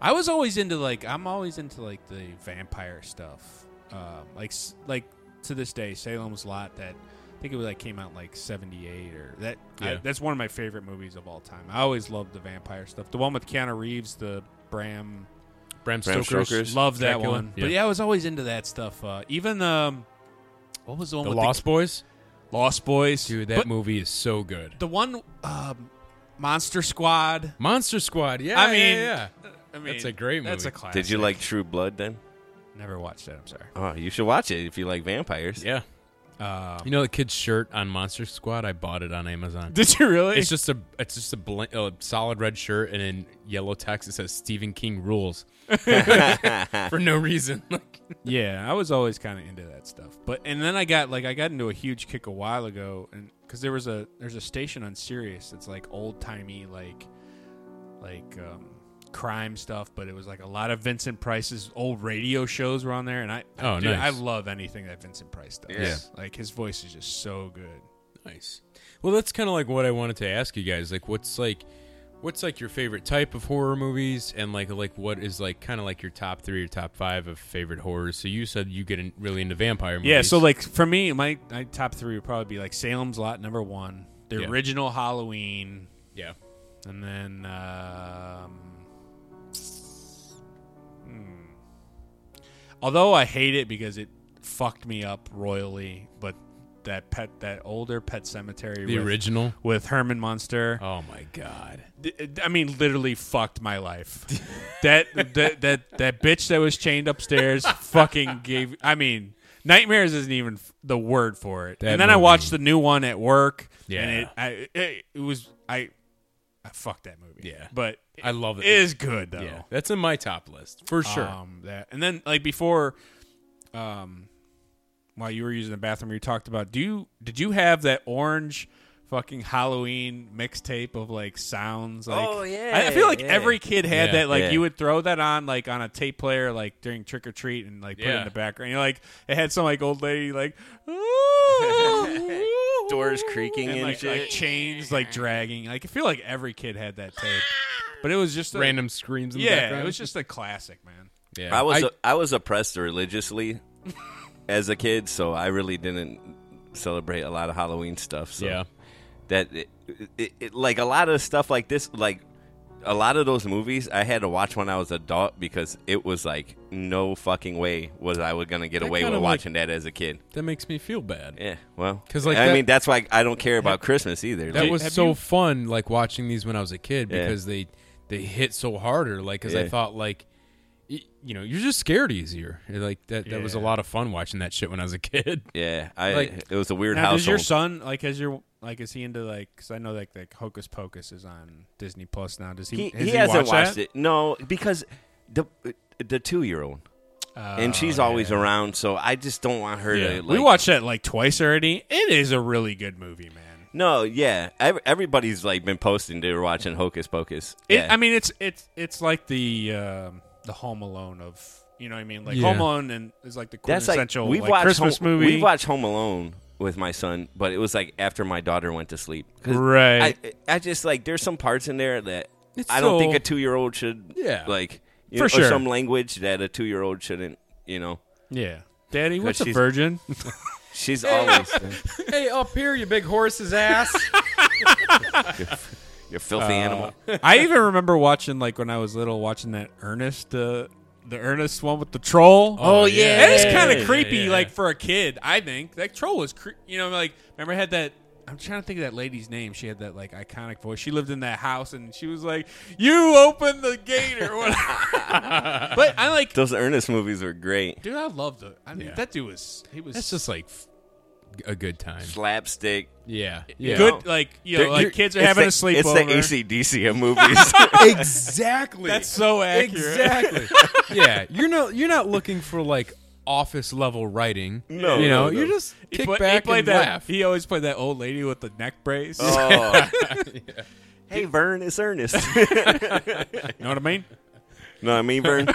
S3: I was always into like I'm always into like the vampire stuff. Um, like s- like to this day, Salem's Lot that I think it was like came out in, like '78 or that. I-
S1: Yeah.
S3: that's one of my favorite movies of all time. I always loved the vampire stuff. The one with Keanu Reeves, the Bram.
S1: Bram
S4: Bram
S1: Stoker's
S4: Stoker's
S3: Love that
S1: Dracula.
S3: one.
S1: Yeah.
S3: But yeah, I was always into that stuff. Uh, even um, what was the one
S1: The
S3: with
S1: Lost Boys,
S3: the Lost Boys?
S1: dude. That
S3: But
S1: movie is so good.
S3: the one um, Monster Squad.
S1: Monster Squad. Yeah,
S3: I
S1: yeah,
S3: mean,
S1: yeah,
S3: I mean,
S1: That's a great
S3: That's
S1: movie.
S3: a classic.
S4: Did you like True Blood then?
S3: Never watched that. I'm sorry.
S4: Oh, you should watch it if you like vampires.
S1: yeah. Uh,
S3: Um,
S1: You know the kid's shirt on Monster Squad? I bought it on Amazon.
S3: Did you really?
S1: It's just a it's just a, bl- a solid red shirt and in yellow text it says Stephen King rules for no reason. Like
S3: yeah, I was always kind of into that stuff. But and then I got like I got into a huge kick a while ago, and because there was a there's a station on Sirius that's like old timey like like um, crime stuff, but it was like a lot of Vincent Price's old radio shows were on there, and I
S1: Oh,
S3: dude,
S1: nice.
S3: I love anything that Vincent Price does.
S4: Yeah.
S3: like his voice is just so good.
S1: nice. Well, that's kind of like what I wanted to ask you guys. Like, what's like, what's like your favorite type of horror movies, and like, like what is like kind of like your top three or top five of favorite horrors? So you said you get in, really into vampire movies.
S3: Yeah, so like for me, my, my top three would probably be like Salem's Lot number one, the
S1: Yeah.
S3: original Halloween,
S1: yeah,
S3: And then, um, hmm. although I hate it because it fucked me up royally, but that pet, that older Pet Cemetery,
S1: the
S3: with,
S1: original.
S3: with Herman Munster,
S1: Oh my god.
S3: d- I mean, literally fucked my life. that, that that that bitch that was chained
S1: (laughs)
S3: upstairs fucking gave. I mean, nightmares isn't even f- the word for it.
S1: That
S3: and then I
S1: movie.
S3: watched the new one at work.
S1: Yeah.
S3: and it, I, it, it was I, I fucked that movie.
S1: Yeah.
S3: but
S1: I love it.
S3: it is good though.
S1: Yeah, that's in my top list for sure.
S3: Um, that and then like before, um, while you were using the bathroom, you talked about do you did you have that orange fucking Halloween mixtape of like sounds? Like,
S4: Oh, yeah,
S3: I, I feel like
S4: yeah.
S3: every kid had
S1: Yeah,
S3: that. Like
S4: yeah.
S3: you would throw that on like on a tape player like during trick or treat and like put it
S1: Yeah.
S3: in the background. You're like it had some like old
S4: (laughs)
S3: lady like. "Ooh."
S4: Doors creaking
S3: And
S4: and,
S3: like,
S4: shit.
S3: like chains like dragging, like I feel like every kid had that tape, but it was just a,
S1: Random screams in the
S3: Yeah,
S1: background.
S3: it was just a classic, man.
S1: Yeah.
S4: I was I, was oppressed religiously as a kid, so I really didn't celebrate a lot of Halloween stuff. So
S1: Yeah.
S4: that it, it, it, like a lot of stuff like this, like a lot of those movies, I had to watch when I was adult because it was like no fucking way was I was gonna get
S1: That
S4: away
S1: kinda
S4: with
S1: like-
S4: watching that as a kid.
S1: that makes me feel bad.
S4: Yeah, well,
S1: 'Cause, like,
S4: I
S1: that-
S4: mean that's why I don't care about Christmas either.
S1: That
S4: Like,
S1: was
S3: have
S1: so
S3: you-
S1: fun, like watching these when I was a kid
S4: Yeah.
S1: because they they hit so harder. Like, because I
S4: Yeah.
S1: thought like, y- you know, you're just scared easier. Like that that was a
S3: Yeah.
S1: lot of fun watching that shit when I was a kid.
S4: yeah, I
S1: like-
S4: it was a weird
S3: Now,
S4: household.
S3: does your son like? Has your like? Is he into like? Because I know like like Hocus Pocus is on Disney Plus now. Does he?
S4: he,
S3: has
S4: he hasn't
S3: watched
S4: watched
S3: that?
S4: it. No, because the the two year old. and she's
S3: Oh,
S4: always
S3: yeah.
S4: around, so I just don't want her
S1: Yeah.
S4: to. Like,
S3: we watched that like twice already. It is a really good movie, man.
S4: No, yeah, Ev- everybody's like been posting they were watching Hocus Pocus.
S3: It,
S4: yeah.
S3: I mean, it's it's it's like the um, the Home Alone of you know what I mean. Like
S1: Yeah.
S3: Home Alone and is like the
S4: that's like
S3: quintessential
S4: we've
S3: like,
S4: watched
S3: Christmas
S4: Home,
S3: movie.
S4: We've watched Home Alone with my son, but it was like after my daughter went to sleep. 'Cause
S3: Right.
S4: I, I just like there's some parts in there that
S1: It's
S4: I don't
S1: so-
S4: think a two year old should.
S1: Yeah.
S4: Like you know,
S3: For
S4: or
S3: sure.
S4: some language that a two year old shouldn't. You know,
S3: yeah, Daddy, what's a
S4: she's-
S3: virgin?
S4: she's always
S3: (laughs)
S1: hey, up here, you big horse's ass.
S4: you're
S3: Uh.
S4: filthy animal.
S3: I even remember watching like when I was little, watching that Ernest uh, the Ernest one with the troll.
S1: Oh, yeah.
S3: that is kind
S1: Yeah,
S3: of creepy.
S1: yeah, yeah.
S3: Like for a kid, I think that troll was, cre- you know, like remember I had that. I'm trying to think of that lady's name. She had that like iconic voice. She lived in that house, and she was like, "You open the gate or whatever." (laughs) but I like,
S4: Those Ernest movies were great.
S3: dude, I loved it. I mean,
S1: Yeah.
S3: that dude was he was
S1: That's just like f- a good time.
S4: Slapstick.
S1: Yeah, yeah. (laughs)
S3: good. Like you know,
S4: They're-
S3: like
S4: you're-
S3: kids are
S4: it's
S3: having
S4: the,
S3: a sleepover.
S4: It's the
S3: (laughs)
S4: ACDC of movies. (laughs)
S1: exactly.
S3: That's so accurate.
S1: Exactly. (laughs) yeah, you're not you're not looking for like office level writing.
S4: No,
S1: you know,
S4: no, no.
S1: you just kick
S3: play-
S1: back
S3: played
S1: and
S3: that,
S1: laugh. Oh,
S3: He always played that old lady with the neck brace.
S4: Oh. Hey, Vern, it's Ernest. (laughs)
S3: (laughs) You know what I mean?
S4: know what I mean, Vern?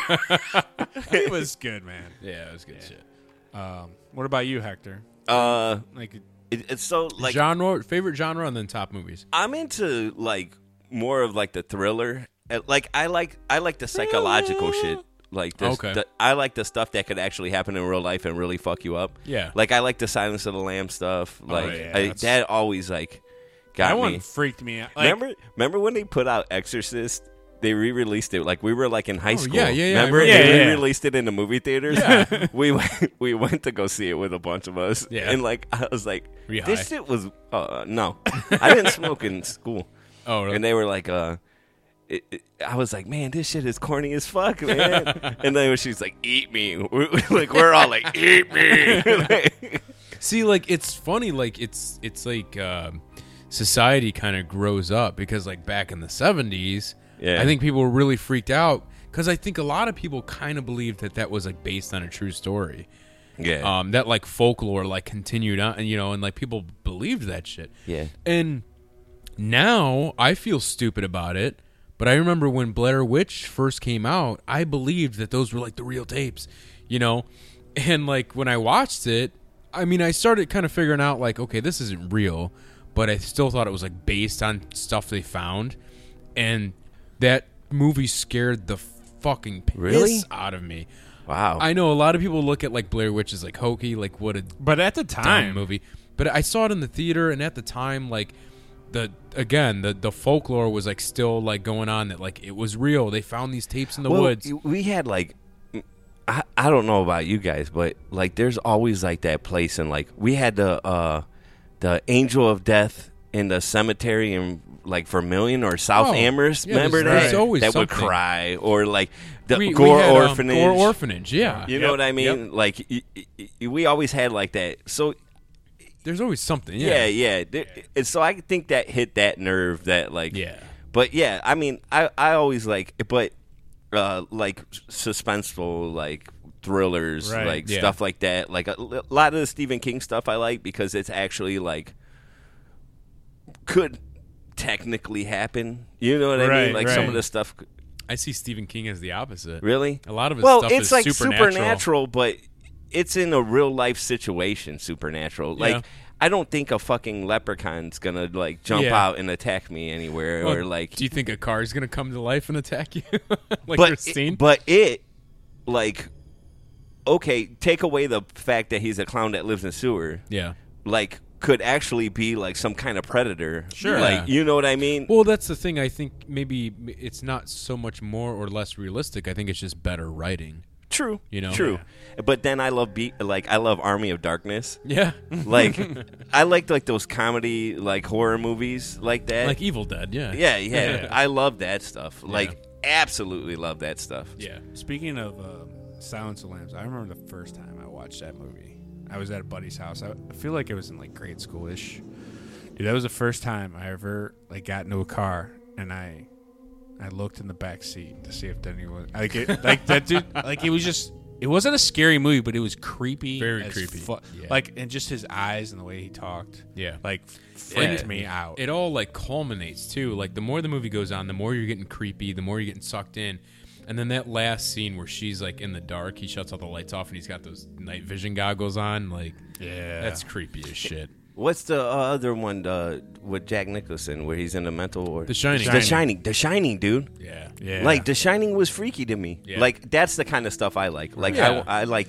S3: it was good, man.
S1: Yeah, it was good shit.
S3: What about you, Hector?
S4: uh,
S3: Like,
S4: it, it's so like
S1: genre, favorite genre, and then top movies.
S4: I'm into like more of like the thriller. Uh, Like I like I like the psychological shit. Like this,
S1: Okay.
S4: the- I like the stuff that could actually happen in real life and really fuck you up.
S1: Yeah. Oh,
S4: like I like the Silence of the Lamb stuff. Like
S1: yeah,
S4: I,
S1: that's-
S4: that always like got
S3: that
S4: me.
S3: one freaked me out. Like,
S4: remember, remember when they put out Exorcist? They re-released it. Like we were like in high school.
S1: Oh, yeah, yeah, yeah, I
S4: Remember
S1: remember.
S4: they
S3: Yeah, yeah.
S4: re-released it in the movie theaters. (laughs) we went, we went to go see it with a bunch of us.
S1: Yeah.
S4: and like I was like,
S1: Were you
S4: this
S1: high?
S4: shit was uh, no, (laughs) I didn't smoke in school.
S1: Oh, really?
S4: And they were like, uh, it, it- I was like, man, this shit is corny as
S1: (laughs)
S4: fuck, man. and then she's like, eat me. (laughs) We- we- like we're all like,
S1: (laughs)
S4: eat me. (laughs) Like,
S1: See, like it's funny, like it's it's like um, society kind of grows up because like back in the seventies,
S4: Yeah.
S1: I think people were really freaked out because I think a lot of people kind of believed that that was like based on a true story.
S4: yeah,
S1: Um, that like folklore like continued on, and you know, and like people believed that shit.
S4: yeah.
S1: And now I feel stupid about it, but I remember when Blair Witch first came out, I believed that those were like the real tapes, you know? (laughs) And like when I watched it, I mean, I started kind of figuring out like, okay, this isn't real, but I still thought it was like based on stuff they found. And that movie scared the fucking piss
S4: Really?
S1: out of me.
S4: Wow.
S1: I know a lot of people look at like Blair Witch as like hokey, like what a
S3: but at the
S1: time
S3: time,
S1: movie. But I saw it in the theater, and at the time, like the again the the folklore was like still like going on that like it was real. They found these tapes in the
S4: Well,
S1: woods.
S4: y- We had like, I, I don't know about you guys, but like, there's always like that place, and like, we had the uh, the Angel of Death in the cemetery in like Vermillion or South
S1: Oh,
S4: Amherst.
S1: yeah,
S4: Remember
S1: there's-
S4: that?
S1: there's always
S4: that would
S1: something.
S4: cry, or like the
S1: we, we
S4: Gore
S1: had, um,
S4: Orphanage.
S1: Gore Orphanage, yeah.
S4: You know what I mean? Like, y- y- y- we always had like that. So
S1: There's always something.
S4: yeah,
S1: Yeah,
S4: yeah. There- And so I think that hit that nerve that like
S1: Yeah.
S4: But yeah, I mean, I I always like but uh like s- suspenseful like thrillers
S3: Right,
S4: like
S1: yeah.
S4: stuff like that. Like a l- lot of the Stephen King stuff I like because it's actually like could technically happen. You know what I mean?
S3: Right,
S4: Like some
S3: right.
S4: of the stuff c-
S1: I see Stephen King as the opposite.
S4: really?
S1: A lot of his
S4: well,
S1: stuff
S4: it's
S1: is
S4: like
S1: supernatural.
S4: but it's in a real life situation supernatural. Like
S1: Yeah.
S4: I don't think a fucking leprechaun's gonna like jump
S1: Yeah.
S4: out and attack me anywhere
S1: Well,
S4: or like
S1: do you think a car is gonna come to life and attack you? (laughs) like
S4: but
S1: Christine?
S4: It, but it like okay, take away the fact that he's a clown that lives in sewer.
S1: yeah.
S4: Like could actually be like some kind of predator.
S1: Sure.
S4: Like you know what I mean?
S1: Well, that's the thing. I think maybe it's not so much more or less realistic. I think it's just better writing.
S4: true.
S1: you know?
S4: True. But then I love be like I love Army of Darkness.
S1: Yeah, (laughs)
S4: like I liked like those comedy like horror movies like that.
S1: like Evil Dead. Yeah,
S4: yeah, yeah,
S1: (laughs)
S4: I love that stuff. Like absolutely love that stuff.
S1: yeah.
S3: Speaking of um, Silence of the Lambs, I remember the first time I watched that movie. I was at a buddy's house. I, I feel like it was in like grade school ish. Dude, that was the first time I ever like got into a car and I I looked in the back seat to see if anyone like it, like that
S1: (laughs)
S3: dude like it was just it wasn't a scary movie, but it was creepy.
S1: Very
S3: as
S1: creepy,
S3: fu-
S1: yeah.
S3: Like and just his eyes and the way he talked.
S1: Yeah.
S3: Like freaked
S1: Yeah.
S3: me out.
S1: It all like culminates too. Like the more the movie goes on, the more you're getting creepy, the more you're getting sucked in. And then that last scene where she's like in the dark, he shuts all the lights off and he's got those night vision goggles on, like
S3: yeah.
S1: that's creepy as shit.
S4: What's the uh, other one uh, with Jack Nicholson where he's in the mental ward?
S1: The Shining.
S4: The Shining. The Shining, dude.
S1: Yeah.
S3: yeah.
S4: Like The Shining was freaky to me.
S1: Yeah.
S4: Like that's the kind of stuff I like. Like
S1: Yeah.
S4: I, I like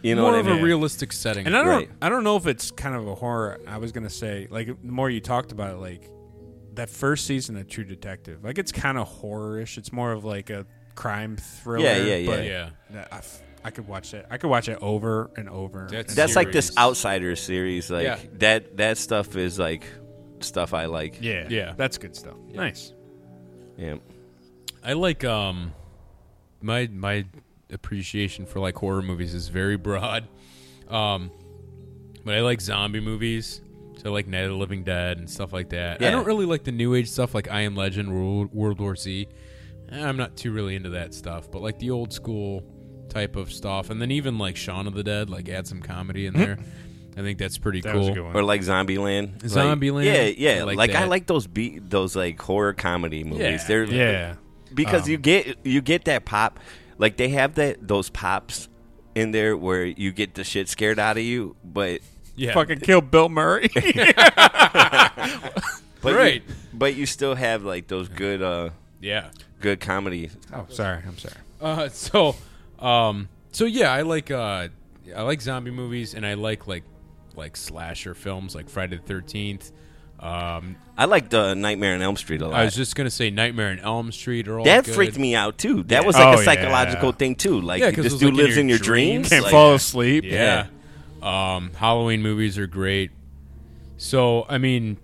S4: you know
S1: More
S4: what
S1: of
S4: I mean?
S1: a realistic setting.
S3: And I don't,
S4: Right.
S3: I don't know if it's kind of a horror. I was gonna say, like, the more you talked about it, like that first season of True Detective, like it's kind of horror-ish. It's more of like a crime thriller.
S4: Yeah, yeah,
S3: But
S1: yeah.
S3: that- I, f- I could watch that. I could watch it over and over.
S1: That's-
S3: and
S4: That's
S3: over.
S4: like this
S1: Series.
S4: Outsiders series. Like
S1: Yeah.
S4: that that stuff is like stuff I like.
S3: yeah,
S1: Yeah.
S3: That's good stuff. Nice.
S4: Yeah.
S1: I like um my my appreciation for like horror movies is very broad. (laughs) Um but I like zombie movies. So I like Night of the Living Dead and stuff like that. I
S4: Yeah.
S1: don't really like the new age stuff like I Am Legend, World, World War Z. Eh, I'm not too really into that stuff, but like the old school type of stuff and then even like Shaun of the Dead like add some comedy
S3: (laughs)
S1: in there. I think that's pretty
S3: That
S1: cool.
S3: was a good one.
S4: or like Zombieland.
S1: Zombieland,
S4: Like, yeah, yeah.
S1: I like
S4: Like, I
S1: that.
S4: like those be those like horror comedy movies.
S1: Yeah. Um,
S4: They're
S3: yeah.
S4: because you get you get that pop, like they have that those pops in there where you get the shit scared out of you, but
S1: Yeah.
S3: Fucking kill
S1: (laughs)
S3: Bill Murray.
S4: but
S1: Right.
S4: you, but you still have like those good uh
S1: Yeah.
S4: good comedy.
S3: oh, sorry. I'm sorry.
S1: Uh, (laughs) so, um, so yeah, I like uh, I like zombie movies, and I like like like slasher films, like Friday the Thirteenth. Um,
S4: I like the Nightmare on Elm Street a lot.
S1: I was just gonna say Nightmare on Elm Street or all
S4: that
S1: good.
S4: freaked me out too. That was like
S3: Oh,
S4: a psychological
S3: yeah.
S4: thing too. Like
S1: Yeah, 'cause
S4: you
S1: it
S4: this
S1: was,
S4: dude
S1: like, in
S4: lives
S1: your
S4: in your
S1: dreams.
S4: dreams.
S3: Can't
S4: like-
S3: fall asleep.
S1: Yeah. Um, Halloween movies are great. So I mean,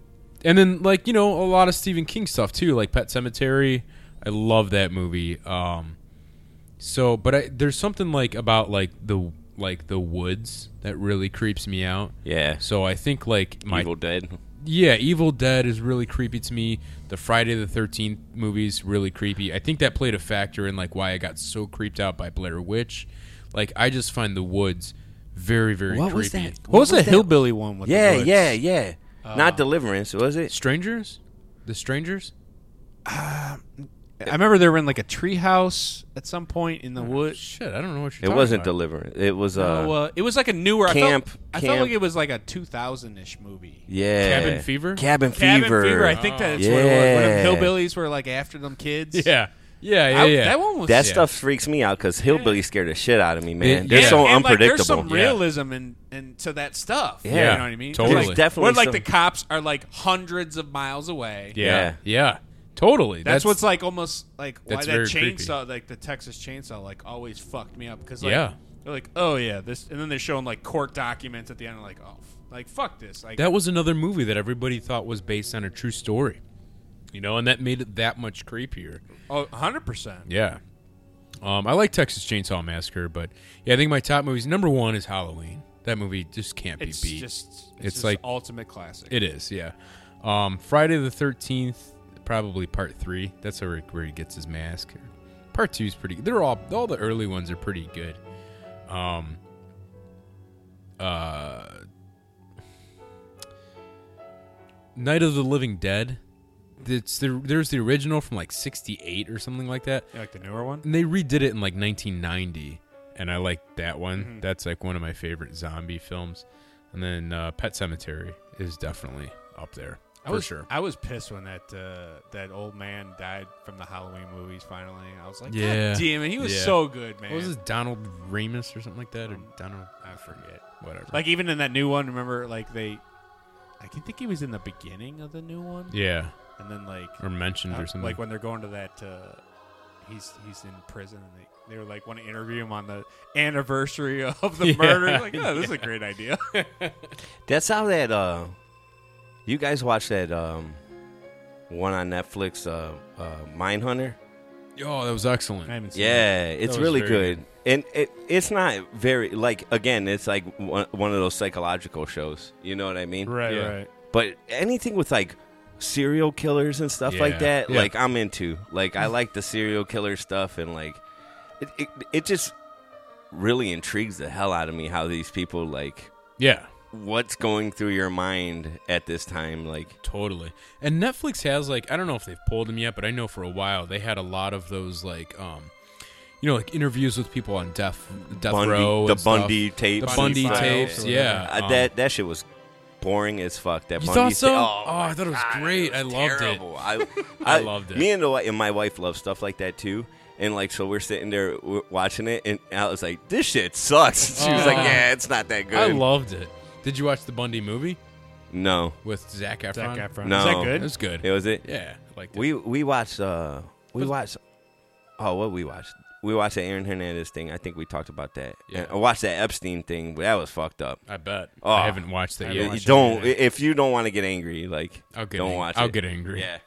S1: and then like you know a lot of Stephen King stuff too, like Pet Cemetery. I love that movie. Um, so but I, there's something like about like the like the woods that really creeps me out.
S4: Yeah.
S1: So I think like my
S4: Evil Dead.
S1: yeah, Evil Dead is really creepy to me. The Friday the Thirteenth movies really creepy. I think that played a factor in like why I got so creeped out by Blair Witch. Like I just find the woods very very
S4: What
S1: creepy.
S4: was that?
S3: What was the hillbilly one with?
S4: Yeah,
S3: the woods?
S4: yeah, yeah.
S1: Uh,
S4: Not Deliverance, was it?
S1: Strangers, the Strangers.
S3: I remember they were in like a treehouse at some point
S1: Oh,
S3: in the woods.
S1: Shit, I don't know what you're.
S4: It
S1: talking
S4: wasn't
S1: about.
S4: Deliverance. It was uh,
S3: Oh, uh, it was like a newer I felt-
S4: Camp,
S3: I felt,
S4: Camp.
S3: like it was like a 2000-ish movie.
S4: yeah,
S1: Cabin Fever?
S4: Cabin
S3: Cabin
S4: Fever.
S3: Fever. I think that's what
S4: Yeah.
S3: it was. When them hillbillies were like after them kids.
S1: Yeah, yeah, yeah,
S3: I-
S1: yeah.
S3: That one was
S4: that
S1: Yeah.
S4: stuff freaks me out because hillbilly scared the shit out of me, man.
S1: Yeah.
S4: They're so
S3: and, like,
S4: unpredictable.
S3: there's some
S1: Yeah.
S3: realism and and to that stuff. you
S4: Yeah.
S3: know what I mean.
S1: Totally.
S3: Like,
S1: There's
S4: definitely
S3: where like
S4: some-
S3: the cops are like hundreds of miles away.
S1: yeah,
S4: Yeah.
S1: yeah, totally.
S3: That's, what's like almost like why
S1: That's
S3: that
S1: very
S3: chainsaw, like the Texas chainsaw, like always fucked me up because like,
S1: Yeah.
S3: they're like oh yeah this, and then they're showing like court documents at the end, and like oh f- like fuck this, like
S1: that was another movie that everybody thought was based on a true story. You know, and that made it that much creepier.
S3: oh, 100 percent.
S1: Yeah. Um, I like Texas Chainsaw Massacre, but yeah, I think my top movies number one is Halloween. That movie just can't be
S3: It's
S1: beat.
S3: just it's,
S1: It's
S3: just
S1: like-
S3: ultimate classic.
S1: it is, yeah. Um, Friday the Thirteenth, probably part three. That's where, where he gets his mask. Part two is pretty. They're all all the early ones are pretty good. Um. Uh. Night of the Living Dead. It's the, there's the original from like '68 or something like that.
S3: You like the newer one.
S1: And they redid it in like 1990, and I like that one.
S3: Mm-hmm.
S1: That's like one of my favorite zombie films. And then uh, Pet Cemetery is definitely up there
S3: I
S1: for
S3: was,
S1: sure.
S3: I was pissed when that uh, that old man died from the Halloween movies. Finally, I was like,
S1: Yeah.
S3: yeah, damn it, he was
S1: Yeah.
S3: so good, man. Um,
S1: What was this Donald Remus or something like that, or Donald
S3: I forget.
S1: whatever?
S3: Like even in that new one, remember like they, I can think he was in the beginning of the new one,
S1: yeah,
S3: and then like
S1: or mentioned
S3: Uh,
S1: or something.
S3: Like when they're going to that, uh, he's he's in prison. And they they were like want to interview him on the anniversary (laughs) of
S1: (laughs)
S3: the
S1: Yeah,
S3: murder. Like, oh, this is a great idea.
S4: That's how that. Uh, you guys watch that um, one on Netflix, uh, uh, Mindhunter.
S1: oh, that was excellent.
S4: Yeah, it's
S1: was
S4: really
S1: very
S4: good. And it, it's not very like again, it's like one, one of those psychological shows. You know what I mean?
S3: Right,
S1: Yeah.
S3: right.
S4: But anything with like serial killers and stuff
S1: Yeah.
S4: like that,
S1: Yeah.
S4: like I'm into. Like I like the serial killer stuff and like it, it it just really intrigues the hell out of me how these people like
S1: Yeah,
S4: what's going through your mind at this time like
S1: totally. And Netflix has like I don't know if they've pulled them yet, but I know for a while they had a lot of those like um, you know, like interviews with people on death death
S4: Bundy,
S1: row,
S4: the
S1: and stuff.
S4: Bundy tapes,
S1: the Bundy
S4: and stuff.
S1: tapes.
S3: or
S1: Yeah,
S4: Uh,
S1: um,
S4: that that shit was boring as fuck. That
S1: You
S4: Bundy
S1: thought so?
S4: ta-
S1: Oh, I thought it was great. I loved
S4: terrible. I,
S1: (laughs) I loved it.
S4: Me and, the, wi- and my wife love stuff like that too. And like, so we're sitting there w- watching it, and I was like, "This shit sucks." (laughs) She was like,
S1: Oh.
S4: "Yeah, it's not that good."
S1: I loved it. Did you watch the Bundy movie
S4: no,
S1: with Zach Efron?
S3: Zac Efron.
S4: No.
S3: Is that
S1: It
S3: good?
S1: was good.
S4: it was it.
S1: yeah, I liked it.
S4: We we watched uh we watched oh what we watched we watched the Aaron Hernandez thing. I think we talked about that.
S1: Yeah.
S4: And I watched that Epstein thing. But that was fucked up.
S1: I bet.
S4: Oh.
S1: I haven't watched that
S3: I
S1: yet.
S4: You
S3: watched it
S4: don't
S3: either.
S4: if you don't want to get angry, like
S1: I'll get
S4: don't
S1: ang-
S4: watch
S1: I'll
S4: it.
S1: get angry.
S4: Yeah.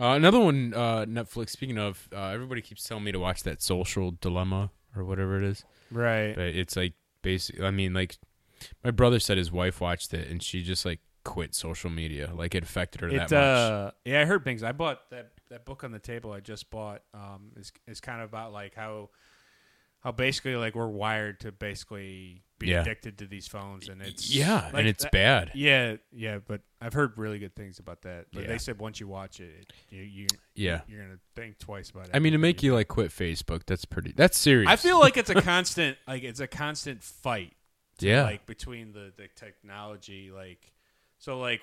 S1: Uh, another one, uh, Netflix. Speaking of, uh, everybody keeps telling me to watch that Social Dilemma or whatever it is,
S3: Right.
S1: but it's like basically. I mean, like my brother said, his wife watched it and she just like quit social media. Like it affected her
S3: It,
S1: that much.
S3: uh, yeah, I heard things. I bought that, that book on the table I just bought. Um, is is kind of about like how how basically like we're wired to basically be
S1: Yeah.
S3: addicted to these phones, and it's
S1: Yeah, and
S3: like
S1: it's
S3: that-
S1: bad.
S3: Yeah, yeah, but I've heard really good things about that. But
S1: Yeah.
S3: they said once you watch it, it you, you
S1: Yeah.
S3: you're gonna think twice about it.
S1: I mean, to make you like quit Facebook, that's pretty. That's serious.
S3: I feel like it's a constant, like it's a constant fight
S1: yeah,
S3: like between the the technology like so like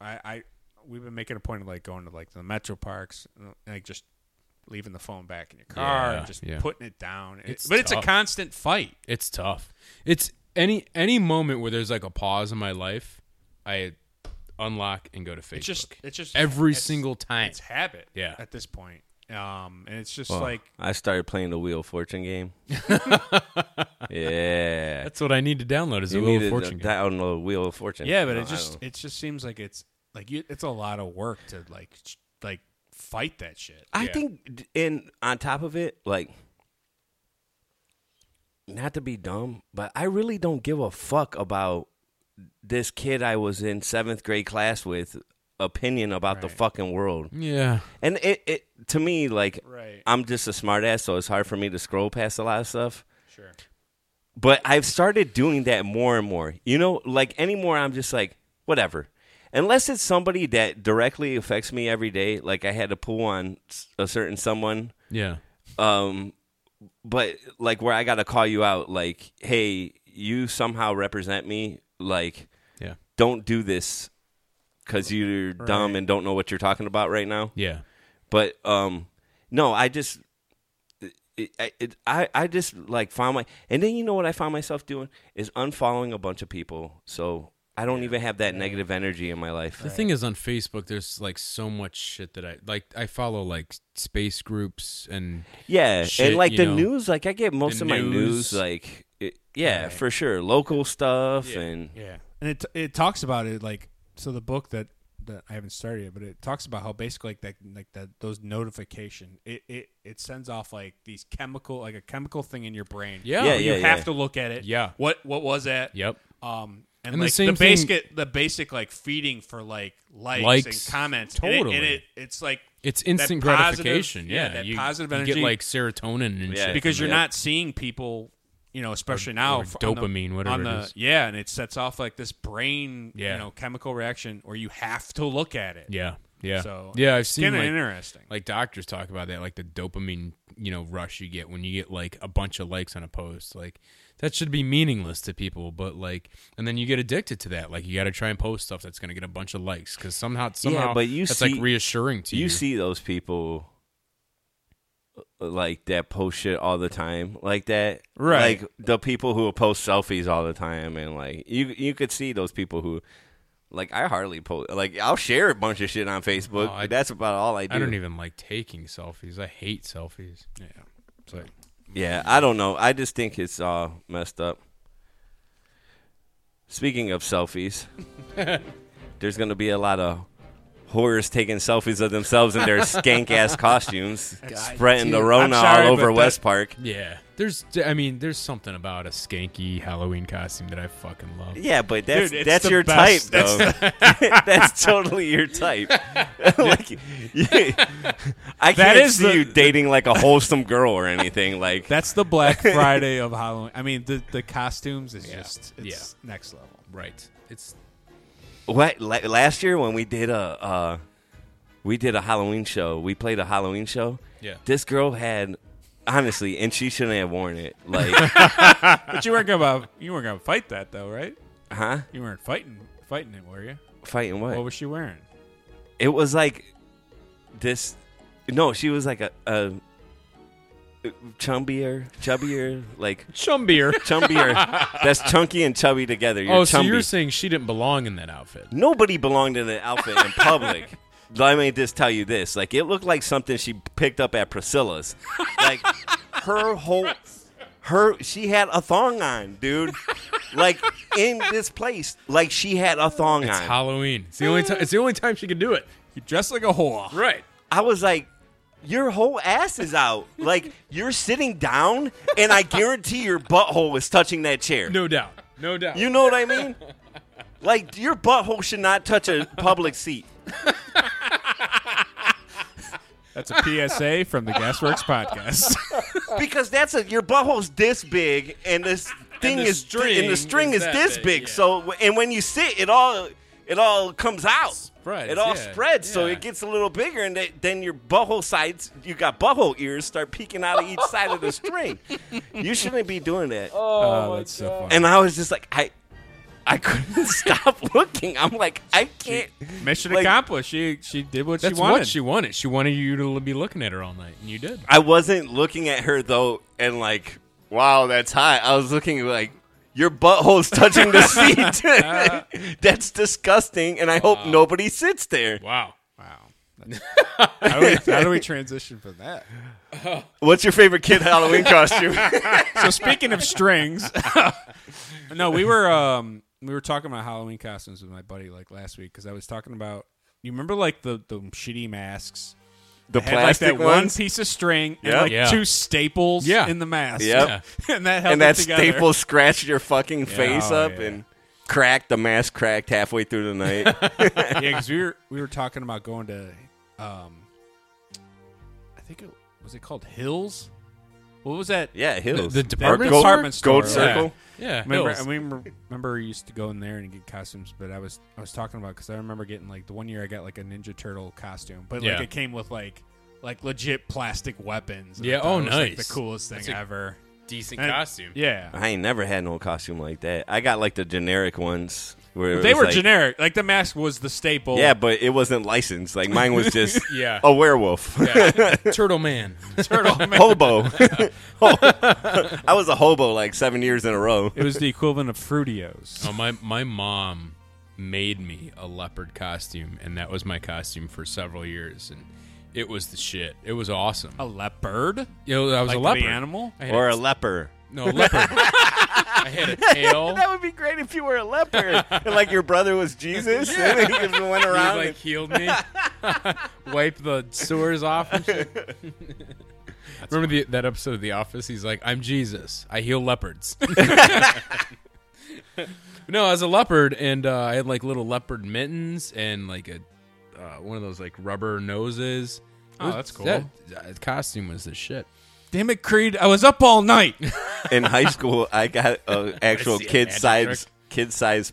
S3: i i we've been making a point of like going to like the metro parks and, like just leaving the phone back in your car
S1: Yeah,
S3: and just
S1: yeah.
S3: putting it down It-
S1: It's
S3: but it's a
S1: tough.
S3: constant fight
S1: it's tough. It's any any moment where there's like a pause in my life, I unlock and go to Facebook.
S3: it's just it's just
S1: every
S3: it's-
S1: single time.
S3: it's habit
S1: Yeah.
S3: at this point um and it's just
S4: Well,
S3: like
S4: I started playing the Wheel of Fortune
S1: (laughs)
S4: game. yeah,
S1: That's what I need to download is a
S4: you
S1: Wheel
S4: needed
S1: of Fortune.
S4: to
S1: game.
S4: download Wheel of Fortune.
S3: yeah but
S4: No,
S3: it
S4: I
S3: just
S4: don't-
S3: it just seems like it's like you, it's a lot of work to like ch- like fight that shit
S4: I think, d- and on top of it, like, not to be dumb, but I really don't give a fuck about this kid I was in seventh grade class with opinion about the fucking world.
S1: yeah,
S4: And it, it to me, like,
S3: Right.
S4: I'm just a smartass, so it's hard for me to scroll past a lot of stuff.
S3: sure
S4: But I've started doing that more and more. You know, like anymore, I'm just like, whatever. Unless it's somebody that directly affects me every day, like I had to pull on s- a certain someone
S1: yeah,
S4: um but like where i gotta call you out like hey you somehow represent me like
S1: yeah,
S4: don't do this because you're dumb and don't know what you're talking about right now
S1: yeah.
S4: but um no i just it, it, I I just like found my and then you know what I found myself doing is unfollowing a bunch of people so I don't even have that negative energy in my life.
S1: The thing is, on Facebook, there's like so much shit that I like. I follow like space groups and
S4: (laughs) Yeah,
S1: shit,
S4: and like
S1: you
S4: the
S1: know?
S4: news, like I get most
S1: The
S4: of my
S1: news.
S4: news, like it, yeah, for sure, local stuff and
S3: Yeah, and it it talks about it like so the book that that I haven't started yet, but it talks about how basically like that like that those notification it it it sends off like these chemical like a chemical thing in your brain.
S1: Yeah.
S4: Yeah,
S3: Where you
S4: yeah,
S3: have
S4: yeah.
S3: to look at it.
S1: Yeah.
S3: what what was that?
S1: Yep.
S3: Um, and,
S1: And the
S3: like the,
S1: same thing-
S3: basic the basic like feeding for like likes,
S1: Likes.
S3: and comments. And it- and
S1: Totally.
S3: it, it's like
S1: it's
S3: that
S1: instant
S3: positive-
S1: gratification. yeah,
S3: that
S1: you,
S3: positive
S1: you
S3: energy
S1: get like serotonin and
S4: Yeah.
S1: shit.
S3: because
S1: from
S3: you're
S1: that.
S3: not seeing people, you know, especially now
S1: or
S3: f- on the-
S1: dopamine, whatever
S3: on the,
S1: it is.
S3: Yeah, and it sets off like this brain,
S1: Yeah.
S3: you know, chemical reaction, or you have to look at it.
S1: Yeah, yeah,
S3: So
S1: yeah. I've
S3: it's
S1: seen
S3: kinda
S1: like,
S3: interesting.
S1: like doctors talk about that, like the dopamine, you know, rush you get when you get like a bunch of likes on a post. Like that should be meaningless to people, but like, and then you get addicted to that. Like you got to try and post stuff that's going to get a bunch of likes because somehow, somehow,
S4: but you
S1: that's
S4: see-
S1: like reassuring to
S4: you
S1: you.
S4: see those people uh, like that post shit all the time, like that,
S3: Right.
S4: Like the people who post selfies all the time, and like you you could see those people who. Like I hardly post. Like I'll share a bunch of shit on Facebook.
S1: Oh, I-
S4: but that's about all I do.
S1: I don't even like taking selfies. I hate selfies.
S3: yeah. So
S4: Yeah, I don't know. I just think it's all messed up. Speaking of
S3: (laughs)
S4: selfies, there's going to be a lot of whores taking selfies of themselves
S3: (laughs)
S4: in their skank ass costumes, spreading the Rona
S3: sorry,
S4: all over
S3: but that-
S4: West Park.
S1: Yeah, there's. I mean, there's something about a skanky Halloween costume that I fucking love.
S4: Yeah, but that's
S3: Dude, it's
S4: that's
S3: the
S4: your
S3: best.
S4: type, though. (laughs) That's, totally your type. (laughs) like, (laughs) you- I can't
S3: is
S4: see
S3: the-
S4: you dating like a wholesome girl or anything. Like
S3: that's
S1: (laughs)
S3: the Black Friday of Halloween. I mean, the the costumes is just it's next level.
S1: Right. It's
S4: What la- last year when we did a uh, we did a Halloween show. We played a Halloween show.
S1: Yeah.
S4: This girl had honestly, and she shouldn't have worn it.
S1: (laughs)
S4: Like,
S3: But you weren't gonna uh, you weren't gonna fight that though, right?
S4: huh?
S3: You weren't fighting fighting it, were you?
S4: Fighting what?
S3: What was she wearing?
S4: it was like this. No, she was like a, a chumbier, chubbier, like
S1: chum beer.
S4: (laughs) chumbier.
S1: (laughs)
S4: that's chunky and chubby together. You're
S1: oh,
S4: chumby.
S1: so you're saying she didn't belong in that outfit?
S4: Nobody belonged in an outfit in public. Let me just tell you this: like it looked like something she picked up at Priscilla's. Like her whole, her she had a thong on, dude. Like in this place, like she had a thong
S1: It's
S4: on.
S1: Halloween. It's the only time. It's the only time she can do it.
S3: You dressed like a whore.
S1: Right.
S4: I was like, your whole ass is out. Like you're sitting down, and I guarantee your butthole is touching that chair.
S1: No doubt. No doubt.
S4: You know what I mean? Like your butthole should not touch a public seat.
S3: That's a PSA
S1: (laughs)
S3: from the Gasworks podcast.
S4: Because that's a your butthole's this big and this thing
S1: the
S4: is thi- and
S1: string
S4: the string
S1: is
S4: is,
S1: that
S4: this
S1: big,
S4: big.
S1: yeah.
S4: So w- and when you sit, it all it all comes out.
S9: Spreads,
S4: it all
S9: yeah,
S4: spreads, so
S9: yeah.
S4: it gets a little bigger, and th- then your butthole sides, you got butthole ears, start peeking out of each side of the string. You shouldn't be doing that.
S1: Ah,
S9: Oh, that's so funny.
S4: And I was just like, I, I couldn't (laughs) stop looking. I'm like, I can't.
S3: Mission
S4: Like-
S3: accomplished. She she did what
S1: That's
S3: she wanted.
S1: what she wanted. She wanted you to be looking at her all night, and you did.
S4: I wasn't looking at her though, and like, wow, that's hot. I was looking like, your butthole's touching the
S3: (laughs)
S4: seat. (laughs) that's disgusting, and I hope nobody sits there.
S1: Wow. (laughs)
S3: wow. how, do we, how do we transition from that?
S4: What's your favorite kid
S3: (laughs)
S4: Halloween costume?
S3: So speaking of strings, (laughs) no, we were um we were talking about Halloween costumes with my buddy like last week because I was talking about you remember like the the shitty masks
S4: the
S3: had like that one piece of string and
S4: Yep.
S3: like
S1: Yeah.
S3: two staples
S1: Yeah.
S3: in the mask.
S4: Yep.
S3: (laughs) and that held
S4: and that
S3: it together.
S4: staple scratched your fucking face
S3: Oh,
S4: up
S3: yeah.
S4: and cracked. The mask cracked halfway through the night.
S3: (laughs) (laughs) yeah, because we were we were talking about going to, um, I think it was it called Hills. What was that?
S4: yeah, hills.
S1: The- the department
S4: Gold-
S3: department store?
S4: Gold
S3: Yeah.
S4: Circle.
S1: Yeah. (laughs)
S3: Remember,
S1: Hills.
S3: I remember, remember you used to go in there and get costumes, but I was I was talking about because I remember getting like the one year I got like a Ninja Turtle costume, but like
S1: Yeah.
S3: it came with like like legit plastic weapons. and I
S1: Yeah,
S3: thought
S1: oh,
S3: it was, like,
S1: nice.
S3: the coolest thing
S1: That's a-
S3: ever.
S1: Decent
S3: And-
S1: costume.
S3: Yeah,
S4: I ain't never had no costume like that. I got like the generic ones. Where it
S3: they
S4: was,
S3: were
S4: like-
S3: generic. Like the mask was the staple.
S4: Yeah, but it wasn't licensed. Like mine was just
S1: (laughs) Yeah.
S4: a werewolf,
S1: (laughs) Turtle Man.
S3: (laughs) Turtle
S1: (laughs)
S4: (laughs)
S3: Man.
S4: hobo. Oh. (laughs) I was a hobo like seven years in a row.
S3: It was the equivalent of Fruitios.
S1: Oh, my my mom made me a leopard costume, and that was my costume for several years, and it was the shit. It was awesome.
S3: A leopard.
S1: It was, I was
S3: Oh,
S1: Oh. a
S3: Like the
S1: leopard
S3: animal?
S1: I had
S4: Or
S1: a-
S4: a leper. (laughs)
S1: no
S3: (laughs)
S1: leopard. I had a tail.
S4: That would be great if you were a leper and like your brother was Jesus and (laughs) he just went
S1: He
S4: around.
S1: like healed me, (laughs) wipe the sores off. And shit. Remember the, that episode of The Office? He's like, "I'm Jesus. I heal leopards." (laughs) no, I was a leopard, and uh, I had like little leopard mittens and like a uh, one of those like rubber noses. It
S3: Oh,
S1: was-
S3: that's cool.
S1: That, that costume was the shit.
S3: Damn it, Creed! I was up all night.
S4: in high school, I got
S1: (laughs)
S4: an actual
S1: see a
S4: kid
S1: magic
S4: size kid size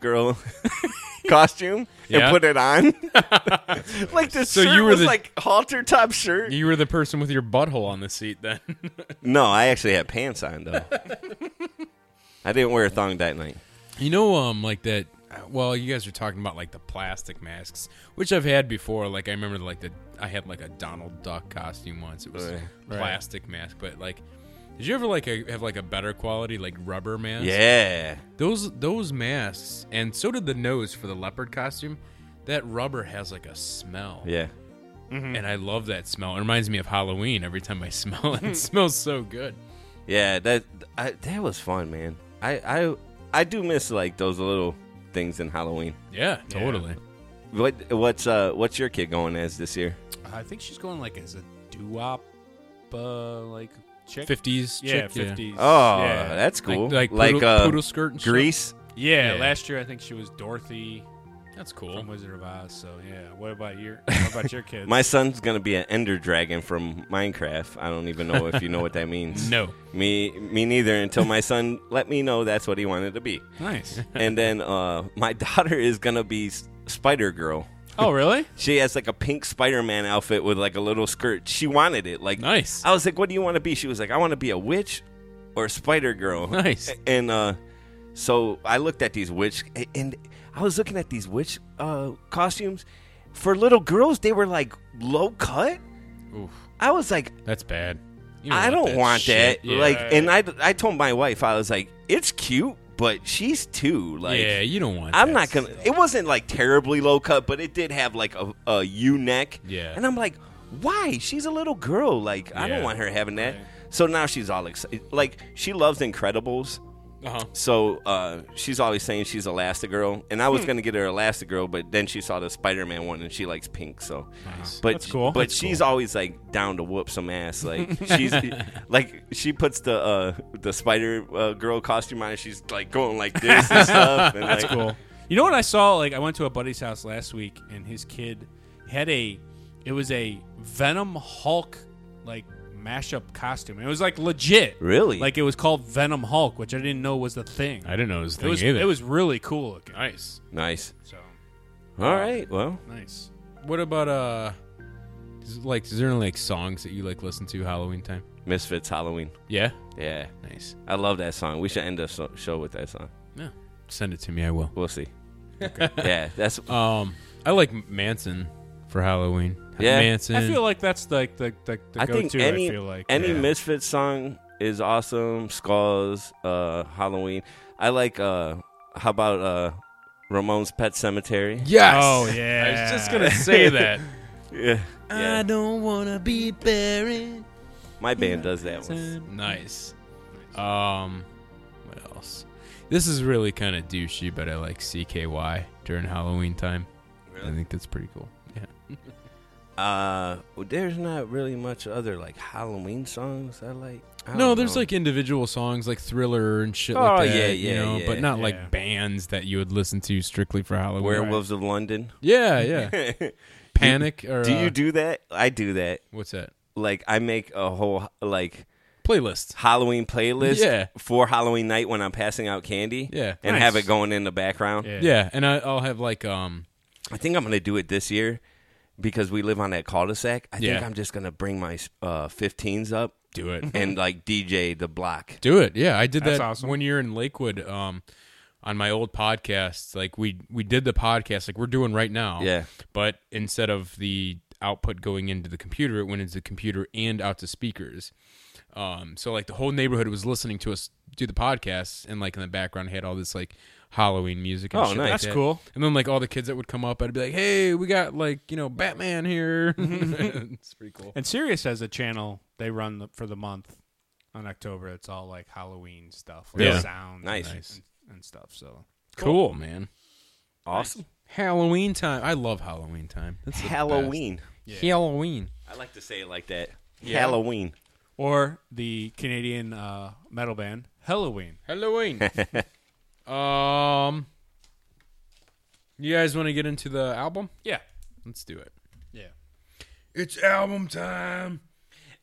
S1: (laughs)
S4: Girl (laughs) costume
S1: Yeah.
S4: and put
S1: (laughs)
S4: it on. like this
S1: So
S4: shirt
S1: you were
S4: was
S1: the-
S4: like halter top
S1: (laughs)
S4: shirt.
S1: You were the person with your butthole on the seat then.
S4: No, I actually had pants
S1: (laughs)
S4: on though. I didn't wear a thong that night.
S1: You know, um, like that. Well, you guys are talking about like the plastic masks, which I've had before. Like I remember, like the I had like a Donald Duck costume once. It was
S4: Right.
S1: a plastic mask, but like, did you ever like a, have like a better quality like rubber mask?
S4: Yeah.
S1: Those those masks, and so did the nose for the leopard costume. That rubber has like a smell,
S4: Yeah.
S3: Hmm.
S1: and I love that smell. It reminds me of Halloween every time I (laughs) smell
S3: Hmm.
S1: it. It smells so good.
S4: Yeah, that I, that was fun, man. I, I I do miss like those little things in Halloween.
S1: Yeah, totally.
S4: What what's uh what's your kid going as this year?
S3: I think she's going like as a doo-wop, uh, like chick.
S1: Fifties,
S3: Yeah, fifties.
S4: Oh,
S3: yeah.
S4: that's cool.
S1: Like, like, poodle,
S4: uh,
S1: poodle skirt and stuff.
S4: Grease.
S3: yeah,
S1: yeah.
S3: Last year I think she was Dorothy
S1: That's cool.
S3: from Wizard of Oz. So yeah, what about your
S4: (laughs)
S3: what about your kids?
S4: My son's gonna be an Ender Dragon from Minecraft. I don't even know if you know what that means.
S1: (laughs) No.
S4: me me neither. Until my son let me know that's what he wanted to be,
S1: (laughs)
S4: (laughs)
S3: nice.
S4: and then uh, my (laughs) daughter is gonna be S- Spider Girl.
S3: oh really?
S4: She has like a pink Spider Man outfit with like a little skirt. She wanted it. Like
S1: Nice.
S4: I was like, "What do you want to be?" She was like, "I want to be a witch or a Spider Girl."
S1: (laughs) Nice.
S4: And uh, so I looked at these witch, and I was looking at these witch uh, costumes for little girls. They were like low cut.
S1: Oof.
S4: I was like,
S1: That's bad. You
S4: I don't want
S1: shit.
S4: that.
S1: Yeah.
S4: Like, and I I told my wife, I was like, "It's cute, but she's too like."
S1: yeah, you don't want.
S4: I'm
S1: that
S4: not gonna.
S1: stuff.
S4: It wasn't like terribly low cut, but it did have like a, a U neck.
S1: Yeah.
S4: And I'm like, why? She's a little girl. Like I don't
S1: Yeah.
S4: want her having that. So now she's all excited. Like she loves Incredibles.
S1: Uh-huh.
S4: So uh, she's always saying she's Elastigirl, and I was gonna get her Elastigirl, but then she saw the Spider-Man one, and she likes pink. So, but
S3: That's cool.
S4: But
S3: That's
S4: she's always like down to whoop some ass. Like she's like she puts the uh, the Spider uh, Girl costume on, and she's like going like this and stuff. And, That's
S3: cool. You know what I saw? Like I went to a buddy's house last week, and his kid had a. It was a Venom Hulk like mashup costume. It was like legit.
S4: Really?
S3: Like it was called Venom Hulk, which I didn't know was the thing.
S1: I didn't know it was a
S3: it
S1: thing
S3: was
S1: either.
S3: it was really cool looking.
S1: nice.
S4: Nice.
S3: So
S4: All right. Well,
S3: nice.
S1: What about uh, is, it like is there any like songs that you like listen to Halloween time?
S4: Misfits Halloween.
S1: Yeah,
S4: Yeah.
S1: nice.
S4: I love that song. We should end the so- show with that song.
S1: Yeah, send it to me. I will.
S4: We'll see. (laughs) yeah, that's
S1: Um, I like Manson for Halloween.
S4: Yeah.
S1: Manson.
S3: I feel like that's like the, the, the
S4: I
S3: go
S4: think
S3: to.
S4: any
S3: I feel like
S4: any
S3: Yeah.
S4: Misfits song is awesome. Skulls, uh, Halloween. I like uh, how about uh, Ramon's Pet Cemetery?
S10: Yes.
S3: Oh yeah.
S1: (laughs) I was just gonna say
S3: (laughs)
S1: that.
S4: Yeah, yeah.
S1: don't wanna be buried.
S4: my band does that one.
S1: Nice. Um, what else? This is really kind of douchey, but I like CKY during Halloween time. I think that's pretty cool. Yeah.
S4: Uh, well, there's not really much other like Halloween songs I like. I don't
S1: No, there's
S4: know.
S1: like individual songs like Thriller and shit
S4: Oh,
S1: like that.
S4: yeah,
S1: you
S4: yeah,
S1: know,
S4: yeah,
S1: but not
S3: yeah.
S1: like bands that you would listen to strictly for Halloween.
S4: Werewolves of London. (laughs)
S1: Yeah, yeah. Panic or
S4: Do
S1: uh,
S4: you do that? I do that.
S1: what's that?
S4: Like I make a whole like
S1: Playlist.
S4: Halloween playlist
S1: Yeah.
S4: for Halloween night when I'm passing out candy.
S1: Yeah.
S4: And
S3: Nice.
S4: have it going in the background.
S3: Yeah.
S1: Yeah, and I, I'll have like um
S4: I think I'm going to do it this year because we live on that cul-de-sac. I think
S1: Yeah.
S4: I'm just going to bring my uh, 15s up
S1: do it.
S4: (laughs) and like DJ the block.
S1: Do it. Yeah, I did
S3: That's
S1: that
S3: awesome.
S1: one year in Lakewood um, on my old podcast. Like we we did the podcast like we're doing right now.
S4: Yeah.
S1: But instead of the output going into the computer, it went into the computer and out to speakers. Um, so like the whole neighborhood was listening to us do the podcast, and like in the background had all this like Halloween music. And
S4: Oh,
S1: shit
S4: nice.
S1: like
S4: That's
S1: that.
S3: cool.
S1: And then like all the kids that would come up, I'd be like, "Hey, we got like you know Batman
S3: (laughs)
S1: here." (laughs) it's pretty cool.
S3: And Sirius has a channel they run the, for the month on October. It's all like Halloween stuff, like
S1: Yeah.
S3: sounds,
S4: Nice.
S3: and, and, and stuff. So
S1: Cool, man.
S4: Awesome.
S1: Halloween time. I love Halloween time. That's the best.
S4: Halloween.
S1: Halloween.
S4: I like to say it like that. Halloween.
S3: or the Canadian uh, metal band Halloween.
S1: (laughs) Halloween. um, you guys want to get into the album?
S3: Yeah,
S1: Let's do it.
S3: yeah.
S10: It's album time.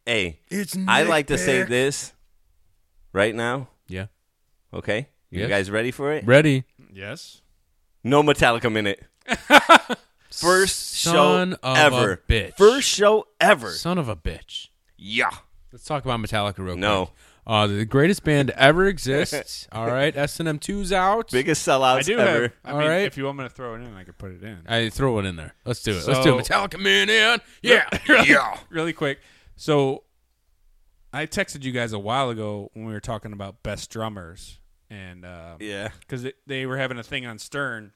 S4: Hey,
S10: It's
S4: I like to say this right now,
S1: Yeah.
S4: okay? You
S1: Yes.
S4: guys ready for it?
S1: Ready?
S3: Yes.
S4: No
S1: (laughs)
S4: Metallica minute. First
S1: Son
S4: show
S1: of a
S4: ever.
S1: bitch.
S4: First show ever.
S1: Son of a bitch.
S4: yeah.
S1: Let's talk about Metallica real
S4: No.
S1: quick. Uh, the greatest band ever
S4: (laughs)
S1: exists. All right, S and M 2's out.
S4: Biggest
S3: I
S4: sellouts
S3: do
S4: ever.
S3: have. I
S1: All
S3: mean,
S1: right.
S3: if you want me to throw it in, I could put it in.
S1: I throw it in there. Let's do it. Let's do it.
S3: So-
S1: Metallica man in. Yeah, yeah.
S3: (laughs) really quick. So I texted you guys a while ago when we were talking about best drummers and uh,
S4: Yeah.
S3: because they were having a thing on Stern.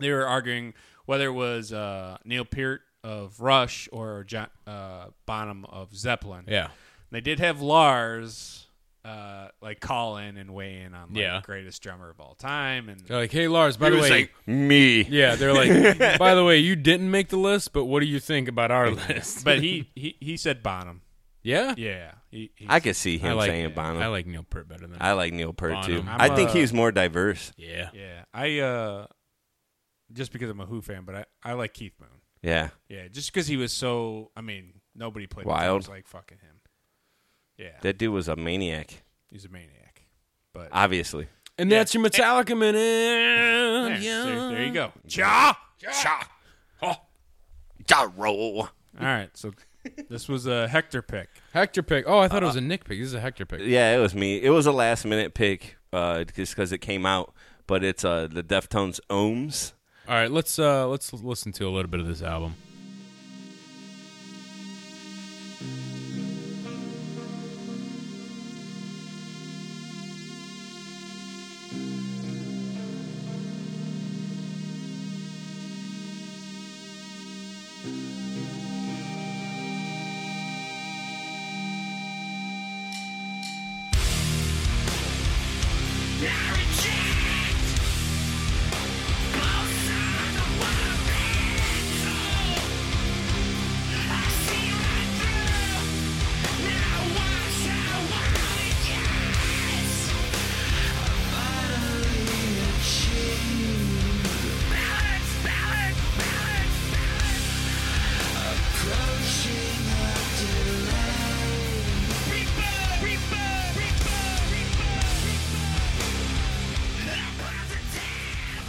S3: They were arguing whether it was uh, Neil Peart of Rush or John, uh, Bonham of Zeppelin.
S1: Yeah.
S3: They did have Lars uh, like call in and weigh in on like,
S1: Yeah. Oh.
S3: greatest drummer of all time and
S1: They're like, hey Lars. By the way,
S4: me.
S1: (laughs) yeah. They're (laughs) like, by the way, you didn't make the list, but what do you think about
S4: (laughs)
S1: our list?
S3: (laughs) but he, he he said Bonham.
S1: yeah,
S3: Yeah. He, he,
S4: I could see him saying Bono.
S1: I like Neil Peart better than
S4: I like Neil Peart too.
S1: Bonham.
S4: I think
S3: a-
S4: he's more diverse.
S1: yeah.
S3: yeah. I uh just because I'm a Who fan, but I, I like Keith Moon.
S4: Yeah.
S3: Yeah, just because he was so I mean, nobody played the
S4: Wild.
S3: drums like fucking him. Yeah.
S4: That dude was a maniac,
S3: He's a maniac. But
S4: obviously.
S1: And that's your Metallica minute.
S3: There, there- there you go.
S4: Jarro.
S3: All right, so this was a Hector pick.
S1: Hector pick. Oh, I thought it was a Nick pick. This is a Hector pick.
S4: Uh, Yeah, it was me. It was a last minute pick uh, just because it came out, but it's uh, the Deftones Ohms.
S1: All right, let's uh let's l- listen to a little bit of this album.
S11: Both sides of what I've been told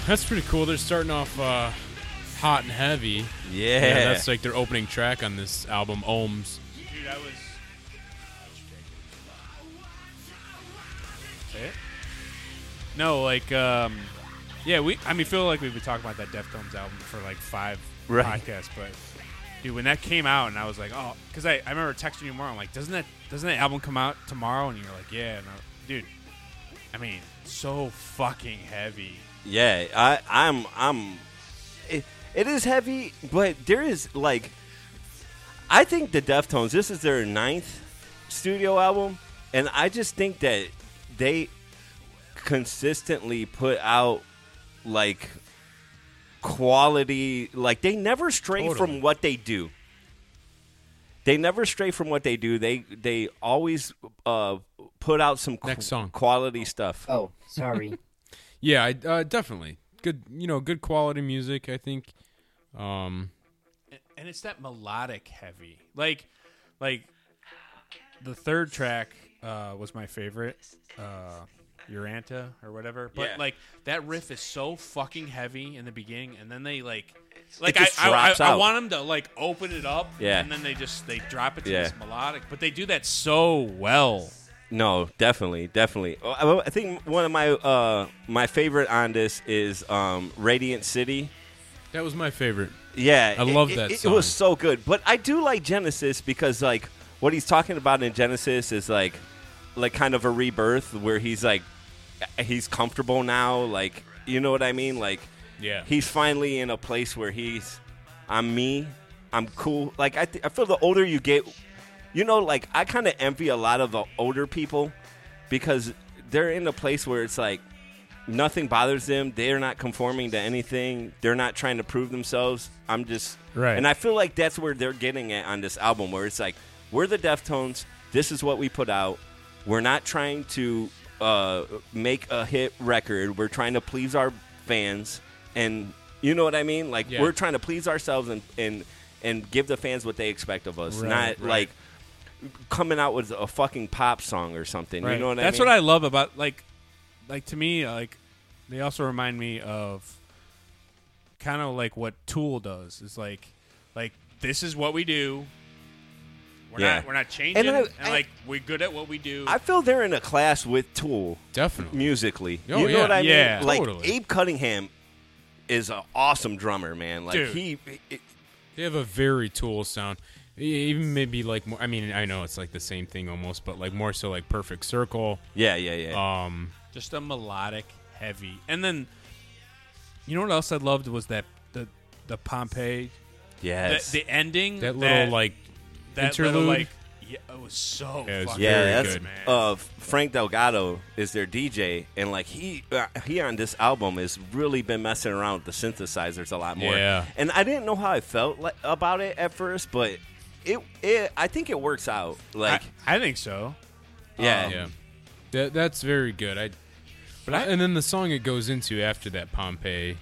S6: That's pretty cool. They're starting off uh, hot and heavy.
S4: Yeah.
S6: that's like their opening track on this album, Ohms.
S3: Dude, I was. Say it? No, like, um, yeah, we. I mean, feel like we've been talking about that Deftones album for like five
S4: Right.
S3: podcasts, but dude, when that came out, and I was like, oh, because I, I remember texting you tomorrow. I'm like, doesn't that doesn't that album come out tomorrow? And you're like, yeah, and I, dude. I mean, so fucking heavy.
S4: Yeah, I, I'm, I'm. It, it is heavy, but there is like, I think the Deftones. This is their ninth studio album, and I just think that they consistently put out like quality. Like they never stray from what they do. They never stray from what they do. They they always uh, put out some qu-
S6: Next song.
S4: quality stuff.
S8: Oh, sorry.
S6: Yeah, I, uh, definitely good. You know, good quality music. I think. Um,
S3: and it's that melodic heavy like like the third track uh, was my favorite uh, uranta or whatever but
S4: Yeah.
S3: like that riff is so fucking heavy in the beginning and then they like like I,
S4: just
S3: I,
S4: drops
S3: I, I
S4: out.
S3: want them to like open it up
S4: Yeah.
S3: and then they just they drop it to
S4: Yeah.
S3: this melodic but they do that so well
S4: No, definitely, definitely. Oh, I I think one of my uh, my favorite on this is um, Radiant City.
S6: that was my favorite.
S4: Yeah,
S6: I
S4: it-
S6: love
S4: it-
S6: that
S4: It, it
S6: song.
S4: was so good, but I do like Genesis because like what he's talking about in Genesis is like like kind of a rebirth where he's like he's comfortable now. Like you know what I mean? Like
S6: Yeah.
S4: he's finally in a place where he's I'm me. I'm cool. Like I, th- I feel the older you get, you know, like I kind of envy a lot of the older people because they're in a place where it's like nothing bothers them. They're not conforming to anything. They're not trying to prove themselves. I'm just
S3: Right.
S4: And I feel like that's where they're getting at on this album, where it's like we're the Deftones. This is what we put out. We're not trying to uh, make a hit record. We're trying to please our fans, and you know what I mean. Like
S6: Yeah.
S4: we're trying to please ourselves and and and give the fans what they expect of us, not like coming out with a fucking pop song or something. You know what
S3: That's
S4: I mean?
S3: what I love about like, like to me, like they also remind me of kind of like what Tool does. Is like, like this is what we do. We're
S4: Yeah.
S3: not we're not changing, and,
S4: I- I-
S3: like we're good at what we do.
S4: I feel they're in a class with Tool
S6: Definitely.
S4: musically.
S6: Oh,
S4: you know
S6: yeah.
S4: what I
S3: Yeah.
S4: mean? Like
S6: Totally.
S4: Abe Cunningham is an awesome drummer, man. Like
S3: Dude.
S4: he, it-
S6: They have a very Tool sound. E- Even maybe like more. I mean, I know it's like the same thing almost, but like more so like Perfect Circle.
S4: yeah, yeah, yeah.
S6: Um,
S3: Just a melodic heavy, and then you know what else I loved was that the the Pompeii, the,
S4: yes.
S3: the ending
S6: that little
S3: that-
S6: like
S3: that
S6: interlude.
S3: Little, like, yeah, it was so
S6: Yeah, it was
S3: fucking
S4: yeah,
S6: very
S4: that's
S6: good.
S3: man.
S4: uh Frank Delgado is their DJ and like he uh, he on this album has really been messing around with the synthesizers a lot more.
S6: Yeah.
S4: And I didn't know how I felt like, about it at first, but it it I think it works out. Like
S3: I, I think so.
S4: yeah.
S6: oh, yeah, that, that's very good. I. But I, and then the song it goes into after that Pompeii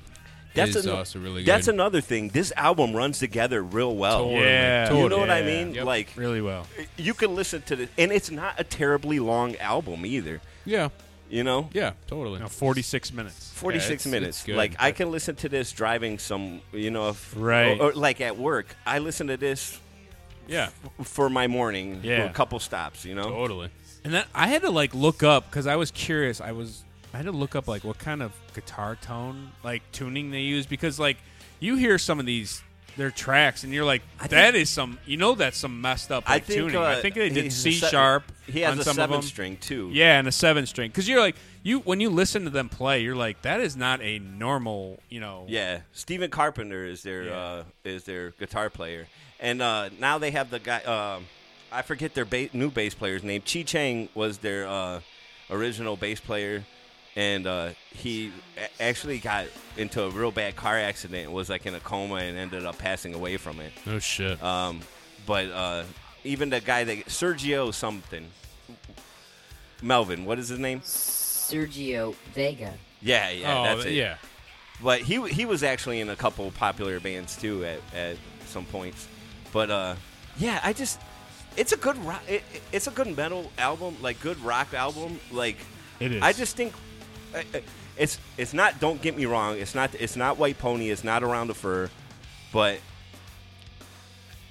S6: is
S4: an-
S6: also really good.
S4: That's another thing. This album runs together real well.
S6: Totally.
S3: Yeah.
S4: You know what I
S3: Uh, Yeah.
S4: mean?
S6: Yep.
S4: Like
S3: Really well.
S4: you can listen to this, and it's not a terribly long album either.
S6: yeah,
S4: You know,
S6: yeah, totally.
S3: No, 46 minutes.
S4: forty
S6: it's-
S4: six minutes.
S6: it's good.
S4: like I can listen to this driving some. You know, if,
S3: Right.
S4: Or, or, like at work, I listen to this
S6: Yeah,
S4: for my morning.
S3: Yeah.
S4: for a couple stops. You know,
S6: totally.
S3: And then I had to like look up because I was curious. I was I had to look up like what kind of guitar tone like tuning they use because like you hear some of these their tracks and you're like that is some you know that's some messed up
S4: I
S3: like,
S4: think,
S3: tuning.
S4: uh,
S3: I think they did
S4: he's a
S3: C
S4: se-
S3: sharp.
S4: He has
S3: on
S4: a
S3: some
S4: seven
S3: of them.
S4: string too.
S3: Yeah, and a seven string because you're like you when you listen to them play, you're like that is not a normal you know
S4: Yeah, Stephen Carpenter is their
S3: Yeah.
S4: uh, is their guitar player, and uh, now they have the guy. Um, I forget their ba- new bass player's name. Chi Chang was their uh, original bass player, and uh, he a- actually got into a real bad car accident. Was like in a coma and ended up passing away from it.
S6: No shit.
S4: Um, but uh, even the guy that Sergio something, Melvin, what is his name?
S8: Sergio Vega.
S4: Yeah, yeah,
S6: oh,
S4: that's it.
S6: yeah.
S4: But he he was actually in a couple popular bands too at, at some points. But uh, yeah, I just it's a good rock, it, it- it's a good metal album, like good rock album. Like
S3: It is.
S4: I just think I- I- it's it's not. Don't get me wrong. It's not. It's not White Pony. It's not Around the Fur, but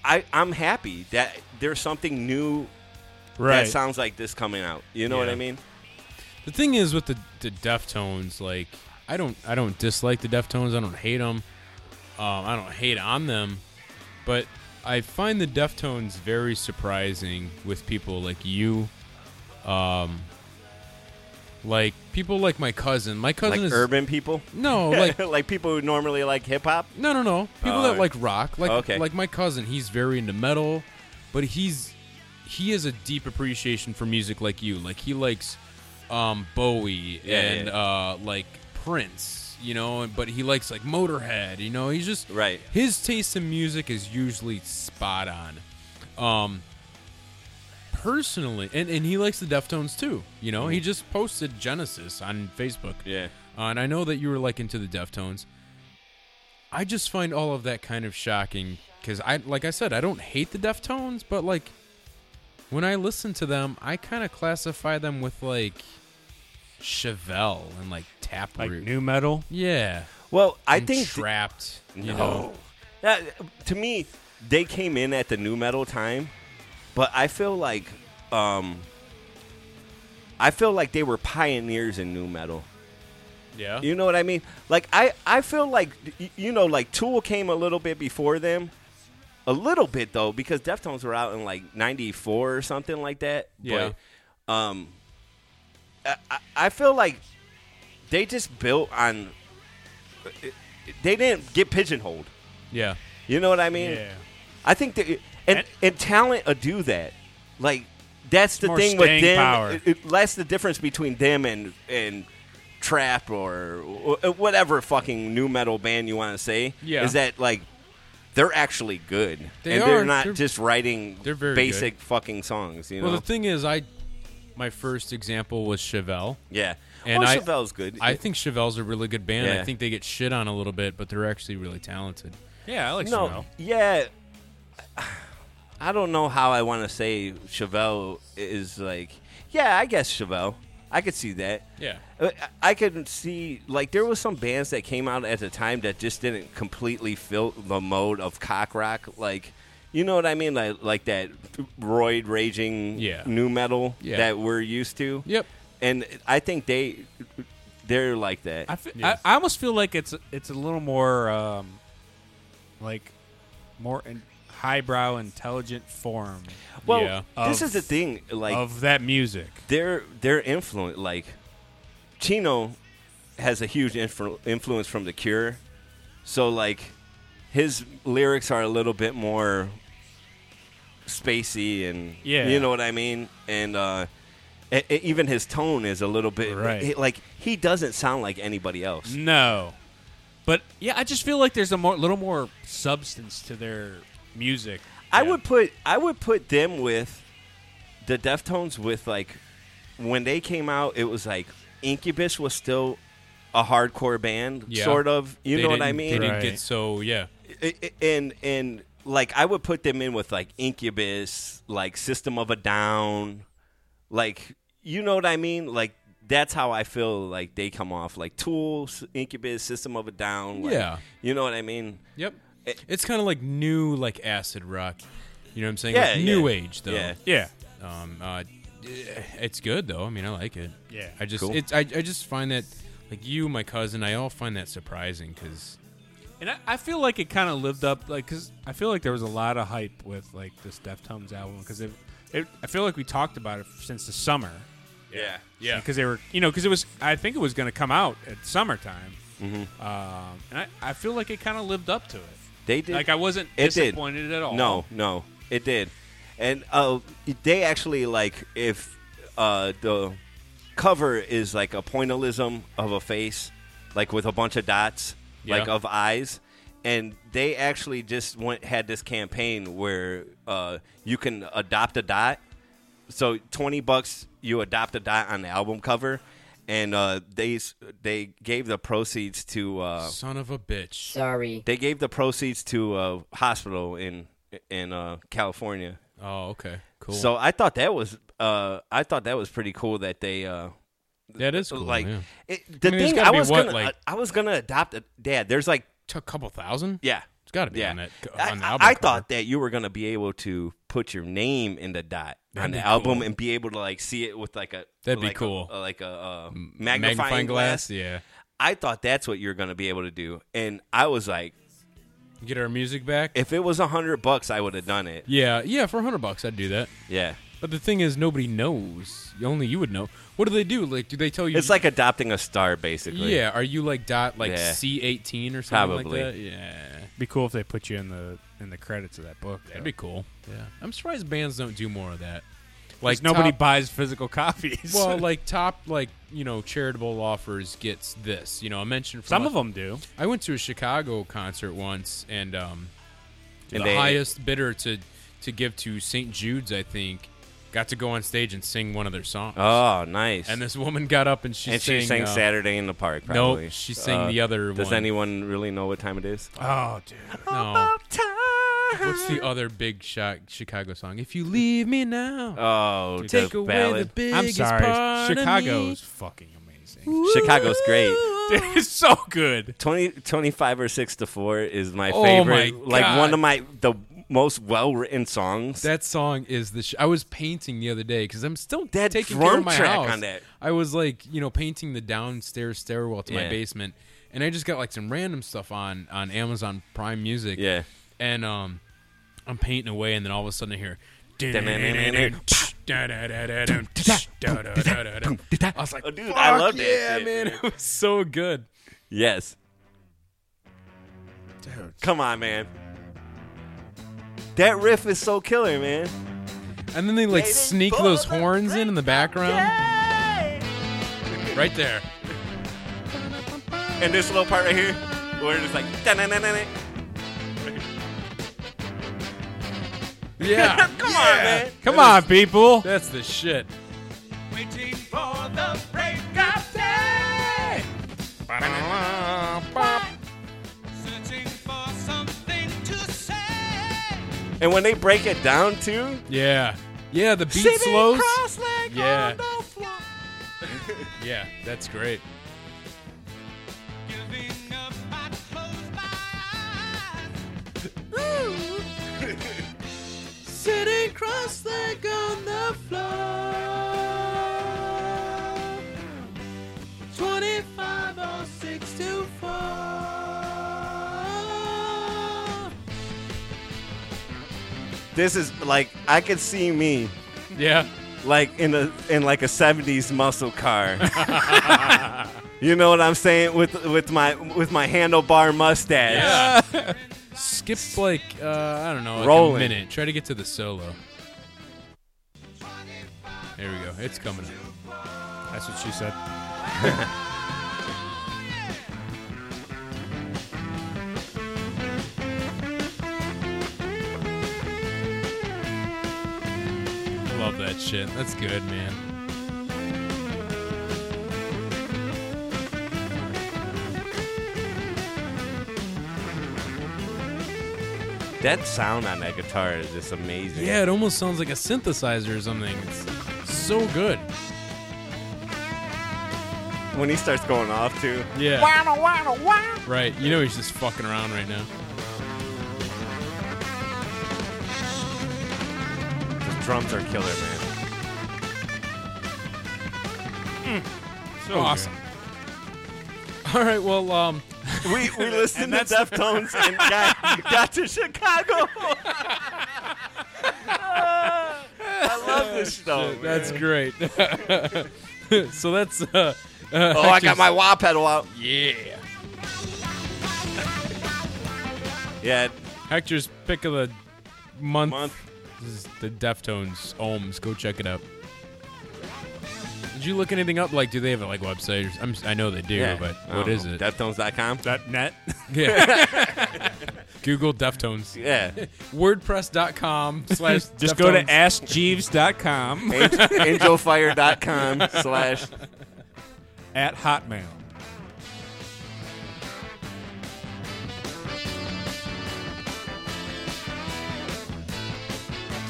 S4: I I'm happy that there's something new that sounds like this coming out. You know what
S1: Yeah.
S4: I mean?
S1: The thing is with the the Deftones, like I don't I don't dislike the Deftones. I don't hate them. Um, I don't hate on them, but I find the Deftones very surprising with people like you, um, like people like my cousin. My cousin
S4: Like
S1: is
S4: urban people, (laughs)
S1: no like
S4: like people who normally like hip hop.
S1: no no no people
S4: Oh,
S1: that
S4: okay.
S1: like rock like
S4: Okay.
S1: like my cousin. He's very into metal, but he's he has a deep appreciation for music like you. Like he likes um, Bowie
S4: Yeah,
S1: and
S4: yeah.
S1: Uh, like Prince, you know, and- but he likes like Motorhead, you know. He's just
S4: Right.
S1: His taste in music is usually spot on. Um, personally, and and he likes the Deftones too. You know, he just posted Genesis on Facebook.
S4: Mm-hmm. Yeah.
S1: Uh, and I know that you were like into the Deftones. I just find all of that kind of shocking because I, like I said, I don't hate the Deftones, but like when I listen to them, I kind of classify them with like Chevelle and like
S3: like
S1: Taproot.
S3: new metal.
S1: yeah,
S4: Well, I
S1: and
S4: think
S1: trapped. you
S4: No.
S1: know,
S4: That, to me, they came in at the new metal time, but I feel like, um, I feel like they were pioneers in new metal.
S1: yeah,
S4: You know what I mean? Like I, I feel like y- you know, like Tool came a little bit before them, a little bit though, because Deftones were out in like '94 or something like that.
S1: Yeah.
S4: But, um, I, I- I feel like they just built on. uh, They didn't get pigeonholed.
S1: yeah,
S4: You know what I mean? I think that and and talent will do that. Like that's the
S3: more
S4: thing with
S3: staying
S4: them.
S3: power.
S4: It, it- that's the difference between them and and trap or wh- whatever fucking new metal band you want to say.
S1: Yeah.
S4: is that like they're actually good
S1: They
S4: and
S1: are.
S4: they're not
S1: They're-
S4: just writing
S1: they're very
S4: basic fucking songs. You know?
S1: Well, the thing is, I my first example was Chevelle.
S4: yeah.
S1: And
S4: well,
S1: I-
S4: Chevelle's good.
S1: I think Chevelle's a really good band. I
S4: Yeah.
S1: think they get shit on a little bit, but they're actually really talented.
S3: Yeah, I like
S4: no,
S3: Chevelle.
S4: yeah. I don't know how I want to say Chevelle is like. Yeah, I guess Chevelle. I could see that.
S1: Yeah.
S4: I- Uh, I could see like there was some bands that came out at the time that just didn't completely fill the mode of cock rock, like you know what I mean, like like that roid raging
S1: Yeah.
S4: new metal
S1: Yeah.
S4: that we're used to.
S1: Yep.
S4: And I think they they're like that.
S3: I, fe- I, I almost feel like it's it's a little more um, like more in highbrow, intelligent form
S4: well,
S1: Yeah.
S4: this
S3: Of-
S4: is the thing, like
S3: of that music.
S4: their their influence, like Chino has a huge influ- influence from The Cure, so like his lyrics are a little bit more spacey and
S3: Yeah.
S4: you know what I mean, and uh, e- e- even his tone is a little bit
S3: Right.
S4: it- like he doesn't sound like anybody else.
S3: No, but yeah, I just feel like there's a more, little more substance to their music.
S4: I
S3: Yeah.
S4: would put I would put them with the Deftones with like when they came out, it was like Incubus was still a hardcore band,
S1: Yeah.
S4: sort of. You
S1: They
S4: know what I
S1: didn't-
S4: mean?
S1: They didn't
S3: Right.
S1: get so yeah.
S4: I- I- and and like I would put them in with like Incubus, like System of a Down, like you know what I mean? Like that's how I feel like they come off like Tool, S- Incubus, System of a Down. Like,
S1: Yeah.
S4: you know what I mean?
S1: Yep.
S4: It-
S1: It's kind of like new, like acid rock. You know what I'm saying?
S4: Yeah,
S1: Like new
S4: yeah.
S1: age though.
S4: Yeah.
S3: Yeah,
S1: Um, uh, it's good though. I mean, I like it.
S3: Yeah.
S1: I just,
S4: Cool.
S1: it's, I, I just find that, like you, my cousin, I all find that surprising because
S3: and I, I feel like it kind of lived up, like because I feel like there was a lot of hype with like this Deftones album because it, it, I feel like we talked about it since the summer.
S4: Yeah.
S1: yeah,
S3: because they were you know because it was I think it was going to come out at summertime,
S4: Mm-hmm.
S3: um, and I, I feel like it kind of lived up to it.
S4: They did.
S3: Like I wasn't
S4: It did.
S3: disappointed at all.
S4: No, no, it did, and uh, they actually like if uh, the cover is like a pointillism of a face, like with a bunch of dots, like
S1: Yeah.
S4: of eyes, and they actually just went had this campaign where uh, you can adopt a dot. So twenty bucks, you adopt a dot on the album cover, and uh, they s- they gave the proceeds to. Uh,
S1: son of a bitch.
S8: Sorry.
S4: they gave the proceeds to a hospital in in uh, California.
S1: Oh, okay, cool.
S4: So I thought that was uh, I thought that was pretty cool that they uh,
S1: That is cool,
S4: Like
S1: yeah.
S4: it, the
S1: I mean, there's
S4: thing
S1: gotta
S4: I
S1: be
S4: was
S1: what,
S4: gonna
S1: like-
S4: I was gonna adopt a dad. There's like
S1: A couple thousand?
S4: yeah.
S1: It's got to be
S4: Yeah,
S1: on that.
S4: I,
S1: On the
S4: I-
S1: album
S4: I
S1: cover.
S4: thought that you were gonna be able to put your name in the dot on the album and be able to like see it with like a
S1: That'd be
S4: like a-
S1: cool.
S4: uh, like a uh, magnifying, glass.
S1: Yeah.
S4: I thought that's what you're gonna be able to do, and I was like,
S1: Get our music back.
S4: if it was a hundred bucks, I would have done it.
S1: yeah, yeah. For hundred bucks, I'd do that.
S4: Yeah,
S1: But the thing is, nobody knows. Only you would know. What do they do? Like, do they tell you?
S4: it's like adopting a star, basically.
S1: yeah. Are you like dot like
S4: Yeah.
S1: C eighteen or something
S4: Probably.
S1: like that? Yeah.
S3: Be cool if they put you in the in the credits of that book.
S1: That'd be cool. Yeah. I'm surprised bands don't do more of that.
S3: like
S1: Like
S3: nobody
S1: top-
S3: buys physical copies.
S1: well, like top like you know charitable offers gets this. You know, I mentioned from
S3: (laughs) some of them do.
S1: I went to a Chicago concert once, and um,
S4: And
S1: the
S4: they-
S1: highest bidder to to give to St. Jude's, I think, got to go on stage and sing one of their songs.
S4: Oh, nice.
S1: and this woman got up and she
S4: and
S1: sang,
S4: she sang
S1: uh,
S4: Saturday in the Park.
S1: Nope,
S4: Probably. Uh,
S1: she sang the other
S4: Does
S1: one.
S4: anyone really know what time it is?
S3: Oh, dude.
S1: No. What's the other big shot Chicago song? If you leave me now,
S4: Oh,
S1: take
S4: the
S1: away
S4: ballad.
S1: the biggest
S3: I'm sorry.
S1: part of me.
S3: Chicago's fucking amazing.
S4: Chicago's great.
S3: (laughs) Dude, it's so (laughs) good.
S4: 20, 25 or six to four is my
S1: Oh,
S4: favorite.
S1: my
S4: Like
S1: God.
S4: one of my the most well written songs.
S1: That song is the. Sh- I was painting the other day because I'm still
S4: That
S1: taking
S4: drum
S1: care of my
S4: track
S1: house.
S4: on that.
S1: I was like, you know, painting the downstairs stairwell to
S4: Yeah.
S1: my basement, and I just got like some random stuff on on Amazon Prime Music.
S4: Yeah.
S1: and um, I'm painting away, and then all of a sudden I hear. I was like,
S4: Oh, dude,
S1: Fuck
S4: I love that
S1: yeah,
S4: shit,
S1: man, (laughs) it was so good.
S4: Yes. Come on, man. That riff is so killer, man.
S1: And then they like sneak those horns in in the background, right
S4: (laughs)
S1: there.
S4: And this little part right here, where it's like, "Da-na-na-na-na."
S1: Yeah,
S4: come on, man.
S1: come on, people. That's the shit.
S4: And when they break it down too,
S1: Yeah. Yeah, the beat slows. yeah. yeah, that's great. Sitting cross-legged on the floor. 25
S4: this is like I could see me
S1: Yeah.
S4: like in a in like a seventies muscle
S1: (laughs)
S4: car. you know what I'm saying? With with my with my handlebar mustache.
S1: Skip like uh, I don't know, like
S4: Rolling.
S1: a minute. Try to get to the solo. There we go. It's coming up.
S3: That's what she said.
S1: Love that shit. That's good, man.
S4: That sound on that guitar is just amazing.
S1: Yeah, it almost sounds like a synthesizer or something. It's so good.
S4: When he starts going off too.
S1: Yeah. Right. You know he's just fucking around right now.
S4: The drums are killer, man.
S3: So
S1: Awesome. All right. Well, um,
S4: We we listened to Deftones (laughs) and got, got to Chicago. I love this show.
S1: that's great. (laughs) so that's uh,
S4: Oh, I got my wah pedal out.
S1: yeah.
S4: Yeah,
S1: Hector's pick of the month.
S4: month.
S1: This is the Deftones Ohms. Go check it out. Did you look anything up? Like, do they have like websites? I'm, si know they do, but
S4: Oh,
S1: what is it?
S4: Deftones.com.
S3: that net.
S1: yeah. Google Deftones.
S4: Yeah.
S1: WordPress.com slash
S3: Just go to
S1: Deftones.
S3: askjeeves.com
S4: Ang- Angelfire.com slash.
S3: at Hotmail.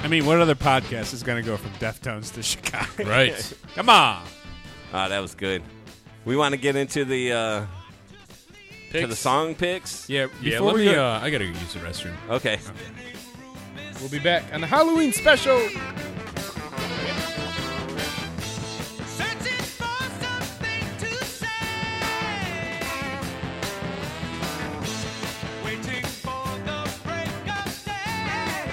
S3: I mean, what other podcast is going to go from Deftones to Chicago? (laughs)
S1: Right.
S3: Come on.
S4: Ah, that was good. We want to get into the uh, to the song picks.
S1: Yeah,
S12: yeah,
S1: before
S12: let
S1: we,
S12: me,
S1: uh, I gotta go use the restroom.
S4: Okay.
S12: We'll be back on the Halloween special.
S11: Searching for something to say, waiting for the break of day.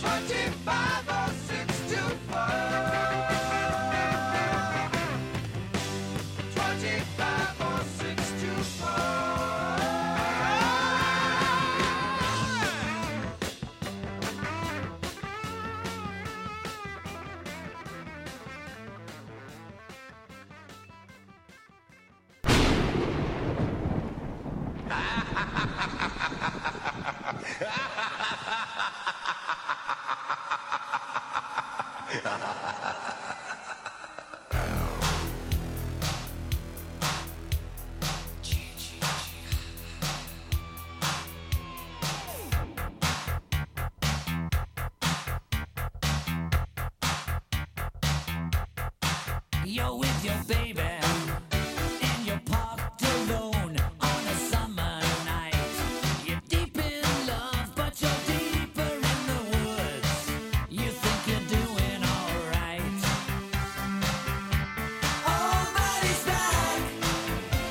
S11: Twenty-five or oh six to four. Twenty-five or oh six to four.
S5: You're with your baby and you're parked alone on a summer night. You're deep in love, but you're deeper in the woods. You think you're doing alright. Oh, but he's back.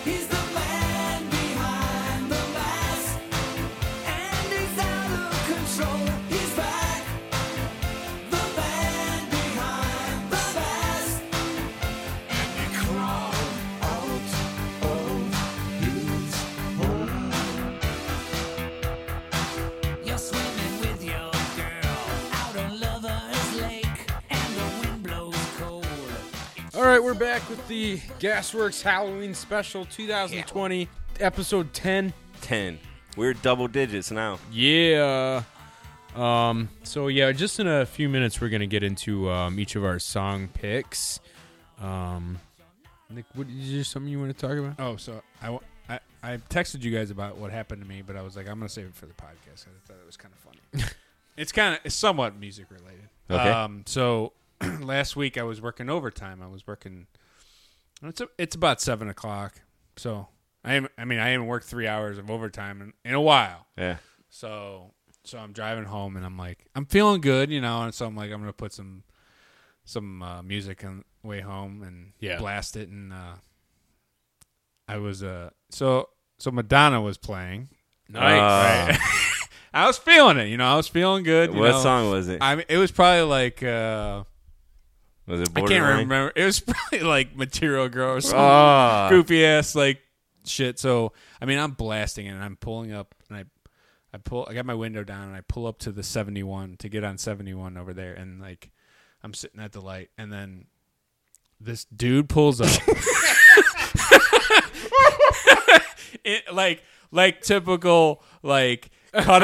S5: He's the man behind the mask, and he's out of control. He's back. The man behind the mask. You're swimming with your girl out on Lover's Lake, and the wind blows cold.
S12: All right, we're back with the Gasworks Halloween special 2020, episode 10.
S4: Ten. We're double digits now.
S1: Yeah. Um, so yeah, just in a few minutes we're gonna get into um, each of our song picks. Um, Nick, what is there something you want to talk about?
S3: Oh, so I, wa- I, I texted you guys about what happened to me, but I was like, I'm going to save it for the podcast. I thought it was kind of funny. it's kind of it's somewhat music related.
S4: Okay.
S3: Um, so (clears throat) last week I was working overtime. I was working. It's a, it's about seven o'clock. So I am. I mean, I haven't worked three hours of overtime in, in a while.
S4: Yeah.
S3: So so I'm driving home and I'm like I'm feeling good, you know, and so I'm like I'm gonna put some some uh, music on the way home and
S1: Yeah.
S3: blast it and uh, I was uh so so Madonna was playing. Uh,
S4: Nice.
S3: I was feeling it, you know, I was feeling good. you
S4: Uh, what
S3: know.
S4: song was it?
S3: I mean, it was probably like uh,
S4: was it
S3: I
S4: Borderline?
S3: can't
S4: (laughs)
S3: remember. It was (laughs) probably like Material Girl or something
S4: Ah.
S3: goofy ass like shit. So I mean, I'm blasting it and I'm pulling up and I, I pull. I got my window down and I pull up to the 71 to get on 71 over there and like I'm sitting at the light and then this dude
S4: (laughs)
S3: pulls up. (laughs) it, like like typical like cut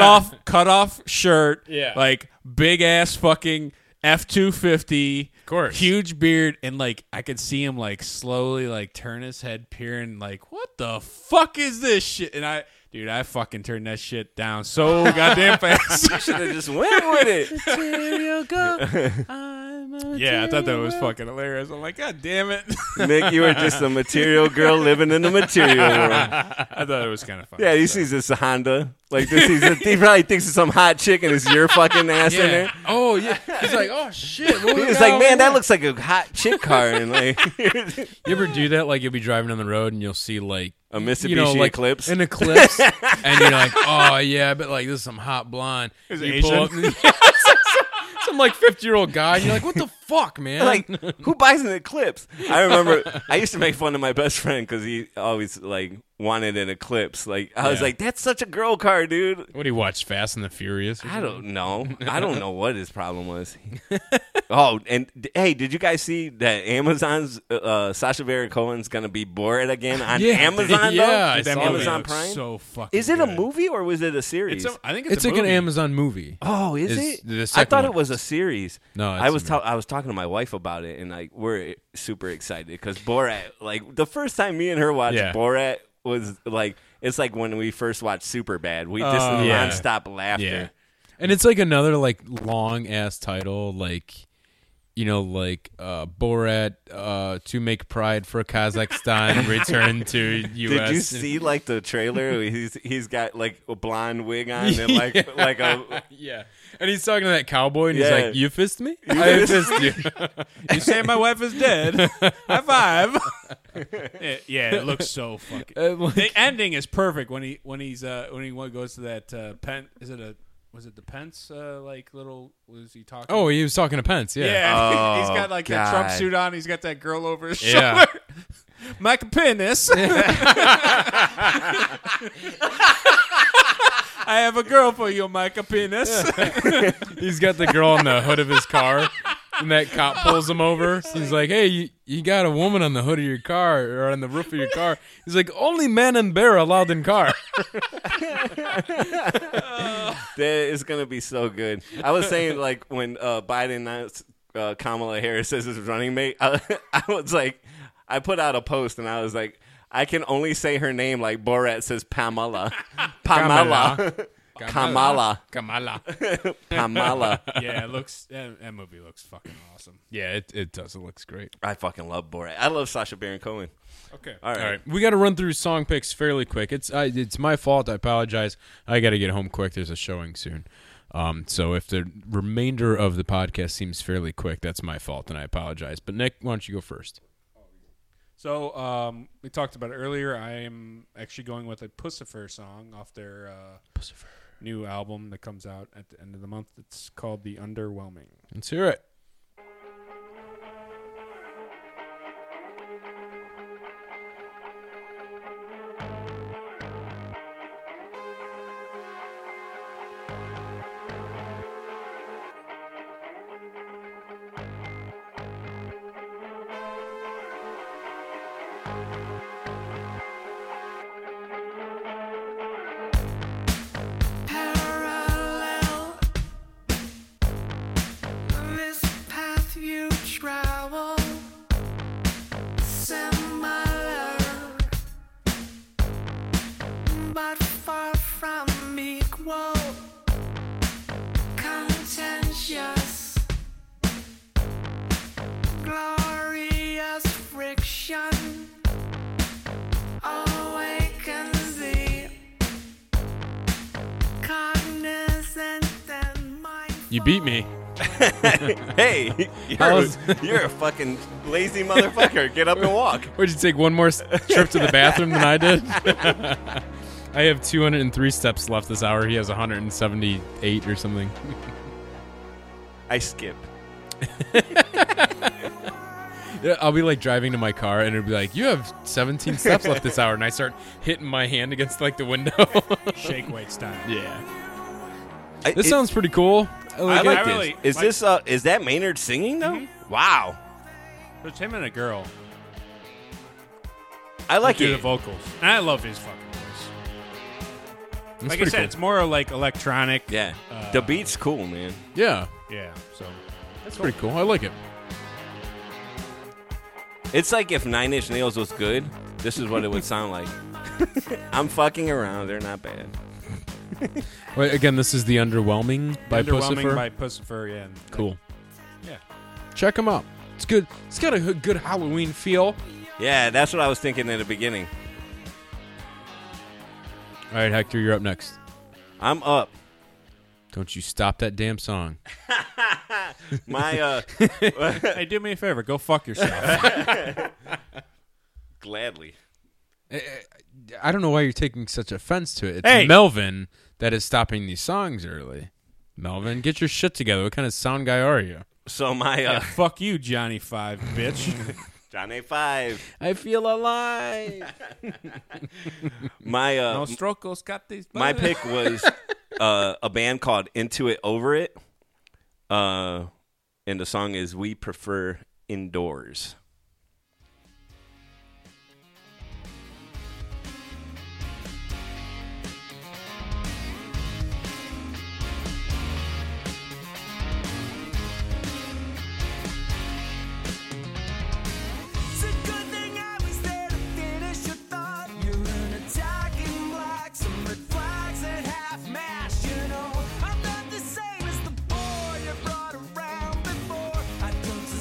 S4: (laughs)
S3: off cut off shirt.
S1: Yeah.
S3: Like big ass fucking. F two fifty, of
S1: course.
S3: huge beard, and like I could see him like slowly like turn his head, peering like, "What the fuck is this shit?" And I, dude, I fucking turned that shit down so
S1: (laughs)
S3: goddamn fast.
S4: Should have just went with it.
S3: yeah, I thought that was fucking hilarious. I'm like, God damn it! (laughs)
S4: Nick, you were just a material girl living in
S1: (laughs)
S4: the material world.
S3: I thought it was kind of funny.
S4: Yeah, he sees this Honda. Like this, he's a, he probably thinks it's some hot chick, and it's your fucking ass in there.
S12: Oh, yeah. He's like, oh, shit. what
S4: (laughs) He
S12: was
S4: was like, "Man, that looks like a hot chick car,"
S1: (laughs)
S4: and like
S1: You ever do that? Like you'll be driving down the road and you'll see like
S4: a Mitsubishi
S1: you know like
S4: Eclipse.
S1: an Eclipse, and you're like, oh yeah, but like this is some hot blonde. you (laughs)
S3: Asian?
S1: up, some, some, like fifty year old guy. And you're like, what the fuck, man?
S4: (laughs) like who buys an eclipse i
S1: (laughs)
S4: remember i used to make fun of my best friend because he always like wanted an eclipse like i was
S1: Yeah.
S4: like that's such a girl car dude
S1: what do you watch? Fast and the Furious. or (laughs)
S4: i don't know i don't know what his problem was oh and d- hey did you guys see that amazon's uh, uh sasha Baron cohen's gonna be bored again
S1: (laughs)
S4: on
S1: Yeah,
S4: amazon
S1: yeah, I
S4: though?
S1: saw
S3: movie
S4: amazon
S3: looks
S4: prime
S3: So fucking.
S4: is it a
S3: good.
S4: movie or was it a series
S3: It's a, I think it's,
S1: It's
S3: a
S1: like an
S3: movie.
S1: Amazon movie.
S4: Oh, is,
S1: Is
S4: it?
S1: the
S4: I
S1: second
S4: thought
S1: one.
S4: it was a series.
S1: No,
S4: I
S1: it's
S4: was
S1: a
S4: ta- I was talking to my wife about it, and like we're super excited because Borat. Like the first time me and her watched
S1: Yeah.
S4: Borat was like it's like when we first watched Superbad. We just
S1: Oh, yeah.
S4: nonstop laughter.
S1: And it's like another like long ass title, like you know, like uh, Borat uh, to make pride for Kazakhstan, return to U.S.
S4: Did you see like the (laughs) trailer? He's he's got like a blonde wig on and like like a
S1: (laughs) yeah, and he's talking to that cowboy, and
S4: Yeah.
S1: he's like, "You fist me? I fist you."
S3: You say
S1: (laughs)
S3: my wife is dead. High five. It- yeah, it looks so fucking.
S1: And, Uh, like-
S3: the ending is perfect when he when he's uh when he wa- goes to that uh, pen. Is it a was it the Pence uh, like little? Was he talking?
S1: oh, he was talking to Pence. Yeah.
S3: yeah.
S4: Oh,
S3: (laughs) he's got like that Trump
S4: God.
S3: suit on. He's got that girl over his
S1: Yeah.
S3: shoulder. (laughs) Mike Penis. (laughs) I have a girl for you, Micah Penis.
S1: He's got the girl on the hood of his car, and that cop pulls him over. He's like, "Hey, you, you got a woman on the hood of your car or on the roof of your car?" He's like, "Only man and bear allowed in car."
S4: That is gonna be so good. I was saying like when uh, Biden announced uh, Kamala Harris as his running mate, I, (laughs) I was like, I put out a post and I was like, I can only say her name like Borat says (laughs) Pamela, Pamela, (laughs) Kamala,
S1: Kamala.
S4: Pamela.
S3: (laughs)
S4: (laughs)
S3: yeah, it looks that, that movie looks fucking awesome.
S1: Yeah, it, it does. It looks great.
S4: I fucking love Borat. I love Sasha Baron Cohen.
S3: Okay.
S4: All right.
S1: All right, we got to run through song picks fairly quick. It's I, it's my fault. I apologize. I got to get home quick. There's a showing soon. Um, so if the remainder of the podcast seems fairly quick, that's my fault, and I apologize. But Nick, why don't you go first?
S3: So um, we talked about it earlier. I'm actually going with a Pussifer song off their uh, new album that comes out at the end of the month. It's called The Underwhelming.
S1: Let's hear it.
S11: Parallel, this path you travel, similar, but far from equal, contentious, glorious friction awakens the cognizant and mindful.
S1: You beat me.
S4: (laughs) Hey, (laughs) you're,
S1: was-
S4: you're a fucking lazy motherfucker. Get up and walk.
S1: Would you take one more s- trip to the bathroom than I did? (laughs) I have 203 steps left this hour. He has 178 or something.
S4: I skip.
S1: Yeah, I'll be like driving to my car and it'll be like, "You have 17 steps left this hour," and I start hitting my hand against like the
S3: (laughs)
S1: window.
S3: Shake weight (laughs) style.
S1: yeah,
S4: I,
S1: this
S4: it-
S1: sounds pretty cool. I
S4: I Mm-hmm.
S1: like
S4: like
S1: it.
S4: this.
S3: really
S4: is
S3: like-
S4: this uh, is that Maynard singing though? Wow.
S3: It's him and a girl.
S4: I like
S3: do
S4: it.
S3: the vocals. And I love his fucking voice.
S1: That's
S3: like I
S1: pretty
S3: said, it's more like electronic.
S4: Yeah.
S3: Uh,
S4: the beat's cool, man.
S1: cool. yeah,
S3: Yeah. So
S1: that's pretty cool. I like it.
S4: It's like if Nine Inch Nails was good, this is what it would sound (laughs) like. I'm fucking around. They're not bad.
S1: Wait, again, this is the underwhelming by
S3: Underwhelming
S1: Pussifer.
S3: by Pussifer. Yeah. and-
S1: cool.
S3: Yeah.
S1: Check him out. It's good. It's got a h- good Halloween feel.
S4: Yeah, that's what I was thinking in the beginning.
S1: All right, Hector, you're up next.
S4: I'm up.
S1: Don't you stop that damn song.
S4: My uh
S3: Hey, do me a favor. Go
S4: (laughs)
S3: fuck yourself.
S4: gladly.
S1: I don't know why you're taking such offense to it. It's
S3: Hey!
S1: Melvin that is stopping these songs early. Melvin, get your shit together. What kind of sound guy are you?
S4: So my uh
S3: fuck you, Johnny Five, bitch.
S4: (laughs) Johnny Five.
S1: I feel alive.
S4: My uh
S3: Nostrokos got these.
S4: my pick was uh a band called Into It Over It. Uh and the song is We Prefer Indoors.
S11: It's a good thing I was there to finish your thought. You're an attacking black, some red flags and half mash, you know. I'm not the same as the boy you brought around before. I don't
S1: (laughs)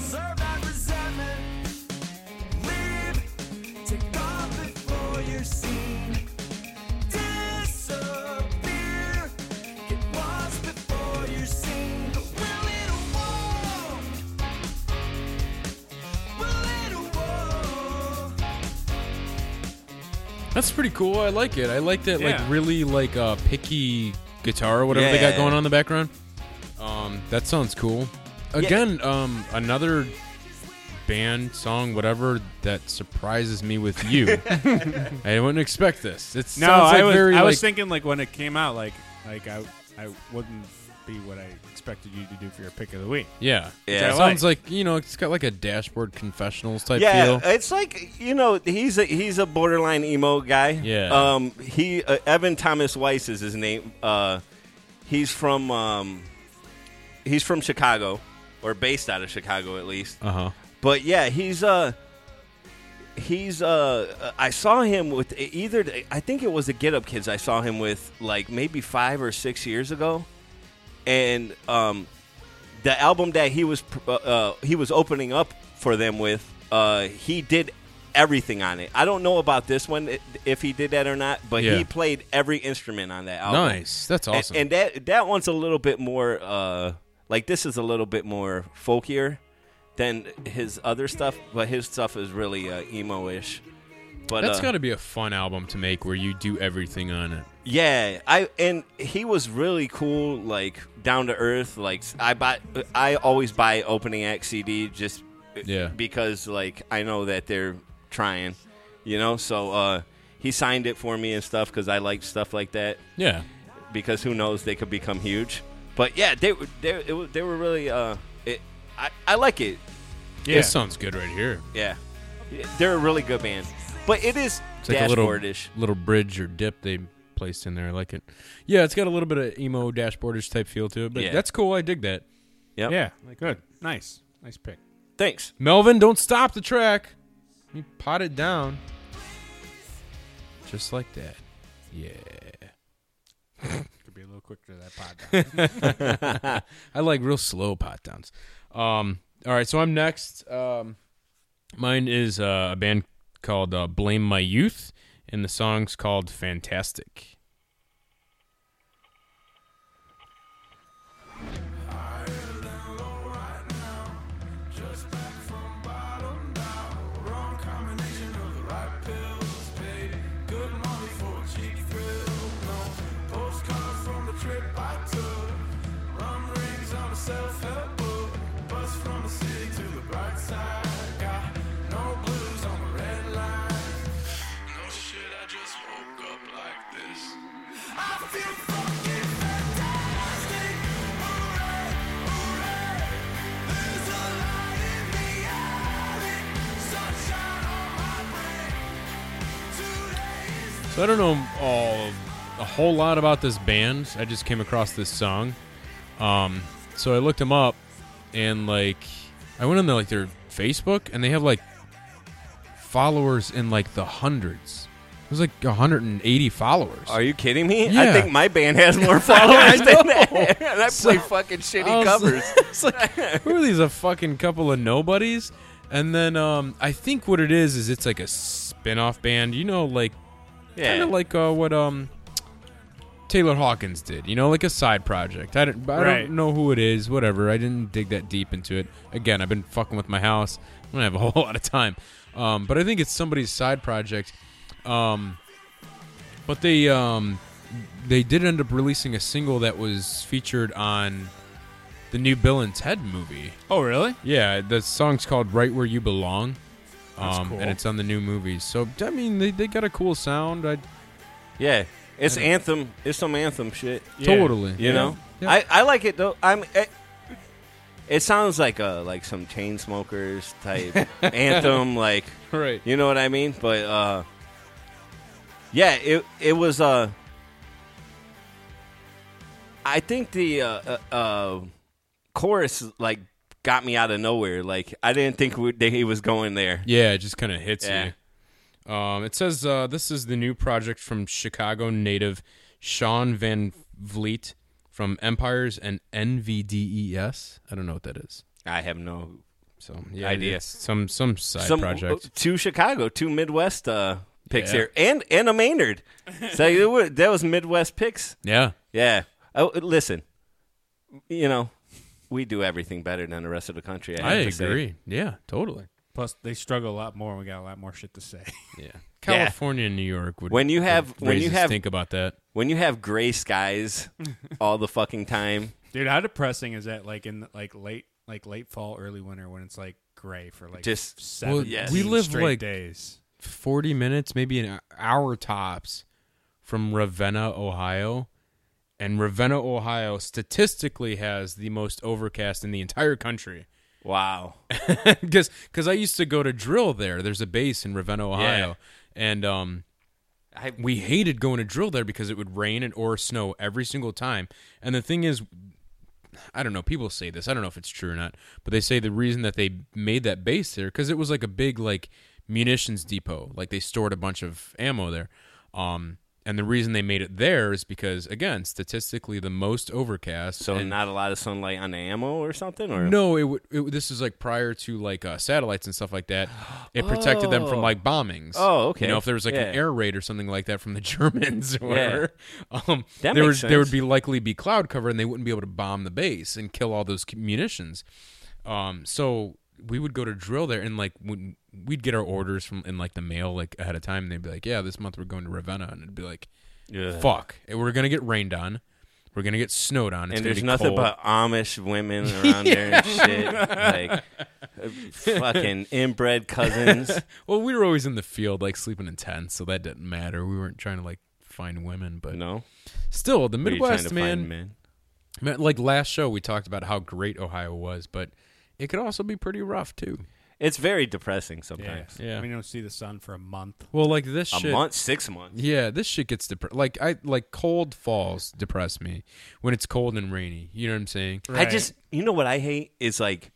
S1: That's pretty cool. I like it. I like that,
S13: Yeah.
S1: like really like uh, picky guitar or whatever they got
S13: Yeah.
S1: going on in the background. Um, that sounds cool. Again, um, another band song, whatever that surprises me with you. I wouldn't expect this. It
S3: No,
S1: sounds like
S3: I was
S1: very
S3: I
S1: like
S3: was thinking like when it came out, like like I I wouldn't be what I expected you to do for your pick of the week.
S1: yeah,
S3: Which I
S1: It sounds like you know it's got like a dashboard confessionals type
S4: yeah, uh,
S1: feel.
S4: it's like you know he's a, he's a borderline emo guy.
S1: Yeah.
S4: Um. He uh, Evan Thomas Weiss is his name. Uh, he's from um, he's from Chicago, or based out of Chicago at least.
S1: Uh-huh.
S4: But yeah, he's uh he's uh I saw him with either I think it was the Get Up Kids I saw him with like maybe 5 or 6 years ago and um the album that he was uh, uh he was opening up for them with uh he did everything on it. I don't know about this one i- if he did that or not, but
S1: Yeah.
S4: he played every instrument on that album.
S1: Nice. That's
S4: And-
S1: awesome.
S4: And, that that one's a little bit more uh like this is a little bit more folkier than his other stuff, but his stuff is really uh, emo-ish. But
S1: That's
S4: uh,
S1: got to be a fun album to make where you do everything on it.
S4: yeah, I and he was really cool, like down to earth. Like I buy, I always buy opening act CD just
S1: Yeah.
S4: because like I know that they're trying, you know. So uh, he signed it for me and stuff because I like stuff like that.
S1: Yeah.
S4: because who knows they could become huge. But yeah, they were they it, was- they were really uh, it, I I like it.
S1: Yeah. This sounds good right here.
S4: Yeah, they're a really good band, but it is
S1: It's like a little
S4: dashboardish.
S1: little bridge or dip they placed in there. I like it. Yeah, it's got a little bit of emo dashboardish type feel to it, but
S3: Yeah.
S1: that's cool. I dig that.
S4: Yep.
S3: Yeah, like good, nice, nice pick.
S4: Thanks,
S1: Melvin. Don't stop the track. You pot it down, just like that. Yeah.
S3: Could be a little quicker that pod. down.
S1: I like real slow pot downs. Um, all right, so I'm next. Um, mine is uh, a band called uh, Blame My Youth, and the song's called Fantastic.
S11: Just back from bottom down. Wrong combination of the right pills, babe. Good money for a cheap thrill. No postcards from the trip I took. Rum rings on a self-help book. Bus from the city to the bright side. Got no blues on the red line. No shit, I just woke up like this. I feel fucking fantastic. Hooray, hooray. There's a light in the alley, sunshine on my brain. Today is
S1: So I don't know all a whole lot about this band. I just came across this song. Um, so I looked them up, and like I went on their like their Facebook, and they have like followers in like the hundreds. It was like 180 followers.
S4: Are you kidding me? I
S1: Yeah.
S4: think my band has
S1: (laughs)
S4: more
S1: I
S4: followers than that. (laughs)
S1: know.
S4: and I play fucking
S1: I
S4: shitty
S1: was-
S4: covers.
S1: it's like, (laughs) who are these? A fucking couple of nobodies? And then um, I think what it is is it's like a spin-off band. You know, like
S4: Yeah.
S1: kind of like uh, what um Taylor Hawkins did. You know, like a side project. I don't, I don't
S3: Right.
S1: know who it is. Whatever. I didn't dig that deep into it. Again, I've been fucking with my house. I don't have a (laughs) whole lot of time. Um, but I think it's somebody's side project. Um, but they um, they did end up releasing a single that was featured on the new Bill and Ted movie.
S3: (laughs) oh really?
S1: Yeah, the song's called "Right Where You Belong,"
S3: That's
S1: um,
S3: cool.
S1: and it's on the new movie. So I mean, they, they got a cool sound. I
S4: Yeah, it's
S1: I don't-
S4: anthem. It's some anthem shit.
S1: Yeah. Totally.
S4: You
S1: Yeah.
S4: know,
S1: Yeah.
S4: I, I like it though. I'm. It, it sounds like a like some chain smokers type
S1: (laughs)
S4: anthem, like
S1: Right.
S4: You know what I mean? But uh, yeah, it it was. Uh, I think the uh, uh, uh, chorus like got me out of nowhere. Like I didn't think we, that he was going there.
S1: Yeah, it just kind of hits
S4: Yeah.
S1: you. Um, it says uh, this is the new project from Chicago native Sean Van Vliet from Empires and NVDES. E I don't know what that is.
S4: I have no
S1: so yeah,
S4: idea.
S1: it's some some side
S4: uh,
S1: project.
S4: Two Chicago, two Midwest uh, picks
S1: Yeah.
S4: here, and and a Maynard. so you were- that was Midwest picks.
S1: Yeah.
S4: yeah. Oh, listen, you know, we do everything better than the rest of the country. I,
S1: I
S4: have to say.
S1: agree. Yeah, totally.
S3: Plus, they struggle a lot more, and we got a lot more shit to say. (laughs)
S1: Yeah,
S4: California
S1: and New York would
S4: when you have when you have
S1: think about that.
S4: when you have
S1: (laughs)
S4: gray skies all the fucking time.
S3: Dude, how depressing is that? Like in the, like late like late fall, early winter, when it's like gray for like
S4: Just-
S3: seven.
S4: Well,
S3: yes.
S4: we
S1: live,
S3: straight
S1: like-
S3: days.
S1: Forty minutes, maybe an hour tops, from Ravenna, Ohio, and Ravenna, Ohio, statistically has the most overcast in the entire country. (laughs)
S4: Wow.
S1: because because I used to go to drill there. There's a base in Ravenna, Ohio,
S4: Yeah.
S1: and um,
S4: I-
S1: we hated going to drill there because it would rain and or snow every single time. And the thing is, I don't know. People say this. I don't know if it's true or not, but they say the reason that they made that base there because it was like a big like munitions depot. Like they stored a bunch of ammo there. Um, and the reason they made it there is because again, statistically, the most overcast.
S4: So
S1: and-
S4: not a lot of sunlight on the ammo or something or
S1: no, it would. It, this is like prior to like uh, satellites and stuff like that. It protected them from
S4: Oh.
S1: like bombings.
S4: Oh, okay.
S1: You know, if there was like
S4: Yeah.
S1: an air raid or something like that from the (laughs) Germans or
S4: Yeah.
S1: whatever, um,
S4: That
S1: there would
S4: makes
S1: there
S4: sense.
S1: would be likely be cloud cover, and they wouldn't be able to bomb the base and kill all those munitions. Um, so we would go to drill there, and like when we'd get our orders from in like the mail like ahead of time, and they'd be like, "Yeah, this month we're going to Ravenna," and it'd be like,
S4: Yeah.
S1: "Fuck, we're gonna get rained on." We're gonna get snowed on. It's gonna
S4: and there's
S1: be
S4: nothing
S1: cold.
S4: but
S1: (laughs)
S4: Amish women around there and shit. Like uh,
S1: (laughs)
S4: fucking inbred cousins.
S1: well, we were always in the field, like sleeping in tents, so that didn't matter. We weren't trying to like find women, but
S4: No.
S1: still, the
S4: Were you trying
S1: Midwest
S4: to
S1: man,
S4: find men?
S1: man, Like last show, we talked about how great Ohio was, but it could also be pretty rough too.
S4: It's very depressing
S3: Yeah.
S4: sometimes.
S1: Yeah.
S3: we don't see the sun for a month.
S1: Well, like this
S4: A
S1: shit,
S4: month, six months.
S1: yeah, this shit gets depressed. Like I like cold falls depress me when it's cold and rainy. You know what I'm saying?
S4: I just you know what I hate is like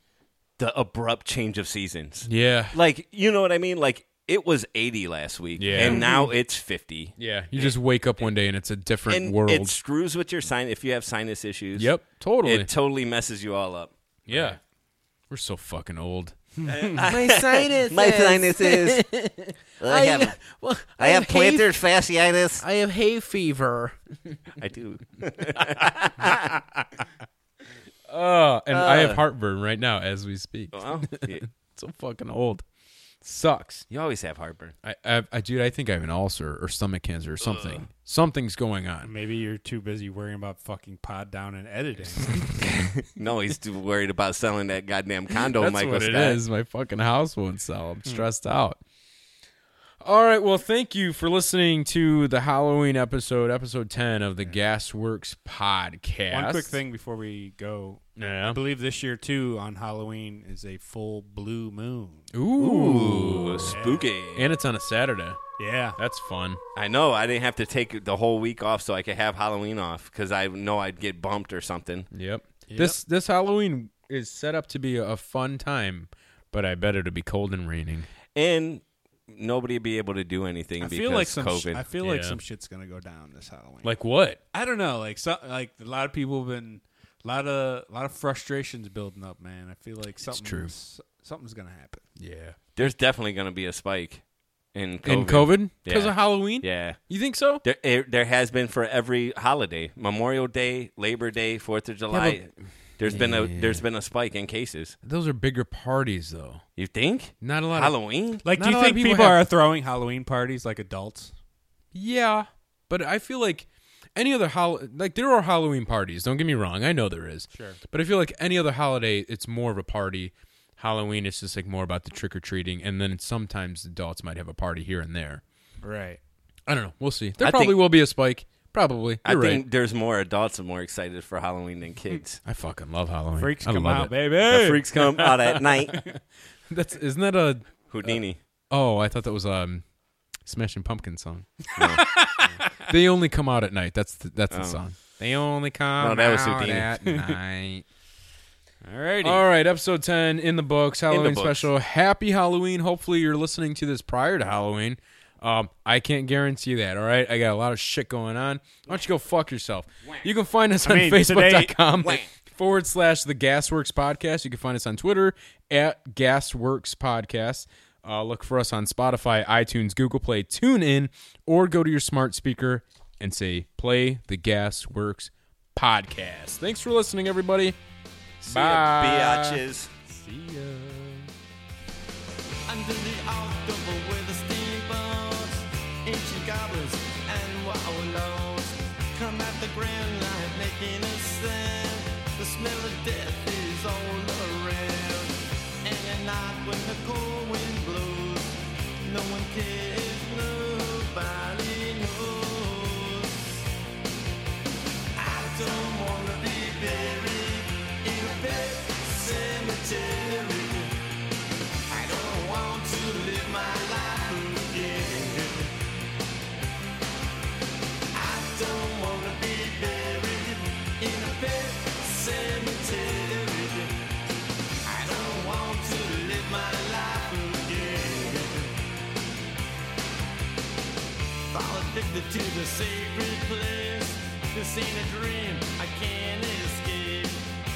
S4: the abrupt change of seasons.
S1: Yeah,
S4: Like you know what I mean? Like it was 80 last week
S1: Yeah. Mm-hmm.
S4: and now it's 50.
S1: yeah. You just wake up one day and it's a different
S4: And
S1: world.
S4: it screws with your sign if you have sinus issues.
S1: Yep, totally.
S4: It totally messes you all up.
S1: yeah, we're so fucking old.
S4: My sinus. My sinus is. I have. I have plantar fasciitis. I have hay fever. I do.
S1: Uh, and I have heartburn right now as we speak.
S4: Well, y-
S1: so fucking old. Sucks.
S4: you always have heartburn.
S1: I, I, I, dude, I think I have an ulcer or stomach cancer or something. Something's going on.
S3: Maybe you're too busy worrying about fucking pod down and editing.
S4: No, he's too worried about selling that goddamn condo,
S1: That's
S4: Michael
S1: what
S4: Scott.
S1: it is. My fucking house won't sell. I'm stressed out. All right. Well, thank you for listening to the Halloween episode, episode 10 of the Gasworks podcast.
S3: One quick thing before we go. I
S1: Yeah.
S3: believe this year too on Halloween is a full blue moon.
S1: Ooh.
S4: Ooh, spooky.
S1: And it's on a Saturday.
S3: Yeah.
S1: That's fun.
S4: I know. I didn't have to take the whole week off so I could have Halloween off because I know I'd get bumped or something.
S1: Yep. This this Halloween is set up to be a fun time, but I bet it'll be cold and raining.
S4: And nobody would be able to do anything
S3: I
S4: because
S3: feel like some
S4: COVID.
S3: sh- I feel like
S1: Yeah.
S3: some shit's gonna go down this Halloween.
S1: Like what?
S3: I don't know, like so, like a lot of people have been a lot of a lot of frustrations building up, man. I feel like something
S1: true.
S3: s- something's gonna happen.
S1: Yeah.
S4: There's definitely going to be a spike in COVID.
S1: In COVID? Because
S4: Yeah.
S1: of Halloween?
S4: Yeah.
S1: You think so?
S4: There, eh, there has been for every holiday, Memorial Day, Labor Day, Fourth of July. There's been a there's been a spike in cases.
S1: Those are bigger parties though.
S4: You think
S1: Not a lot of
S4: Halloween?
S3: Like,
S1: Not
S3: do
S1: a
S3: you
S1: lot of
S3: think
S1: people
S3: people,
S1: have-
S3: are throwing Halloween parties like adults?
S1: Yeah, but I feel like any other hol like there are Halloween parties. Don't get me wrong, I know there is. Sure, but I feel like any other holiday, it's more of a party. Halloween is just like more about the trick or treating, and then sometimes adults might have a party here and there.
S3: Right.
S1: I don't know. We'll see. There
S4: I
S1: probably
S4: think-
S1: will be a spike. Probably.
S4: I
S1: You're
S4: think
S1: right.
S4: there's more adults are more excited for Halloween
S1: (laughs)
S4: than kids.
S1: I fucking love Halloween.
S3: Freaks
S1: I
S3: come
S1: love
S3: out,
S1: it.
S3: baby.
S4: The freaks come out at night.
S1: That's isn't that a?
S4: Houdini.
S1: Oh, I thought that was um, Smashing Pumpkin song. they only come out at night. That's the, that's the song. They only come
S4: Oh. No, that was
S1: out
S4: Houdini. (laughs)
S1: at night.
S3: Alrighty.
S1: All right, episode 10 in the books, Halloween
S4: books.
S1: special. Happy Halloween. Hopefully, you're listening to this prior to Halloween. Um, I can't guarantee that, all right? I got a lot of shit going on. Why don't you go fuck yourself? You can find us on (laughs)
S3: mean,
S1: Facebook.com forward slash the Gasworks Podcast. You can find us on Twitter at Gasworks Podcast. Uh, look for us on Spotify, iTunes, Google Play, TuneIn, or go to your smart speaker and say, play the Gasworks Podcast. Thanks for listening, everybody.
S4: Biatches.
S3: See ya.
S11: under the October with the steamboats, ancient goblins and wallows. Come at the grand light making a sound. The smell of death is all around. And at night when the cold wind blows, no one cares, nobody knows. I don't wanna be buried in a pet cemetery. I don't want to live my life again. I don't wanna be buried in a pet cemetery. I don't want to live my life again. Fall addicted to the sacred place. This ain't a dream, I can't escape.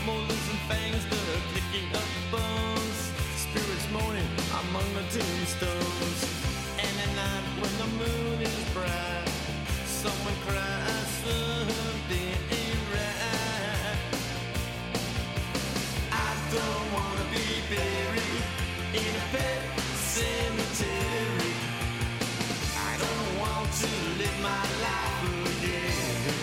S11: Molars and fangs, the clicking of bones. Spirits moaning among the tombstones. And at night when the moon is bright, someone cries something ain't right. I don't wanna be buried in a pet cemetery. I don't want to live my life again.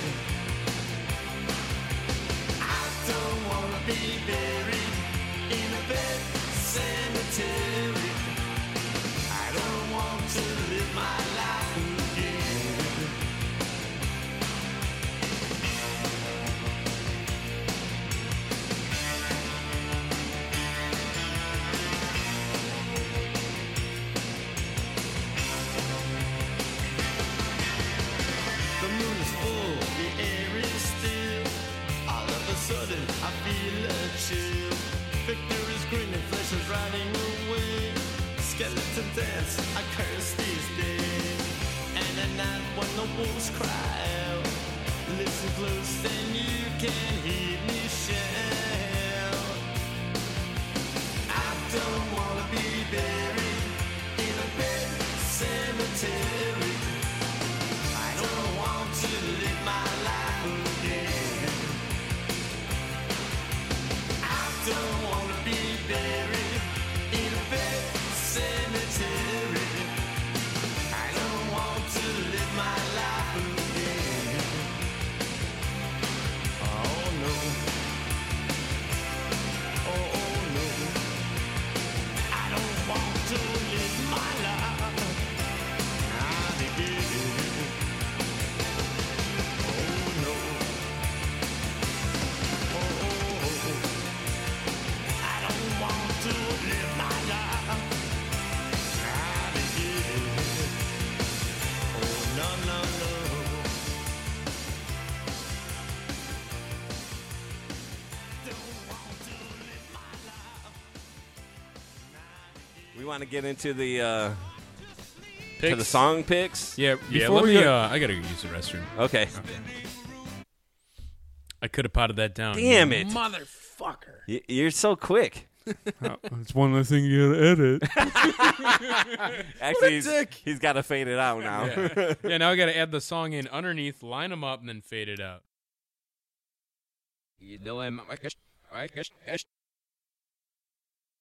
S11: I don't wanna be buried in a pet cemetery. I don't want to live my life again. The moon is full, the air is still. All of a sudden, I feel a chill. Victor is grinning, flesh is riding away. Skeleton dance, I curse these days. And at night, when the wolves cry out, listen close, then you can hear me shout. I don't wanna be buried in a big cemetery. I don't want to live my life again. I don't want to be buried in a big cemetery. I don't want to live my life again. Oh no. Oh no. I don't want to live my life. Not again. Oh,
S4: We want to get into the uh, to the
S6: Picks.
S4: song picks.
S6: Yeah,
S4: Yeah,
S6: before
S4: let's
S6: we,
S4: go-
S6: uh, I gotta use the restroom.
S4: Okay.
S6: I could have potted that down.
S4: Damn it.
S6: motherfucker!
S4: Y- you're so quick.
S3: Uh, It's one less thing you gotta edit.
S4: (laughs) Actually, he's, he's got to fade it out now.
S6: Yeah. yeah, now I gotta add the song in underneath, line them up, and then fade it out.
S14: You know I'm.